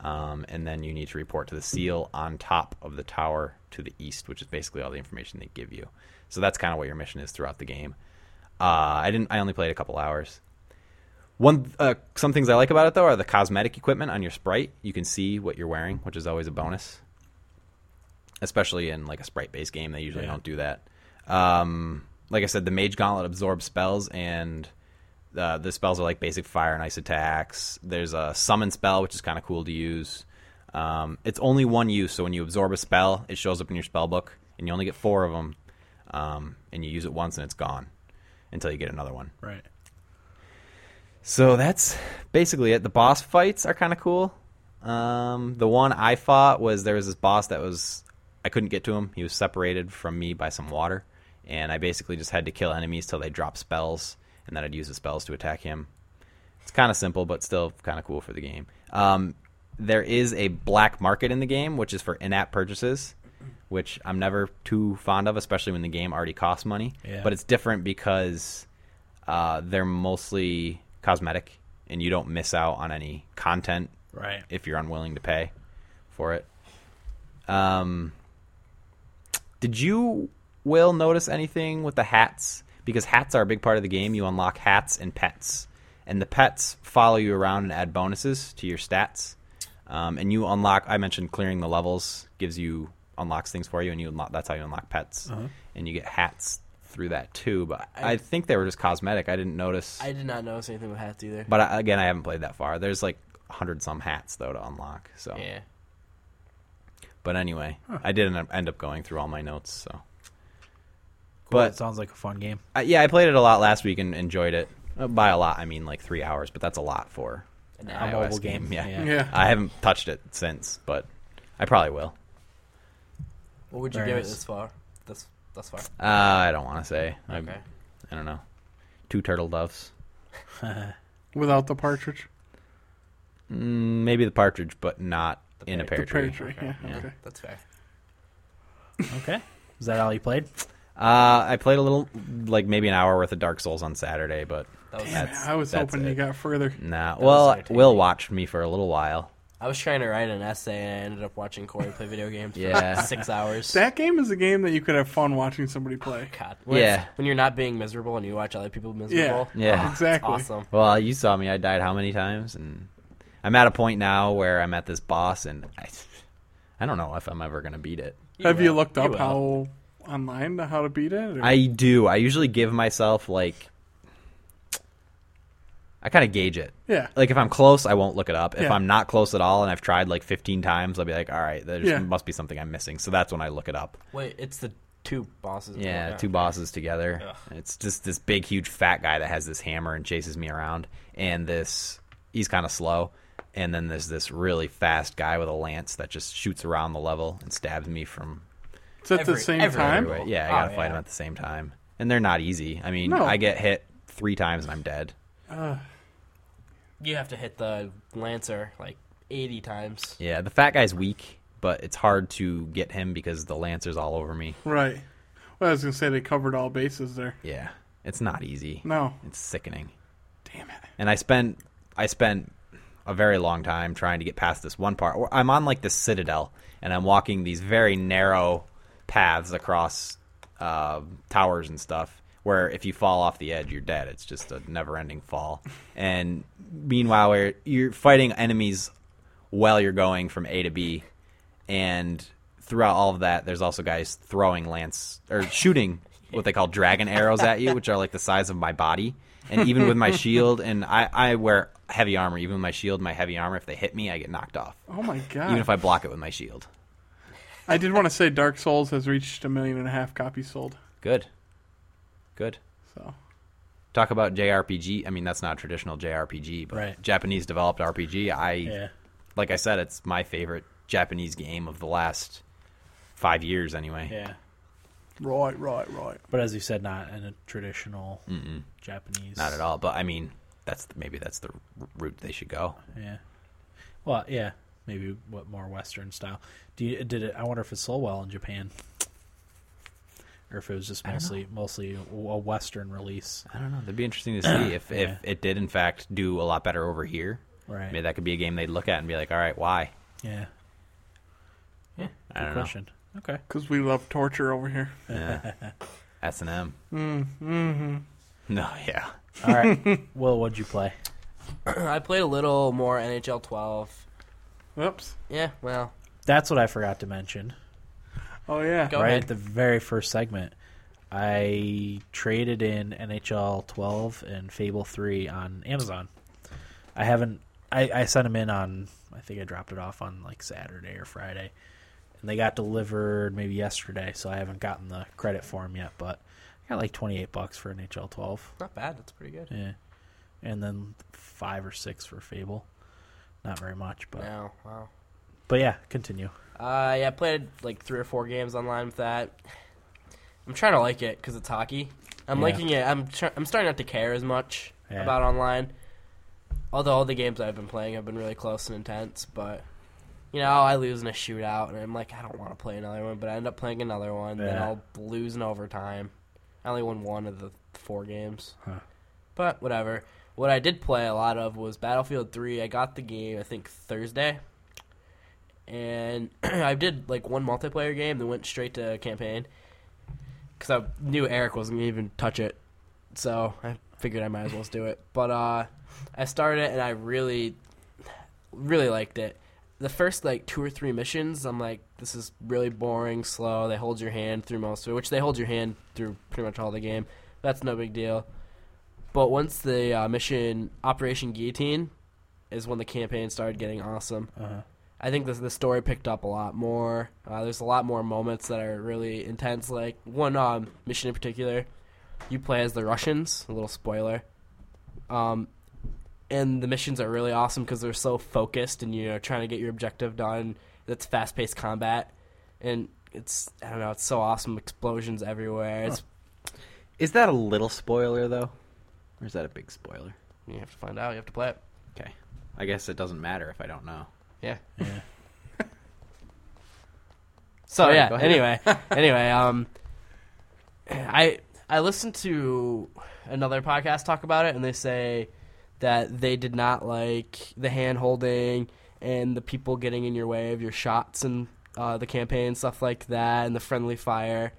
D: um, and then you need to report to the seal on top of the tower to the east, which is basically all the information they give you. So that's kind of what your mission is throughout the game. Uh, I didn't. I only played a couple hours. One uh, some things I like about it though are the cosmetic equipment on your sprite. You can see what you're wearing, which is always a bonus. Especially in like a sprite-based game, they usually don't do that. Um, like I said, the Mage Gauntlet absorbs spells, and uh, the spells are like basic fire and ice attacks. There's a summon spell, which is kind of cool to use. Um, it's only one use, so when you absorb a spell, it shows up in your spell book, and you only get four of them. Um, and you use it once, and it's gone until you get another one.
A: Right.
D: So that's basically it. The boss fights are kind of cool. Um, the one I fought was there was this boss that was I couldn't get to him. He was separated from me by some water, and I basically just had to kill enemies till they dropped spells, and then I'd use the spells to attack him. It's kind of simple, but still kind of cool for the game. Um, there is a black market in the game, which is for in-app purchases, which I'm never too fond of, especially when the game already costs money.
A: Yeah.
D: But it's different because uh, they're mostly cosmetic, and you don't miss out on any content
A: Right.
D: if you're unwilling to pay for it. Um, did you will notice anything with the hats? Because hats are a big part of the game. You unlock hats and pets, and the pets follow you around and add bonuses to your stats. Um, and you unlock. I mentioned clearing the levels gives you unlocks things for you, and you unlock. That's how you unlock pets, and you get hats through that too. But I,
C: I-
D: think they were just cosmetic. I didn't notice.
C: I did not notice anything with hats either.
D: But I, again, I haven't played that far. There's like hundred some hats though to unlock. So,
C: Yeah.
D: but anyway, I didn't end up going through all my notes. So,
A: Cool.
D: But-
A: it sounds like a fun game.
D: I, yeah, I played it a lot last week and enjoyed it. Uh, By a lot, I mean like three hours, but that's a lot for an
A: A
D: iOS
A: mobile game,
D: Yeah.
A: yeah.
B: Yeah.
D: I haven't touched it since, but I probably will.
C: What would you
A: Very
C: give
A: nice.
C: it this far? This thus far.
D: Uh, I don't want to say. I'm-
C: Okay.
D: I don't know. Two turtle doves.
B: Without the partridge.
D: Mm, maybe the partridge, but not in a
C: pear-
D: pear
B: The pear
D: tree.
B: tree.
C: Okay.
B: Yeah.
D: Yeah.
B: Okay.
C: That's fair.
A: Okay. Is that all you played?
D: Uh, I played a little, like maybe an hour worth of Dark Souls on Saturday, but
C: That was
D: That's-
B: I was
D: that's
B: hoping
D: it.
B: you got further.
D: Nah.
C: was
D: well,
C: entertaining.
D: Will watched me for a little while.
C: I was trying to write an essay and I ended up watching Corey play video games for
D: Yeah.
C: six hours.
B: That game is a game that you could have fun watching somebody play.
C: God. When
D: Yeah.
C: it's- When you're not being miserable and you watch other people miserable.
D: Yeah.
C: It's
B: Exactly.
C: awesome.
D: Well, you saw me. I died how many times? And I'm at a point now where I'm at this boss, and I, I don't know if I'm ever gonna beat it.
B: Have you
C: will.
B: looked up
C: will.
B: how online to how to beat it? or-
D: I do. I usually give myself like. I kind of gauge it.
B: yeah.
D: Like if I'm close, I won't look it up. If
B: Yeah.
D: I'm not close at all, and I've tried like 15 times, I'll be like, "All right, there
B: Yeah.
D: must be something I'm missing." So that's when I look it up.
C: Wait, it's the two bosses.
D: Yeah,
C: Okay.
D: two bosses together.
C: Ugh.
D: And It's just this big, huge, fat guy that has this hammer and chases me around, and this he's kind of slow. And then there's this really fast guy with a lance that just shoots around the level and stabs me from
B: It's at the
C: every-
B: same
C: every-
B: time.
D: everywhere. Yeah, I
C: Oh,
D: gotta fight
C: yeah.
D: him at the same time, and they're not easy. I mean,
B: No.
D: I get hit three times and I'm dead.
C: You have to hit the lancer like 80 times.
D: Yeah, the fat guy's weak, but it's hard to get him because the lancer's all over me.
B: Right. Well, I was gonna say they covered all bases there.
D: Yeah, it's not easy.
B: No.
D: It's sickening.
B: Damn it.
D: and I spent I spent a very long time trying to get past this one part. I'm on like this citadel, and I'm walking these very narrow paths across uh, towers and stuff. Where if you fall off the edge, you're dead. It's just a never-ending fall. And meanwhile, we're- you're fighting enemies while you're going from A to B, and throughout all of that, there's also guys throwing lance or shooting what they call dragon arrows at you, which are like the size of my body. And even with my shield, and I, I wear heavy armor. Even with my shield, my heavy armor, if they hit me, I get knocked off.
B: Oh my god.
D: Even if I block it with my shield.
B: I did want to say Dark Souls has reached a million and a half copies sold.
D: Good, good.
B: So
D: Talk about JRPG. I mean, that's not a traditional JRPG, but
A: Right.
D: Japanese developed RPG. I
A: Yeah.
D: like I said, it's my favorite Japanese game of the last five years, anyway.
A: Yeah.
B: right, right, right.
A: But as you said, not in a traditional Japanese.
D: Not at all. But I mean, that's maybe that's the r- route they should go.
A: Yeah. Well, yeah. Maybe what more Western style? Do you did it? I wonder if it sold well in Japan, or if it was just mostly mostly a Western release.
D: I don't know. That'd be interesting to see if if
A: Yeah.
D: it did in fact do a lot better over here.
A: Right.
D: Maybe that could be a game they'd look at and be like, "All right, why?"
A: Yeah. Yeah.
D: I
A: Good
D: don't know.
A: question. Okay.
B: Because we love torture over here.
D: S and M. Mm-hmm. No, yeah.
A: All right. Will, what'd you play?
C: I played a little more NHL 12.
B: Whoops.
C: Yeah, well,
A: That's what I forgot to mention.
B: Oh yeah.
C: Go
A: right
C: ahead.
A: at the very first segment, I traded in NHL 12 and Fable 3 on Amazon. I haven't. I, I sent them in on. I think I dropped it off on like Saturday or Friday, and they got delivered maybe yesterday. So I haven't gotten the credit for them yet, but I got like 28 bucks for NHL 12.
C: not bad. That's pretty good.
A: Yeah, and then five or six for Fable. Not very much, but
C: Wow, wow.
A: but yeah, continue.
C: Uh, yeah, I played like three or four games online with that. I'm trying to like it because it's hockey. I'm
A: Yeah.
C: liking it. I'm tr- I'm starting not to care as much
A: Yeah.
C: about online. Although all the games I've been playing have been really close and intense, but you know I lose in a shootout, and I'm like I don't want to play another one, but I end up playing another one, then
A: Yeah.
C: I'll lose in overtime. I only won one of the four games,
A: Huh.
C: but whatever. What I did play a lot of was Battlefield 3. I got the game I think Thursday and I did like one multiplayer game, then went straight to campaign because I knew Eric wasn't gonna even touch it, so I figured I might as well do it. But uh, I started it and I really, really liked it. The first like two or three missions, I'm like, this is really boring, slow. They hold your hand through most of it, which they hold your hand through pretty much all the game. That's no big deal. But once the uh, mission Operation Guillotine is when the campaign started getting awesome.
A: Uh-huh.
C: I think this, the story picked up a lot more. Uh, there's a lot more moments that are really intense. Like one um, mission in particular, you play as the Russians. A little spoiler. Um, and the missions are really awesome because they're so focused and you're trying to get your objective done. That's fast paced combat, and it's I don't know. It's so awesome. Explosions everywhere. It's
D: Is that a little spoiler though, or is that a big spoiler?
C: you have to find out. You have to play it.
D: Okay, I guess it doesn't matter if I don't know.
C: Yeah.
A: Yeah.
C: So
D: Sorry, go
C: yeah.
D: ahead.
C: Anyway, anyway, um, I I listened to another podcast talk about it, and they say that they did not like the hand holding and the people getting in your way of your shots and uh, the campaign stuff like that, and the friendly fire,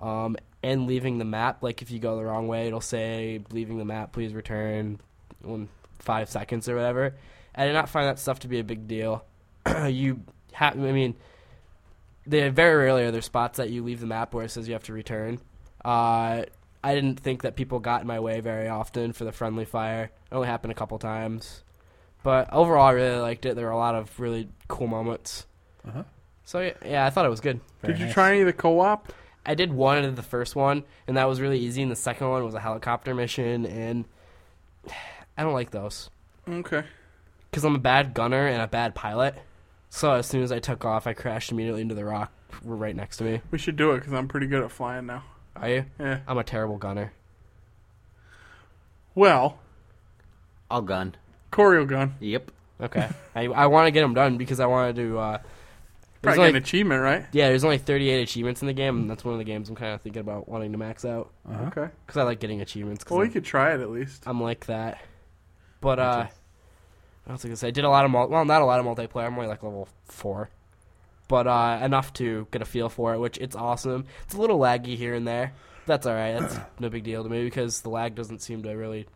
C: um, and leaving the map. Like if you go the wrong way, it'll say leaving the map, please return in five seconds or whatever. I did not find that stuff to be a big deal. you have, I mean they very rarely are there spots that you leave the map where it says you have to return. Uh, I didn't think that people got in my way very often for the friendly fire. It only happened a couple times, but overall, I really liked it. There were a lot of really cool moments.
A: Uh-huh.
C: So yeah, yeah, I thought it was good.
A: Very
B: did you
A: nice.
B: try any of the co-op?
C: I did one of the first one, and that was really easy. And the second one was a helicopter mission, and I don't like those
B: Okay.
C: because I'm a bad gunner and a bad pilot. So as soon as I took off, I crashed immediately into the rock r- right next to me.
B: We should do it because I'm pretty good at flying now.
C: Are you?
B: Yeah.
C: I'm a terrible gunner.
B: Well,
D: I'll gun.
B: Corey will gun.
D: Yep.
C: Okay. I, I want to get them done because I wanted to. Uh, there's
B: Probably get an
C: only-
B: achievement, right?
C: yeah, there's only 38 achievements in the game, and that's one of the games I'm kind of thinking about wanting to max out
B: Okay.
C: because I like getting achievements. 'cause
B: Well, we
C: I'm-
B: could try it at least.
C: I'm like that. But uh, what else I gonna say? I did a lot of mul- well, not a lot of multiplayer. I'm only like level four, but uh, enough to get a feel for it, which it's awesome. It's a little laggy here and there. That's all right. That's no big deal to me because the lag doesn't seem to really.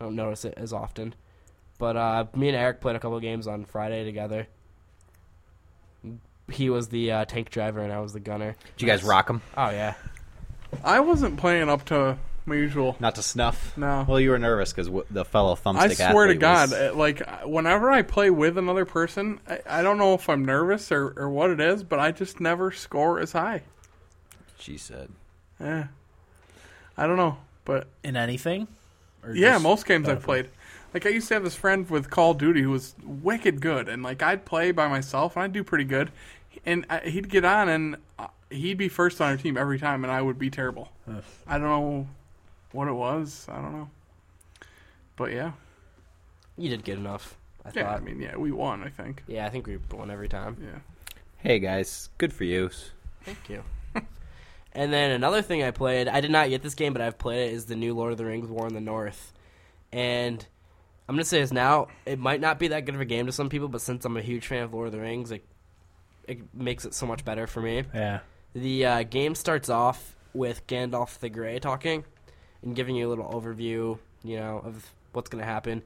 C: I don't notice it as often. But uh, me and Eric played a couple games on Friday together. He was the uh, tank driver and I was the gunner.
D: Did you guys rock them?
C: Oh yeah,
B: I wasn't playing up to my usual.
D: Not to snuff.
B: No.
D: Well, you were nervous because w- the fellow thumbstick.
B: I swear to
D: athlete
B: God,
D: was-
B: uh, like whenever I play with another person, I, I don't know if I'm nervous or, or what it is, but I just never score as high.
D: she said.
B: Yeah, Eh. I don't know, but
A: in anything. Or
B: yeah,
A: just-
B: most games I've
A: Battlefield?
B: played. Like I used to have this friend with Call of Duty who was wicked good, and like I'd play by myself and I'd do pretty good, and I, he'd get on and uh, he'd be first on our team every time, and I would be terrible. I don't know what it was. I don't know, but yeah,
C: you did good enough. I
B: yeah. I
C: thought.
B: mean, yeah, we won. I think.
C: Yeah, I think we won every time.
B: Yeah.
D: Hey guys, good for you.
C: Thank you. and then another thing I played, I did not get this game, but I've played it, is the new Lord of the Rings War in the North. And I'm going to say this now. It might not be that good of a game to some people, but since I'm a huge fan of Lord of the Rings, it, it makes it so much better for me.
A: Yeah.
C: The uh, game starts off with Gandalf the Grey talking and giving you a little overview, you know, of what's going to happen.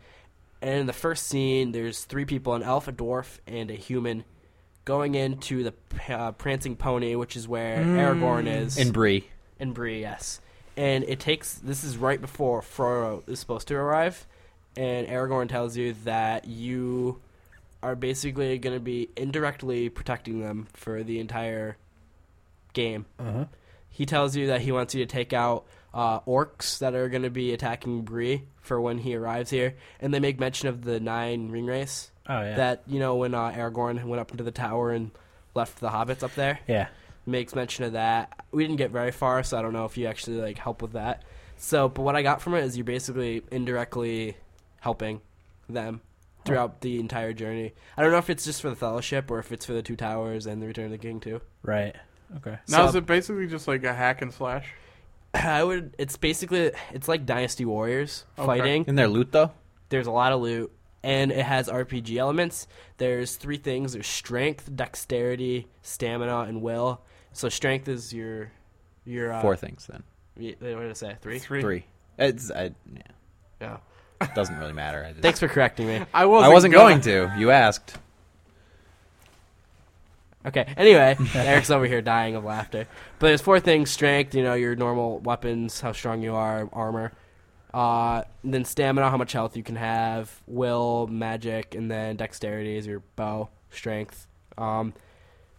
C: And in the first scene, there's three people an elf, a dwarf, and a human going into the uh, Prancing Pony, which is where Aragorn is.
D: And Bree.
C: And Bree, yes. And it takes this is right before Frodo is supposed to arrive, and Aragorn tells you that you are basically going to be indirectly protecting them for the entire game.
A: Uh-huh.
C: He tells you that he wants you to take out uh, orcs that are going to be attacking Bree for when he arrives here, and they make mention of the nine ring race.
A: Oh yeah.
C: That you know when uh, Aragorn went up into the tower and left the hobbits up there
A: yeah.
C: makes mention of that. We didn't get very far, so I don't know if you actually like help with that. So, but what I got from it is you're basically indirectly helping them throughout the entire journey. I don't know if it's just for the Fellowship or if it's for the Two Towers and the Return of the King too.
A: Right. Okay.
B: Now
C: So-
B: is it basically just like a hack and slash?
C: I would. It's basically it's like Dynasty Warriors
B: Okay.
C: fighting.
D: In their loot though.
C: There's a lot of loot and it has RPG elements. There's three things: there's strength, dexterity, stamina, and will. So strength is your your uh,
D: Four things then.
C: y- What did I say? Three.
D: Three. It's I, yeah.
C: Yeah.
D: It doesn't really matter. I, just-
C: Thanks for correcting me.
B: I
D: I
B: wasn't,
D: wasn't
B: gonna-
D: going to. You asked.
C: Okay. Anyway, Eric's over here dying of laughter. But there's four things: strength, you know, your normal weapons, how strong you are, armor. Uh, then stamina, how much health you can have, will, magic, and then dexterity is your bow, strength. Um,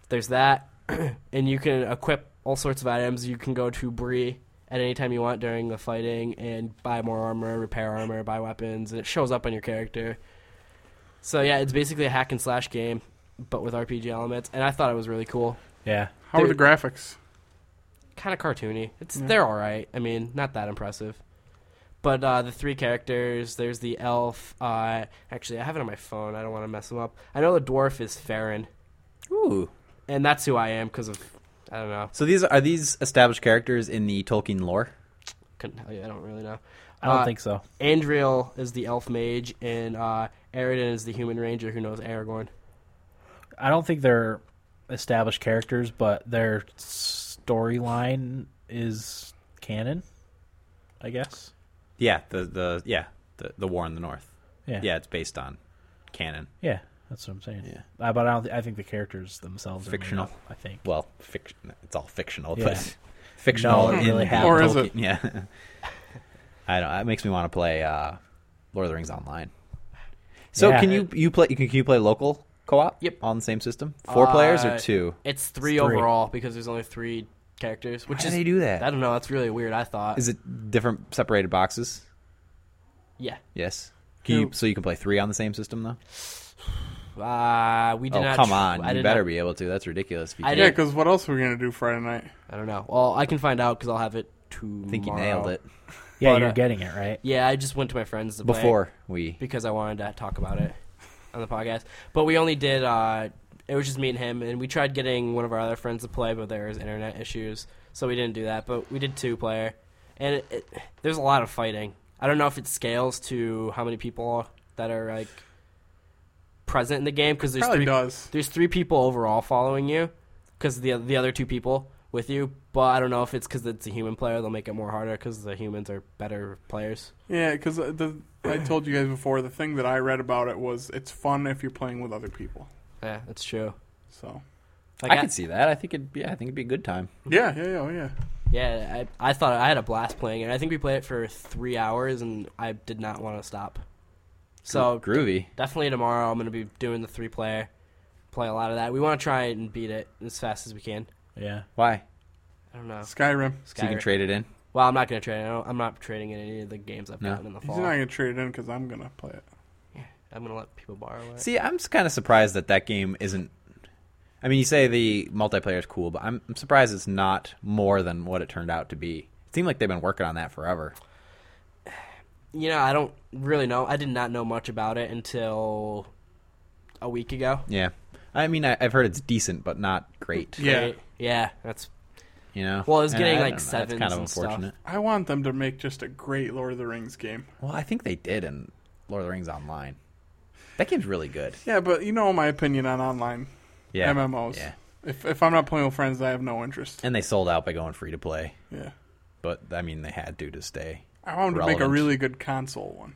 C: there's that, and you can equip all sorts of items. You can go to Bree at any time you want during the fighting and buy more armor, repair armor, buy weapons, and it shows up on your character. So yeah, it's basically a hack and slash game, but with RPG elements, and I thought it was really cool.
A: Yeah.
B: How were the
C: Dude.
B: graphics?
C: Kind of cartoony. It's they're all right. I mean, not that impressive. But uh, the three characters, there's the elf. Uh, actually, I have it on my phone. I don't want to mess them up. I know the dwarf is Farron,
D: Ooh.
C: and that's who I am because of I don't know.
D: So these are these established characters in the Tolkien lore.
C: Couldn't tell you. I don't really know.
A: I don't
C: Uh,
A: think so.
C: Andriel is the elf mage, and uh, Aridin is the human ranger who knows Aragorn.
A: I don't think they're established characters, but their storyline is canon. I guess.
D: Yeah. The the yeah the the war in the north.
A: Yeah.
D: Yeah, it's based on canon.
A: Yeah. That's what I'm saying.
D: Yeah.
A: Uh, but I don't. Th- I think the characters themselves are made
D: Fictional.
A: up, I think.
D: Well, fiction. It's all fictional,
A: Yeah.
D: but fictional
A: No, it
D: in
A: really
D: the
A: happened.
B: Or is
D: Tolkien-
B: it?
D: Yeah. I don't. It makes me want to play uh, Lord of the Rings online. So
A: Yeah.
D: can you you play? Can you play local co-op?
C: Yep.
D: On the same system, four players or
C: Uh,
D: two?
C: It's three,
A: It's three.
C: overall because there's only three characters. Which
D: Why do
C: is
D: they do that?
C: I don't know. That's really weird. I thought.
D: Is it different separated boxes?
C: yeah.
D: Yes. Can you, so you can play three on the same system though?
C: Uh, we did
D: Oh
C: not.
D: come
C: tr-
D: on!
C: I
D: you
C: did
D: better
C: not-
D: be able to. That's ridiculous. If you
C: I
D: can't.
B: Yeah,
C: didn't-
B: because what else are we gonna do Friday night?
C: I don't know. Well, I can find out because I'll have it tomorrow.
D: I think you nailed it
A: Yeah,
C: But,
A: you're
C: uh,
A: getting it right.
C: Yeah, I just went to my friends to play it
D: before we.
C: because I wanted to talk about it. on the podcast, but we only did. Uh, it was just me and him, and we tried getting one of our other friends to play, but there was internet issues, so we didn't do that. But we did two player, and it, it, there's a lot of fighting. I don't know if it scales to how many people that are like present in the game because there's
B: Probably
C: three
B: does.
C: there's three people overall following you because the the other two people with you. But I don't know if it's because it's a human player. They'll make it more harder because the humans are better players.
B: Yeah, because the I told you guys before the thing that I read about it was it's fun if you're playing with other people.
C: Yeah, that's true.
B: So
C: Like,
D: I could see that. I think it'd be. I think it'd be a good time.
B: yeah, yeah, yeah, oh, yeah.
C: Yeah, I, I thought I had a blast playing it. I think we played it for three hours, and I did not want to stop. So
D: groovy.
C: definitely tomorrow, I'm going to be doing the three player, play a lot of that. We want to try and beat it as fast as we can.
A: Yeah.
D: Why?
C: I don't know.
B: Skyrim.
D: So you can
C: Skyrim.
D: trade it in.
C: well, I'm not going to trade. it. I don't, I'm not trading in any of the games I've
D: No.
C: gotten in the
B: He's
C: fall.
B: not gonna trade it in because I'm gonna play it.
C: I'm going to let people borrow it.
D: See, I'm kind of surprised that that game isn't. I mean, you say the multiplayer is cool, but I'm, I'm surprised it's not more than what it turned out to be. It seemed like they've been working on that forever.
C: you know, I don't really know. I did not know much about it until a week ago.
D: Yeah. I mean, I, I've heard it's decent, but not great.
B: Yeah.
C: Right? Yeah, that's
D: You know.
C: Well, it was
D: And
C: getting,
D: I
C: like,
D: don't know,
C: sevens
D: That's kind of
C: and stuff.
D: unfortunate.
B: I want them to make just a great Lord of the Rings game.
D: Well, I think they did in Lord of the Rings Online. That game's really good.
B: Yeah, but you know my opinion on online
D: Yeah.
B: MMOs.
D: Yeah.
B: If if I'm not playing with friends, I have no interest.
D: And they sold out by going free to play,
B: Yeah.
D: but I mean, they had to to stay.
B: I want them to make a
D: Relevant.
B: really good console one.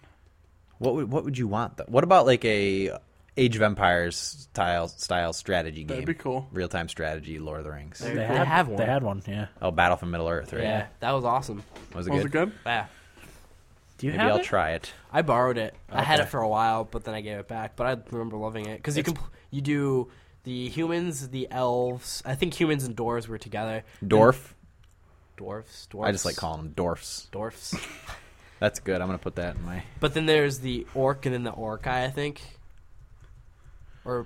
D: What would what would you want though? What about like a Age of Empires style style strategy game?
B: That'd be cool.
D: Real time strategy, Lord of the Rings.
C: There-
A: They,
C: They
A: had,
C: have one.
A: They had one. Yeah.
D: Oh, Battle from Middle Earth, right?
C: yeah, that was awesome.
D: Was it
B: Was
D: good?
B: it good?
C: Yeah,
A: Do you
D: Maybe
A: have
D: I'll
A: it?
D: try it.
C: I borrowed it. I had it
A: Okay.
C: for a while, but then I gave it back. But I remember loving it because you can you do the humans, the elves. I think humans and dwarves were together.
D: Dwarf.
C: Dwarves, dwarves.
D: I just like calling them dwarfs.
C: dwarfs.
D: That's good. I'm gonna put that in my.
C: but then there's the orc and then the orcai. I think, or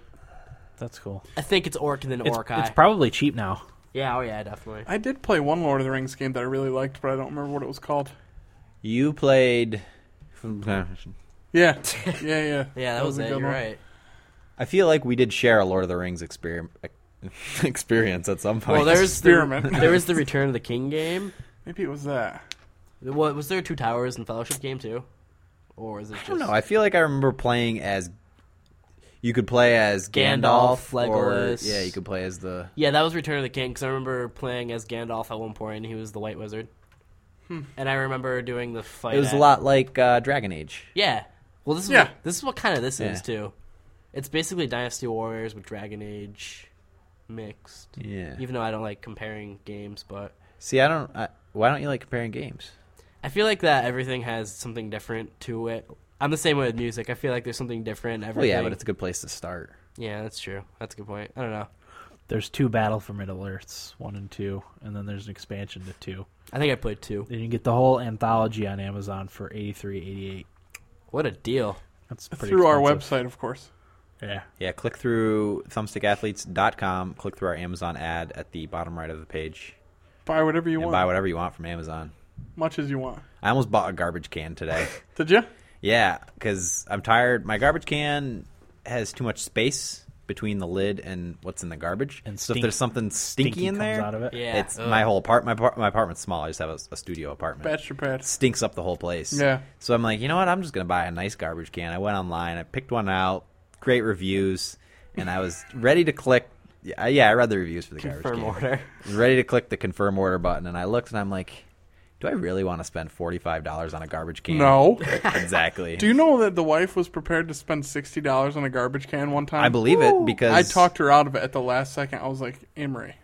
A: That's cool.
C: I think it's orc and then
A: It's,
C: orcai.
A: it's probably cheap now.
C: yeah, oh yeah, definitely.
B: I did play one Lord of the Rings game that I really liked, but I don't remember what it was called.
D: You played.
B: Yeah, yeah, yeah.
C: Yeah, that, was, it.
B: a good
C: You're
B: one.
C: right.
D: I feel like we did share a Lord of the Rings exper- experience at some point.
C: Well, there's the,
B: Experiment.
C: there was the Return of the King game.
B: Maybe it was that.
C: What was there a Two Towers and Fellowship game too, or is it just
D: I don't know. I feel like I remember playing as. You could play as Gandalf,
C: Gandalf, Legolas.
D: Or, yeah, you could play as the.
C: yeah? That was Return of the King because I remember playing as Gandalf at one point, and he was the White Wizard, and I remember doing the fight.
D: Hmm. It was a
C: at-
D: lot like uh, Dragon Age.
C: Yeah. Well, this is
B: Yeah.
C: What, this is what kind of this
D: Yeah.
C: is too. It's basically Dynasty Warriors with Dragon Age mixed.
D: Yeah.
C: Even though I don't like comparing games, but
D: See, I don't. I, why don't you like comparing games?
C: I feel like that everything has something different to it. I'm the same way with music. I feel like there's something different. in
D: Well,
C: Everything.
D: yeah, but it's a good place to start.
C: Yeah, that's true. That's a good point. I don't know.
A: There's two Battle for Middle Earths, one and two, and then there's an expansion to two.
C: I think I played two.
A: Then you get the whole anthology on Amazon for eighty three, eighty eight.
C: What a deal!
A: That's pretty
B: Through our
A: expensive.
B: website, of course.
A: Yeah.
D: Yeah, click through thumbstickathletes.com, click through our Amazon ad at the bottom right of the page,
B: Buy whatever you
D: and
B: want,
D: buy whatever you want from Amazon.
B: much as you want.
D: I almost bought a garbage can today.
B: Did you?
D: yeah, because I'm tired. My garbage can has too much space between the lid and what's in the garbage.
A: And
D: so if
A: stink-
D: there's something stinky,
A: Stinky
D: in
A: comes
D: there,
A: out of it.
C: Yeah,
D: it's
C: ugh.
D: my whole apartment. My, par- my apartment's small. I just have a, a studio apartment.
B: Batch your pad.
D: stinks up the whole place.
B: Yeah.
D: So I'm like, you know what? I'm just gonna buy a nice garbage can. I went online, I picked one out, great reviews, and I was ready to click. Yeah, yeah, I read the reviews for the garbage
C: confirm
D: can.
C: order.
D: I was ready to click the confirm order button, and I looked, and I'm like, do I really want to spend forty five dollars on a garbage can?
B: No.
D: exactly.
B: Do you know that the wife was prepared to spend sixty dollars on a garbage can one time?
D: I believe it because
B: I talked her out of it at the last second. I was like, Amory,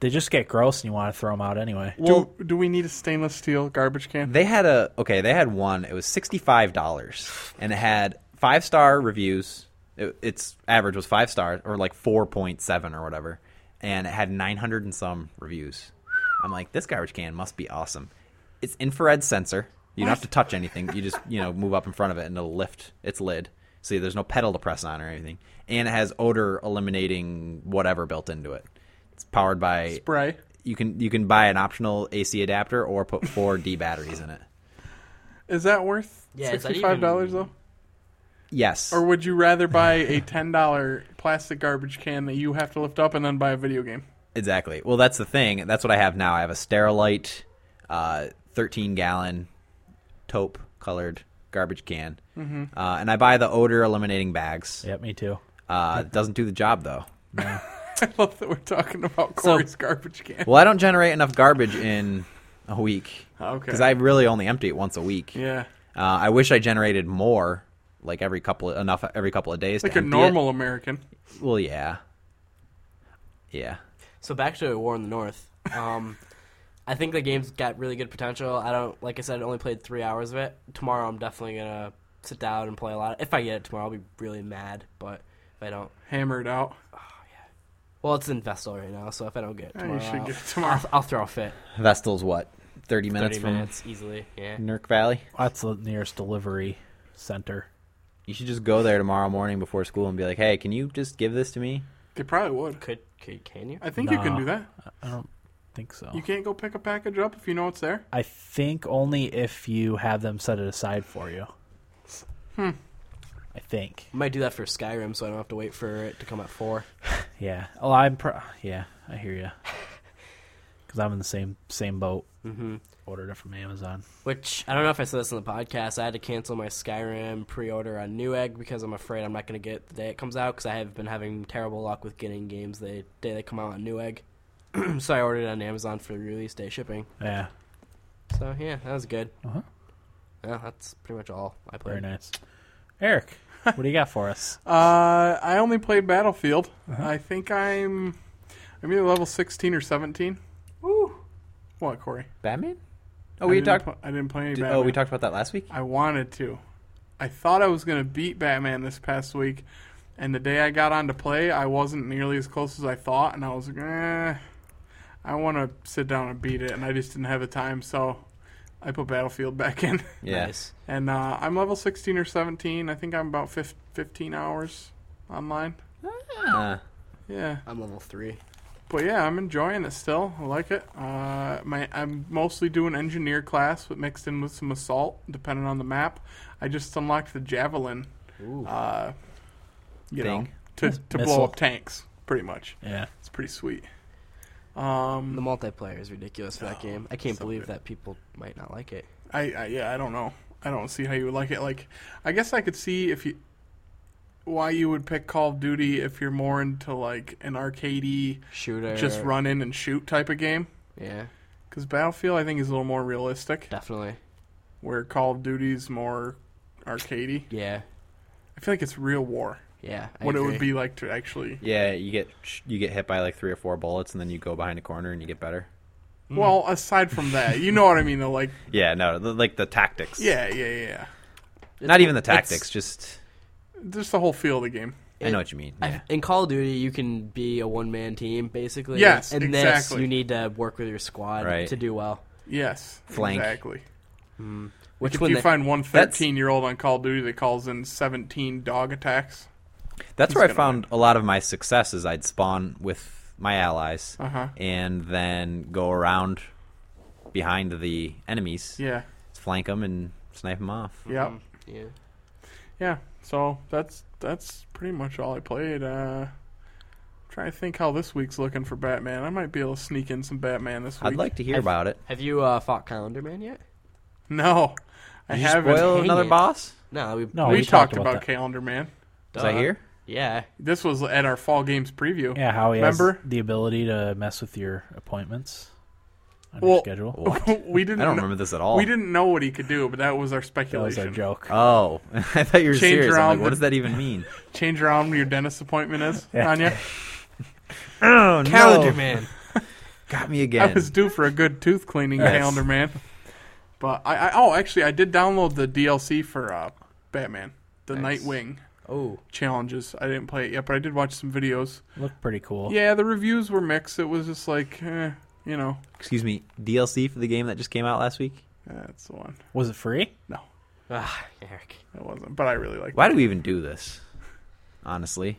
A: They just get gross and you want to throw them out anyway.
B: do, do we need a stainless steel garbage can?
D: They had a okay. They had one. It was sixty five dollars, and it had five star reviews. It, its average was five stars or like four point seven or whatever, and it had nine hundred and some reviews. I'm like, this garbage can must be awesome. It's infrared sensor. You don't have to touch anything. You just you know move up in front of it and it'll lift its lid. See, there's no pedal to press on or anything, and it has odor eliminating whatever built into it. It's powered by
B: Spray.
D: you can you can buy an optional AC adapter or put four D batteries in it.
B: Is that worth
C: Yeah, is that
B: sixty five dollars
C: even-
B: though?
D: Yes.
B: Or would you rather buy a ten dollar plastic garbage can that you have to lift up and then buy a video game?
D: Exactly. Well, that's the thing. That's what I have now. I have a Sterilite, uh, 13 gallon taupe colored garbage can. Mm-hmm. Uh, and I buy the odor eliminating bags.
A: Yep, me too.
D: Uh, it doesn't do the job, though.
B: I love that we're talking about
D: So-
B: Corey's garbage can.
D: Well, I don't generate enough garbage in a week
B: Oh, Okay.
D: because I really only empty it once a week.
B: yeah,
D: Uh, I wish I generated more, like every couple of, enough every couple of days.
B: like
D: to
B: a
D: empty
B: normal American.
D: It. Well, yeah, yeah.
C: So back to War in the North. Um, I think the game's got really good potential. I don't, like I said, I only played three hours of it. Tomorrow, I'm definitely gonna sit down and play a lot. If I get it tomorrow, I'll be really mad. But if I don't,
B: Hammered out.
C: well, it's in Vestal right now, so if I don't get it
B: Yeah,
C: tomorrow,
B: you should
C: I'll,
B: get it tomorrow.
C: I'll throw a fit.
D: Vestal's what? Thirty minutes
C: Thirty
D: from
C: minutes easily. Yeah.
D: Nurk Valley.
A: That's the nearest delivery center.
D: You should just go there tomorrow morning before school and be like, "Hey, can you just give this to me?"
B: They probably would.
C: Could, could can you?
B: I think you can
A: Nah.
B: do that.
A: I don't think so.
B: You can't go pick a package up if you know it's there.
A: I think only if you have them set it aside for you. I think.
C: I might do that for Skyrim, so I don't have to wait for it to come at four.
A: Yeah. Well, I'm pro- yeah, I hear you. Cuz I'm in the same same boat.
C: hmm
A: Ordered it from Amazon.
C: Which I don't know if I said this in the podcast. I had to cancel my Skyrim pre-order on Newegg because I'm afraid I'm not going to get it the day it comes out because I have been having terrible luck with getting games the day they come out on Newegg. so I ordered it on Amazon for release day shipping.
A: Yeah.
C: So yeah, that was good.
A: Uh-huh.
C: Yeah, that's pretty much all I played.
A: Very nice. Eric, what do you got for us?
B: Uh, I only played Battlefield.
D: Uh-huh.
B: I think I'm, I'm either level sixteen or seventeen. Woo. What, Corey?
D: Batman? Oh,
B: I
D: we
B: didn't
D: talked.
B: pl- I didn't play any.
D: did-
B: Batman.
D: oh, we talked about that last week.
B: I wanted to. I thought I was going to beat Batman this past week, and the day I got on to play, I wasn't nearly as close as I thought, and I was like, eh, I want to sit down and beat it, and I just didn't have the time, so I put Battlefield back in.
D: Yeah.
C: Nice.
B: and uh, I'm level 16 or 17. I think I'm about fif- 15 hours online.
D: Uh,
B: Yeah.
C: I'm level three.
B: But yeah, I'm enjoying it still. I like it. Uh, my I'm mostly doing engineer class, but mixed in with some assault, depending on the map. I just unlocked the javelin.
C: Ooh.
B: Uh, you know,
D: Uh, Thing.
B: to to blow
A: Missile.
B: up tanks, pretty much.
A: Yeah.
B: It's pretty sweet.
C: the
B: Um,
C: multiplayer is ridiculous for that game. I can't
B: Oh, so
C: believe
B: good.
C: that people might not like it.
B: I, I yeah, I don't know. I don't see how you would like it. Like, I guess I could see if you why you would pick Call of Duty if you're more into like an arcadey,
C: Shooter.
B: just run in and shoot type of game.
C: Yeah,
B: Because Battlefield, I think, is a little more realistic.
C: definitely.
B: where Call of Duty's more arcadey.
C: Yeah,
B: I feel like it's real war.
C: yeah. I
B: what it
C: agree.
B: would be like to actually.
D: yeah, you get you get hit by like three or four bullets, and then you go behind a corner and you get better.
C: Mm.
B: Well, aside from that, you know what I mean. Though, like,
D: Yeah, no, the, like the tactics.
B: yeah, yeah, yeah.
D: not even the
C: it's-
D: tactics. Just
B: Just the whole feel of the game.
D: I know what you mean.
C: I-
D: Yeah.
C: in Call of Duty, you can be a one man team basically.
B: Yes,
C: and
B: exactly.
C: you need to work with your squad
D: Right.
C: to do well.
B: Yes,
D: Flank.
B: exactly.
C: Which
B: if
C: one?
B: you
C: they-
B: find one
D: That's-
B: 13 year old on Call of Duty that calls in 17 dog attacks,
D: That's where I
B: gonna
D: found a lot of my success is I'd spawn with my allies
B: Uh-huh.
D: and then go around behind the enemies,
B: yeah,
D: flank them, and snipe them off.
B: yeah,
C: yeah.
B: yeah. So that's that's pretty much all I played. Uh, trying to think how this week's looking for Batman. I might be able to sneak in some Batman this week.
D: I'd like to hear
C: I've-
D: about it.
C: Have you uh, fought Calendar Man yet?
B: No, I
D: Did you
B: haven't.
D: spoil
C: Hang
D: another
C: it.
D: boss?
C: No, we.
A: No,
B: we
A: you
B: talked, about, Calendar Man.
D: Was I
C: Duh.
D: here?
C: Yeah,
B: This was at our fall games preview.
A: Yeah, how he
B: Remember?
A: has the ability to mess with your appointments on
B: Well,
A: your schedule.
D: What?
B: we didn't.
D: I don't
B: know,
D: remember this at all.
B: We didn't know what he could do, but that was our
A: That was
B: speculation.
A: our joke.
B: Uh,
D: Oh, I thought you were
B: Change
D: serious. I'm
B: around
D: like, what
B: the-
D: does that even mean?
B: Change around when your dentist appointment is
A: Yeah.
B: Anya.
D: oh,
C: Calendar Man.
D: Got me
B: I
D: again.
B: was due for a good tooth cleaning,
D: Yes.
B: Calendar Man. But I, I oh, actually, I did download the DLC for uh, Batman, the
D: Nice.
B: Nightwing
C: Oh,
B: challenges. I didn't play it yet, but I did watch some videos.
A: Looked pretty cool.
B: Yeah, the reviews were mixed. It was just like, eh, you know,
D: Excuse me, DLC for the game that just came out last week?
B: that's the one.
A: Was it free?
B: No,
C: ah, Eric.
B: it wasn't. But I really like.
D: Why do we even do this? Honestly,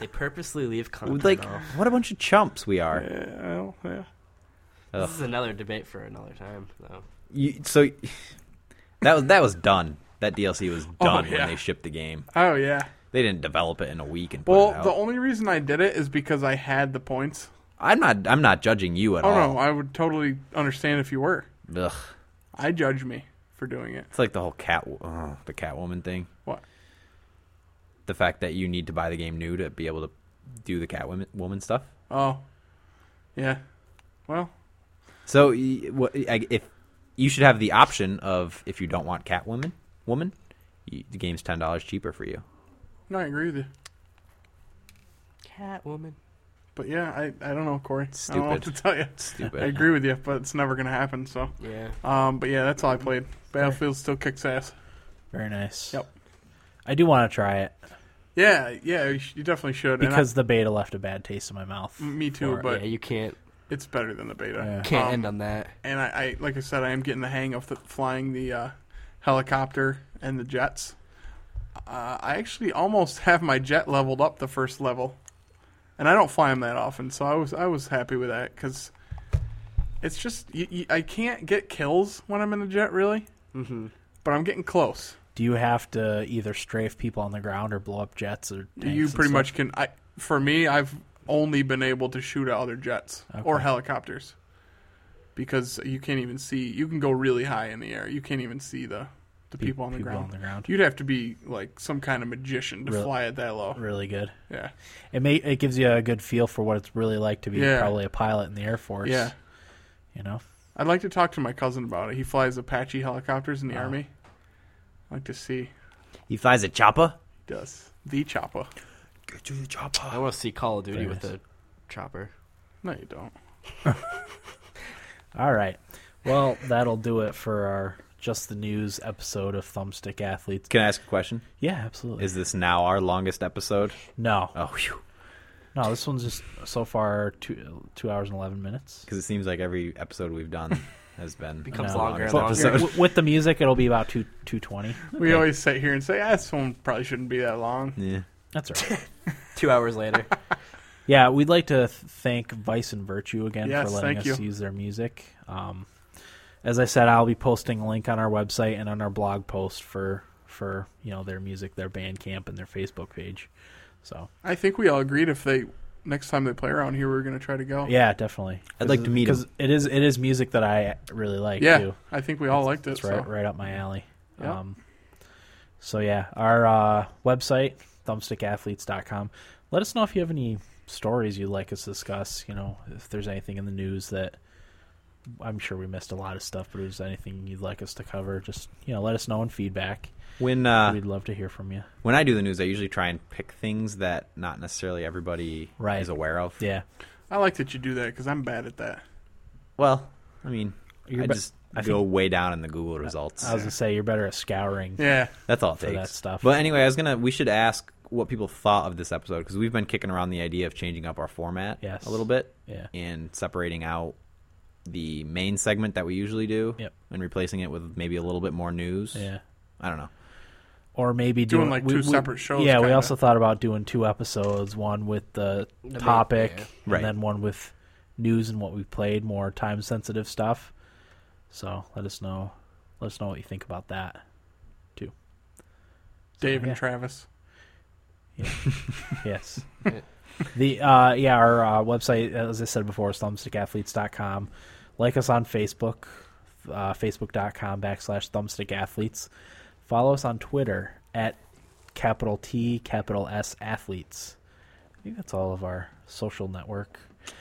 C: They purposely leave
D: We'd,
C: content
D: like,
C: off.
D: what a bunch of chumps we are.
B: Yeah, well, yeah.
D: Ugh.
C: This is another debate for another time. Though.
D: You, so that was that was done. That DLC was done
B: Oh, yeah.
D: when they shipped the game.
B: Oh yeah.
D: They didn't develop it in a week and put it
B: Well,
D: out.
B: the only reason I did it is because I had the points.
D: I'm not. I'm not judging you at
B: Oh
D: all.
B: no, I would totally understand if you were.
D: Ugh.
B: I judge me for doing it.
D: It's like the whole cat, uh, the Catwoman thing.
B: What?
D: The fact that you need to buy the game new to be able to do the Catwoman woman stuff.
B: Oh. Yeah. Well,
D: So, y- what- I- if you should have the option of if you don't want Catwoman, woman, you, the game's ten dollars cheaper for you.
B: no, I agree with you.
C: Catwoman.
B: But yeah, I, I don't know, Corey. I don't know what to
D: Stupid.
B: tell you.
D: Stupid.
B: I agree with you, but it's never gonna happen. So,
C: Yeah.
B: um, but yeah, that's all I played. Battlefield still kicks ass.
A: Very nice.
B: Yep.
A: I do want to try it
B: Yeah, yeah, you, sh- you definitely should. And I-
A: because the beta left a bad taste in my mouth.
B: me too,
A: Or-
B: but
C: yeah, you can't
B: it's better than the beta.
A: Yeah.
C: can't
B: Um,
C: end on that.
B: And I, I, like I said, I am getting the hang of the, flying the uh, helicopter and the jets. Uh, I actually almost have my jet leveled up the first level, and I don't fly them that often, so I was I was happy with that because it's just you, you, I can't get kills when I'm in a jet really,
C: Mm-hmm.
B: but I'm getting close.
A: Do you have to either strafe people on the ground or blow up jets or? tanks
B: you
A: and
B: pretty
A: stuff?
B: much can. I for me, I've only been able to shoot at other jets or helicopters because you can't even see. You can go really high in the air. You can't even see the the
A: Pe-
B: people on the
A: people
B: ground.
A: on the ground.
B: You'd have to be like some kind of magician to
A: Really?
B: fly at that low.
A: Really good.
B: Yeah,
A: It may it gives you a good feel for what it's really like to be
B: Yeah.
A: probably a pilot in the Air Force.
B: yeah.
A: You know.
B: I'd like to talk to my cousin about it. He flies Apache
A: Ah.
B: helicopters in the army. I'd like to see. He
D: He flies a chopper.
B: does the chopper?
D: Get to the chopper.
C: I want to see Call of Duty
A: Very
C: with
A: nice.
C: the chopper.
B: No, you don't.
A: All right. Well, that'll do it for our just the news episode of Thumbstick Athletes.
D: Can I ask a question?
A: Yeah, absolutely.
D: Is this now our longest episode?
A: no,
D: Oh, phew.
A: no, this one's just so far two two hours and eleven minutes.
D: Because it seems like every episode we've done has been
C: Becomes
D: the
C: longer and
D: longest
A: But
C: longer.
D: episode.
A: w- with the music, it'll be about two two twenty.
B: We always sit here and say, "Ah, this one probably shouldn't be that long."
D: Yeah.
A: That's all right.
C: Two hours later.
A: Yeah, we'd like to th- thank Vice and Virtue again
B: Yes,
A: for letting
B: thank
A: us
B: you.
A: use their music. Um, as I said, I'll be posting a link on our website and on our blog post for for you know their music, their Bandcamp, and their Facebook page. So
B: I think we all agreed if they next time they play around here, we are going to try to go.
A: yeah, definitely.
D: I'd like to meet 'em.
A: because it is it is music that I really like.
B: Yeah,
A: too.
B: I think we all liked it.
A: It's right
B: so.
A: right up my alley.
B: Yeah.
A: Um, so yeah, our uh, website thumbstickathletes.com. Let us know if you have any stories you'd like us to discuss. You know, if there's anything in the news that I'm sure we missed a lot of stuff, but if there's anything you'd like us to cover, just you know, let us know in feedback.
D: When uh,
A: We'd love to hear from you.
D: when I do the news, I usually try and pick things that not necessarily everybody
A: Right.
D: is aware of.
A: Yeah,
B: I like that you do that because I'm bad at that.
D: Well, I mean,
A: You're
D: I
A: ba-
D: just
A: I
D: go way down in the Google results.
A: I was gonna say you're better at scouring.
B: Yeah,
D: That's all it
A: for
D: takes.
A: that stuff.
D: But anyway, I was gonna. We should ask what people thought of this episode because we've been kicking around the idea of changing up our format
A: Yes.
D: a little bit
A: Yeah.
D: and separating out the main segment that we usually do
A: Yep.
D: and replacing it with maybe a little bit more news.
A: Yeah.
D: I don't know.
A: or maybe
B: Doing,
A: doing,
B: like,
A: we-
B: two
A: we-
B: separate shows,
A: Yeah, we
B: kinda.
A: also thought about doing two episodes, one with the
C: The
A: topic,
C: main- yeah.
A: and
D: Right.
A: then one with news and what we played, more time sensitive stuff. So let us know, let us know what you think about that.
B: Dave and
A: yeah.
B: Travis.
A: Yes. the uh, yeah, our uh, website, as I said before, is thumbstickathletes.com. Like us on Facebook, uh, facebook.com backslash thumbstickathletes. Follow us on Twitter at capital T, capital S athletes. I think that's all of our social network.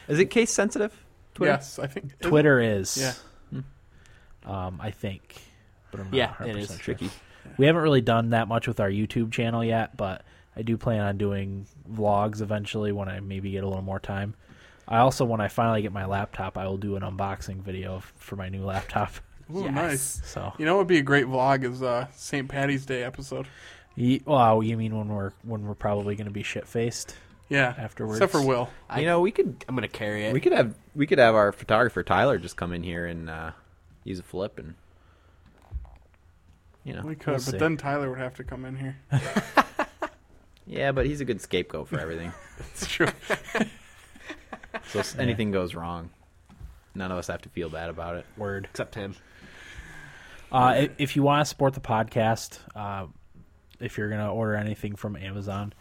D: Is it case sensitive? Twitter?
B: Yes, I think is-
A: Twitter is,
B: Yeah.
A: um, I think. But I'm not
C: Yeah,
A: 100%
C: it is.
A: sure.
D: Tricky.
A: We haven't really done that much with our YouTube channel yet, but I do plan on doing vlogs eventually when I maybe get a little more time. I also, when I finally get my laptop, I will do an unboxing video f- for my new laptop.
B: Ooh, nice.
A: So,
B: You know, what would be a great vlog is uh, St. Patty's Day episode.
A: Ye- wow, you mean when we're when we're probably going to be shit faced?
B: Yeah,
A: Afterwards.
B: Except for Will.
C: I-
D: you know, we could
C: I'm gonna carry it.
D: we could have we could have our photographer Tyler just come in here and uh, use a flip and you know
B: We could,
A: We'll
B: but
A: see.
B: then Tyler would have to come in here.
D: yeah, but he's a good scapegoat for everything.
B: It's true.
D: so if anything goes wrong, none of us have to feel bad about it.
A: Word.
C: Except him.
A: Uh, i- if you want to support the podcast, uh, if you're going to order anything from Amazon,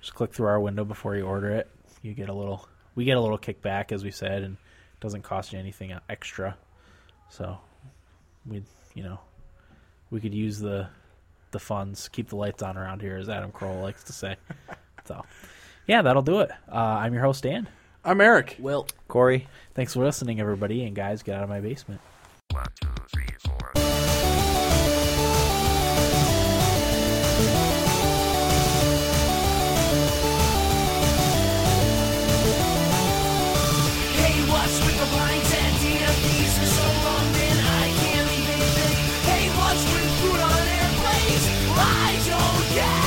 A: just click through our window before you order it. You get a little, we get a little kickback, as we said, and it doesn't cost you anything extra. So we, you know, we could use the the funds, keep the lights on around here, as Adam Kroll likes to say. So, yeah, that'll do it. Uh, I'm your host, Dan.
B: I'm Eric.
C: Well.
D: Corey.
A: Thanks for listening, everybody, and guys, get out of my basement.
F: One, two, three, four.
E: Hey, what's with the blinds and DMVs for so long? Then I can't even think. Hey, what's with food on airplanes? I don't get.